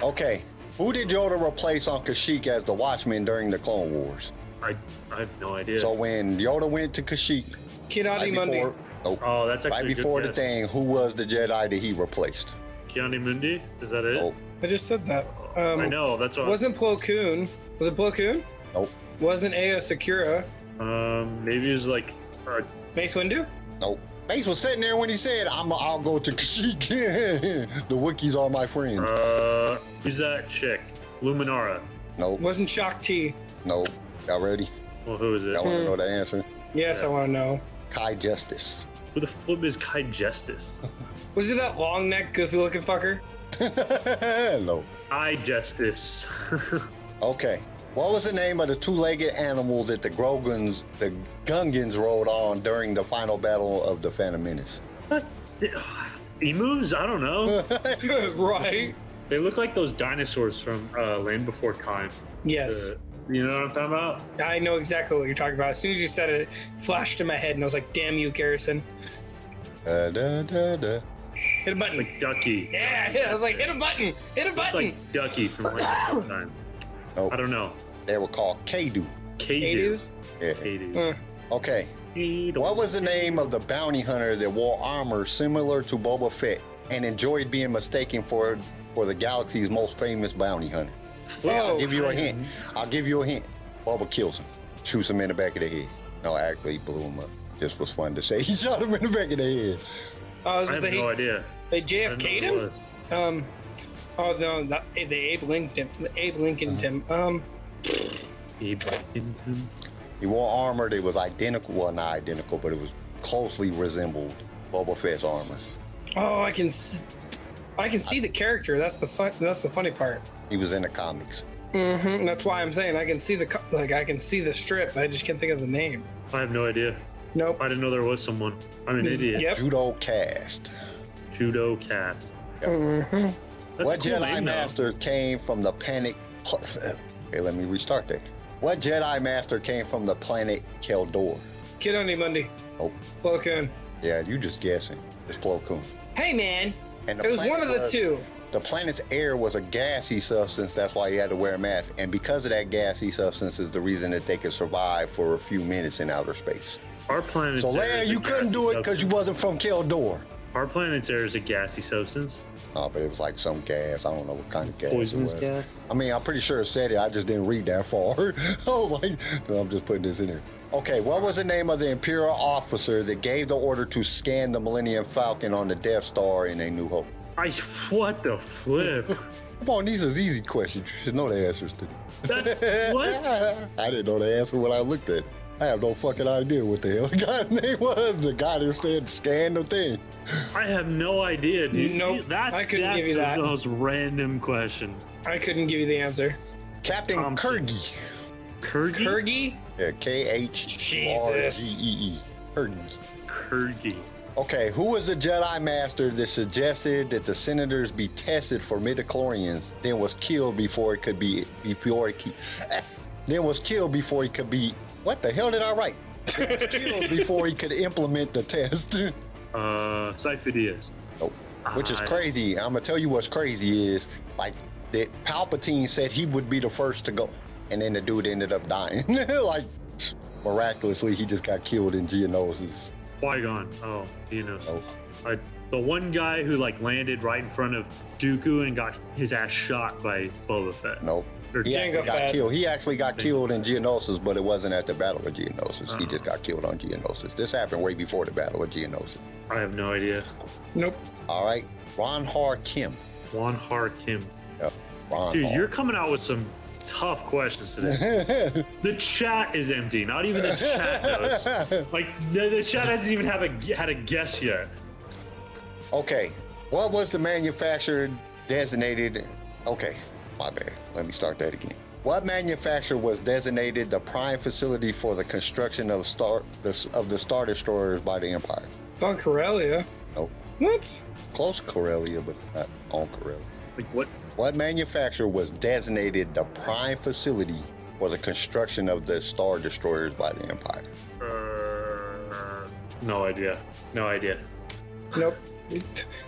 okay, who did Yoda replace on Kashyyyk as the Watchman during the Clone Wars?
I, I have no idea.
So when Yoda went to Kashyyyk,
Kinati
right
Mundi.
before, oh,
oh, that's actually
right
a good
before the
guess.
thing, who was the Jedi that he replaced?
Keanu Mundi? Is that it?
Nope.
I just said that. Um,
I know. That's what.
Wasn't Plo Koon. Was it Plo Koon?
Nope.
Wasn't Ayo Sakura.
Um, maybe it was like. Uh,
Mace Windu?
Nope. Mace was sitting there when he said, I'm, I'll go to Kashyyyk. [laughs] the Wookiees are my friends.
uh, who's that chick? Luminara.
nope.
Wasn't Shock T.
Nope. Y'all ready?
Well, who is it?
Y'all want to know the answer?
Yes, I want to know.
Kai Justice. [laughs]
Who the flip is Kai Justice?
Was it that long neck, goofy looking fucker? [laughs]
no.
Kai Justice. [laughs]
Okay. What was the name of the two-legged animal that the Grogans, the Gungans rode on during the final battle of the Phantom Menace?
Emus? I don't know.
right?
they look like those dinosaurs from uh, Land Before Time.
Yes.
Uh, you know what I'm talking about?
I know exactly what you're talking about. As soon as you said it, it flashed in my head, and I was like, damn you, Garrison.
Da, Uh, da, da, da.
Hit a button.
Like Ducky.
Yeah, yeah, I was like, hit a button. Hit a
It's
button.
like Ducky from Land Before Time.
Nope.
I don't know.
They were called Kadu.
Kadu.
Ados?
Yeah.
Uh.
Kadu.
Okay. What was the name of the bounty hunter that wore armor similar to Boba Fett and enjoyed being mistaken for for the galaxy's most famous bounty hunter? I'll
Oh,
give you a hint. I'll give you a hint. Boba kills him, shoots him in the back of the head. No, actually, he blew him up. This was fun to [laughs] say. He shot him in the back of the head.
Oh,
I
was
have
the,
no idea.
they
I don't know what it
JFK'd him?
was.
Um, oh, no, that, they Abe Lincoln. Abe Lincoln
Uh-huh.
him. Um,
He blamed him.
He wore armor that was identical, well, not identical, but it was closely resembled Boba Fett's armor.
oh, I can s I can see the character. That's the fun. That's the funny part.
He was in the comics.
hmm That's why I'm saying I can see the co- like I can see the strip. I just can't think of the name.
I have no idea.
Nope.
I didn't know there was someone. I'm an idiot.
Mm, Yep.
Judo cast.
Judo cat.
hmm
That's
what
a cool
Jedi
name, though.
Master came from the planet? [laughs] okay, let me restart that. What Jedi Master came from the planet Keldor?
Kid on Monday.
Oh,
Plo Koon.
yeah, you just guessing. It's Plo Koon.
Hey man,
And
it was
planet
one of the
was-
two.
The planet's air was a gassy substance. That's why you had to wear a mask. And because of that gassy substance, is the reason that they could survive for a few minutes in outer space.
Our planet's
So,
air
Leia,
is a
you couldn't
gassy
do it because you
substance.
wasn't from Keldor.
Our planet's air is a gassy substance.
Oh, but it was like some gas. I don't know what kind of gas.
Poisonous
it was.
gas?
I mean, I'm pretty sure it said it. I just didn't read that far. [laughs] I was like, no, I'm just putting this in there. Okay, what was the name of the Imperial officer that gave the order to scan the Millennium Falcon on the Death Star in A New Hope?
I what the flip?
[laughs] Come on, these are easy questions. You should know the answers to these.
That's
[laughs]
what?
I didn't know the answer when I looked at it. I have no fucking idea what the hell the guy's [laughs] name was. The guy that said scan the thing.
I have no idea, dude.
Nope,
That's
I couldn't
that's
give you
the
that.
most random question.
I couldn't give you the answer.
Captain
Thompson.
Kurgi.
Kurgi?
Kurgi.
Yeah, K H R G
Jesus.
E E. Kurgi.
Kurgi.
Okay, who was the Jedi Master that suggested that the senators be tested for midichlorians, then was killed before it could [laughs] be before it ke- then was killed before he could be what the hell did I write? Then was killed before he could implement the test. [laughs]
Uh Cypher Diaz.
Nope. Which is
I-
crazy. I'm gonna tell you what's crazy is like that Palpatine said he would be the first to go, and then the dude ended up dying. [laughs] like miraculously, he just got killed in Geonosis.
Qui-Gon. Oh, you know.
Nope.
I, the one guy who like landed right in front of Dooku and got his ass shot by Boba Fett.
Nope.
Or
He
Jango
actually got
Fett.
killed. He actually got killed in Geonosis, but it wasn't at the Battle of Geonosis.
Uh-huh.
He just got killed on Geonosis. This happened way before the Battle of Geonosis.
I have no idea.
Nope.
All right, Ron Har Kim.
Juan Har Kim.
Yeah, Ron
Dude,
Har.
you're coming out with some tough questions today. the chat is empty. Not even the chat knows. Like the, the chat hasn't even have a had a guess yet.
[laughs] Okay, what was the manufacturer designated? Okay, my bad. Let me start that again. What manufacturer was designated the prime facility for the construction of star the, of the Star Destroyers by the Empire?
Don Corellia.
Nope.
What?
Close Corellia, but not on Corellia.
Like what?
What manufacturer was designated the prime facility for the construction of the Star Destroyers by the Empire?
Uh, no idea. No idea.
Nope. [laughs]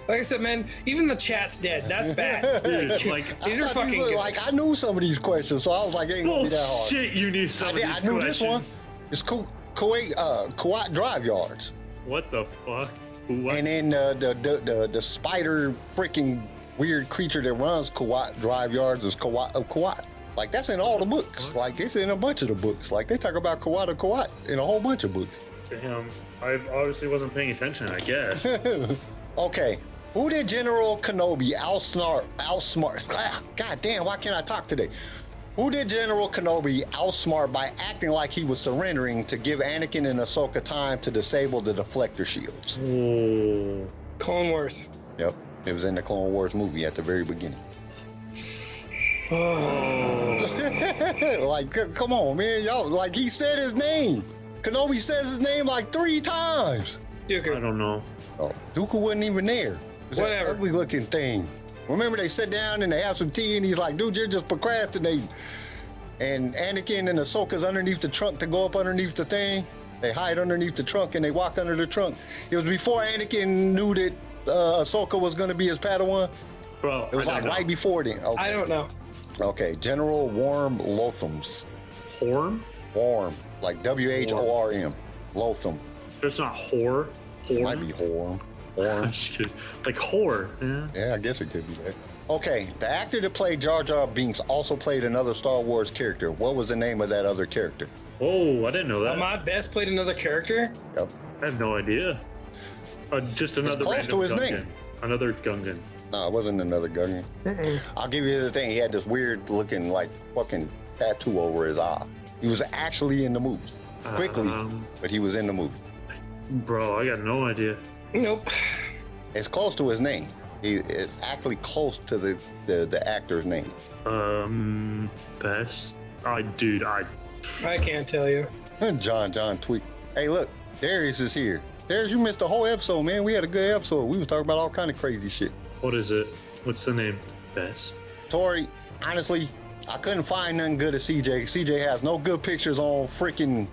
Like I said, man, even the chat's dead.
[laughs]
That's bad.
Dude, it's like,
These
I
are
thought
fucking
you were-
good.
like I knew some of these questions, so I was like, it ain't gonna be that
oh
hard.
shit, you knew
I,
some
did,
of
I
these
knew this
questions.
one. It's Ku- Kuwait, uh, Kuwait drive yards,
What the fuck? What?
and then uh, the, the the the spider freaking weird creature that runs Kuwait drive yards is Kuwait of Kuwait. Like that's in all the books. Like it's in a bunch of the books. Like they talk about Kuwait of Kuwait in a whole bunch of books.
Damn. I obviously wasn't paying attention, I
[laughs]
guess.
Okay. Who did General Kenobi outsmart? Outsmart? [laughs] ah, God damn! Why can't I talk today? Who did General Kenobi outsmart by acting like he was surrendering to give Anakin and Ahsoka time to disable the deflector shields?
Whoa.
Clone Wars.
Yep, it was in the Clone Wars movie at the very beginning. [laughs] like, c- come on, man, y'all! Like he said his name. Kenobi says his name like three times.
I
Duker.
don't know.
Oh, Dooku wasn't even there. It was
Whatever.
That ugly looking thing. Remember they sit down and they have some tea and he's like, dude, you're just procrastinating. And Anakin and Ahsoka's underneath the trunk to go up underneath the thing. They hide underneath the trunk and they walk under the trunk. It was before Anakin knew that uh, Ahsoka was going to be his Padawan.
Bro,
It was
I
like
don't know.
right before then. Okay.
I don't know.
okay. General Worm Lothams.
Horm?
Worm. Like W H O R M. Lotham.
There's not whore. Horm?
Might be Horm.
[laughs]
Horm.
I'm just kidding. Like whore. Yeah.
Yeah, I guess it could be that. Okay, the actor that played Jar Jar Binks also played another Star Wars character. What was the name of that other character?
Whoa, Oh, I didn't know that.
Am I best played another character?
Yep.
I have no idea. Uh, just another
close
random
to his
Gungan.
name.
Another Gungan.
No, it wasn't another Gungan. I'll give you the thing. He had this weird looking, like, fucking tattoo over his eye. He was actually in the movie. Quickly,
Um.
but he was in the movie.
Bro, I got no idea.
Nope.
It's close to his name. He, it's actually close to the, the, the actor's name. [laughs]
Um, best. I dude, I
I can't tell you.
John John tweet. Hey, look, Darius is here. Darius, you missed the whole episode, man. We had a good episode. We was talking about all kind of crazy shit.
what is it? What's the name? Best.
Tori, honestly, I couldn't find nothing good of CJ. CJ has no good pictures on freaking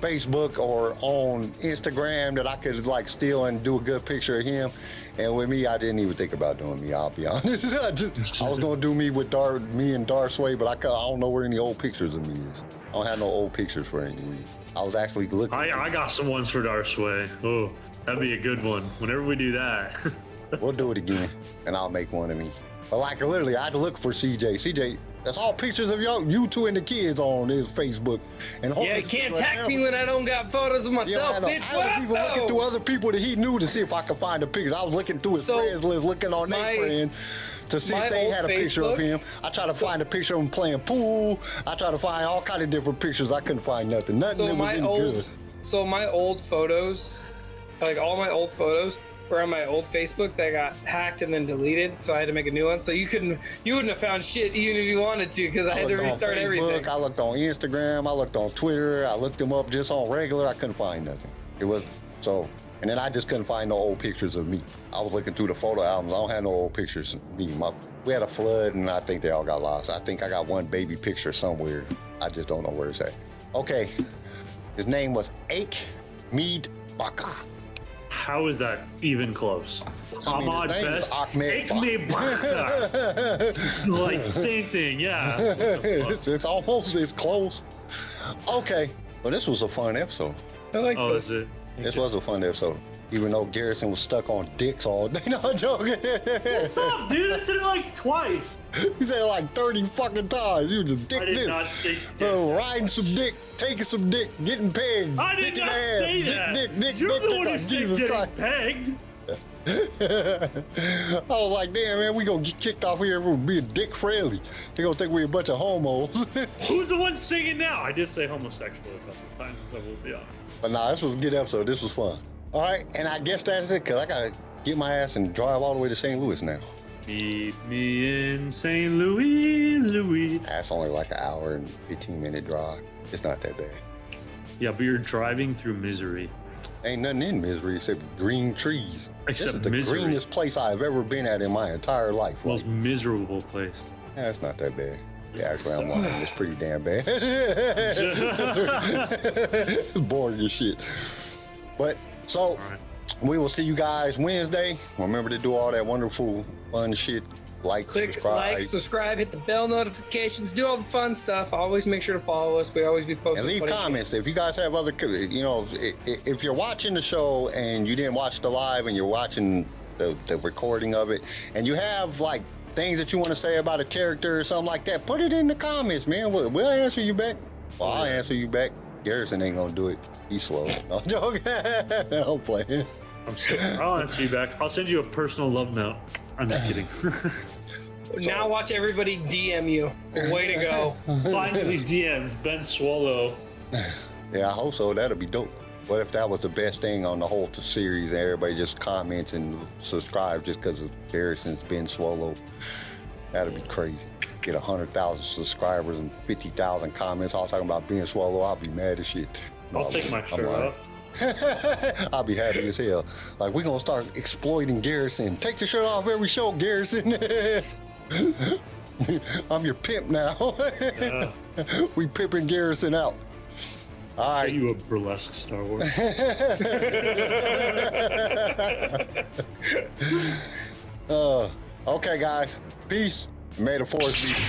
Facebook or on Instagram that I could like steal and do a good picture of him. And with me, I didn't even think about doing me. I'll be [laughs] honest. I, just, I was gonna do me with Dar, me and Darsway, but I, cou- I don't know where any old pictures of me is. I don't have no old pictures for any reason. I was actually looking.
I I got some ones for Darsway. Oh, that'd be a good one. Whenever we do that, [laughs]
We'll do it again, and I'll make one of me. But like literally, I'd look for CJ. CJ, that's all pictures of y'all, you two and the kids on his Facebook. And
Yeah,
hopefully-
you can't attack me when I don't got photos of
Yeah,
myself,
I, know.
bitch.
I was even
What?
looking through other people that he knew to see if I could find the pictures. I was looking through his
So,
friends list, looking on
my-
their friends to see
my
if they
old
had a picture of
Facebook-
him. I tried to find a picture of him playing pool. I tried to find all kind of different pictures. I couldn't find nothing. Nothing
so
that was
my
any
old,
good.
so my old photos, like all my old photos, were on my old Facebook that got hacked and then deleted. So I had to make a new one. So you couldn't, you wouldn't have found shit even if you wanted to, because I, had to
looked on
restart
Oh, Facebook,
everything.
I looked on Instagram. I looked on Twitter. I looked him up just on regular. I couldn't find nothing. It was so, and then I just couldn't find no old pictures of me. I was looking through the photo albums. I don't have no old pictures of me. My, we had a flood, and I think they all got lost. I think I got one baby picture somewhere. I just don't know where it's at. Okay, his name was Ake Mead Baka. [laughs]
how is that even close?
I mean,
Ahmad
his name is
Best.
Ahmed
Take
Bach.
me back.
[laughs]
like same thing. Yeah.
it's, it's almost it's close. Okay, well this was a fun episode.
I like
Oh,
those.
is it?
This was a fun episode, even though Garrison was stuck on dicks all day. [laughs] No, I'm joking.
What's up, dude? I said it like twice.
he said it like 30 fucking times. You just dick
I did
this.
not say dick.
Oh, riding some dick, taking some dick, getting pegged.
I did
dicking
not
ass,
say
dick,
that.
Dick, dick,
You're
dick,
the
dick,
one who
like
said
Jesus
getting
Christ. [laughs]
pegged.
I was like, damn, man, we gonna get kicked off here for being dick friendly. They gonna think we a bunch of homos. [laughs]
Who's the one singing now? I did say homosexual a couple times. So we'll be honest.
but nah, this was a good episode. This was fun. All right, and I guess that's it, because I gotta get my ass and drive all the way to St. Louis now.
Meet me in St. Louis, Louis.
That's only like an hour and 15 minute drive. It's not that bad.
Yeah, but you're driving through misery.
Ain't nothing in misery except green trees.
Except
this is the
misery.
greenest place I've ever been at in my entire life. Like,
Most miserable place.
yeah, it's not that bad. Yeah, actually, I'm lying. It's pretty damn bad. [laughs] It's Boring as shit. But so
right.
we will see you guys Wednesday. Remember to do all that wonderful fun shit. Like,
Click
subscribe,
like, subscribe, hit the bell notifications, do all the fun stuff. Always make sure to follow us. We always be posting.
and leave
funny shit.
comments if you guys have other. co- You know, if, if- if you're watching the show and you didn't watch the live and you're watching the, the recording of it, and you have like things that you want to say about a character or something like that, put it in the comments, man. We'll, we'll answer you back. Well, I'll answer you back. Garrison ain't gonna do it. He's slow. [laughs] No, I'm joking. I'm playing.
I'm sorry. I'll answer you back. I'll send you a personal love note. I'm just [laughs] kidding.
Now watch everybody DM you. Way to
[laughs]
go.
Flying to these DMs, Ben Swallow.
Yeah, I hope so. That'll be dope. What if that was the best thing on the whole t- series and everybody just comments and subscribe just because of Garrison's been swallowed? That'd be crazy. Get 100,000 subscribers and 50,000 comments all talking about being swallowed. I'll be mad as shit. No,
I'll
I'm-
take my
I'm
shirt
lying.
off.
[laughs] I'll be happy as hell. Like, we're going to start exploiting Garrison. Take your shirt off every show, Garrison. [laughs] I'm your pimp now. [laughs]
Yeah.
we pimping Garrison out. All
Are
right.
you a burlesque Star Wars?
Uh, okay, guys. Peace. May the force be.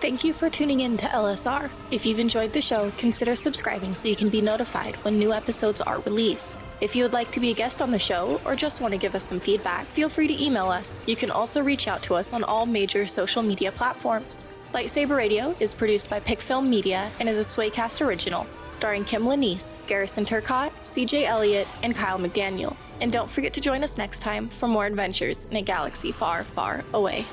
Thank you for tuning in to LSR. If you've enjoyed the show, consider subscribing so you can be notified when new episodes are released. If you would like to be a guest on the show or just want to give us some feedback, feel free to email us. You can also reach out to us on all major social media platforms. Lightsaber Radio is produced by Pickfilm Media and is a Swaycast original, starring Kim Lanise, Garrison Turcott, CJ Elliott, and Kyle McDaniel. And don't forget to join us next time for more adventures in a galaxy far, far away.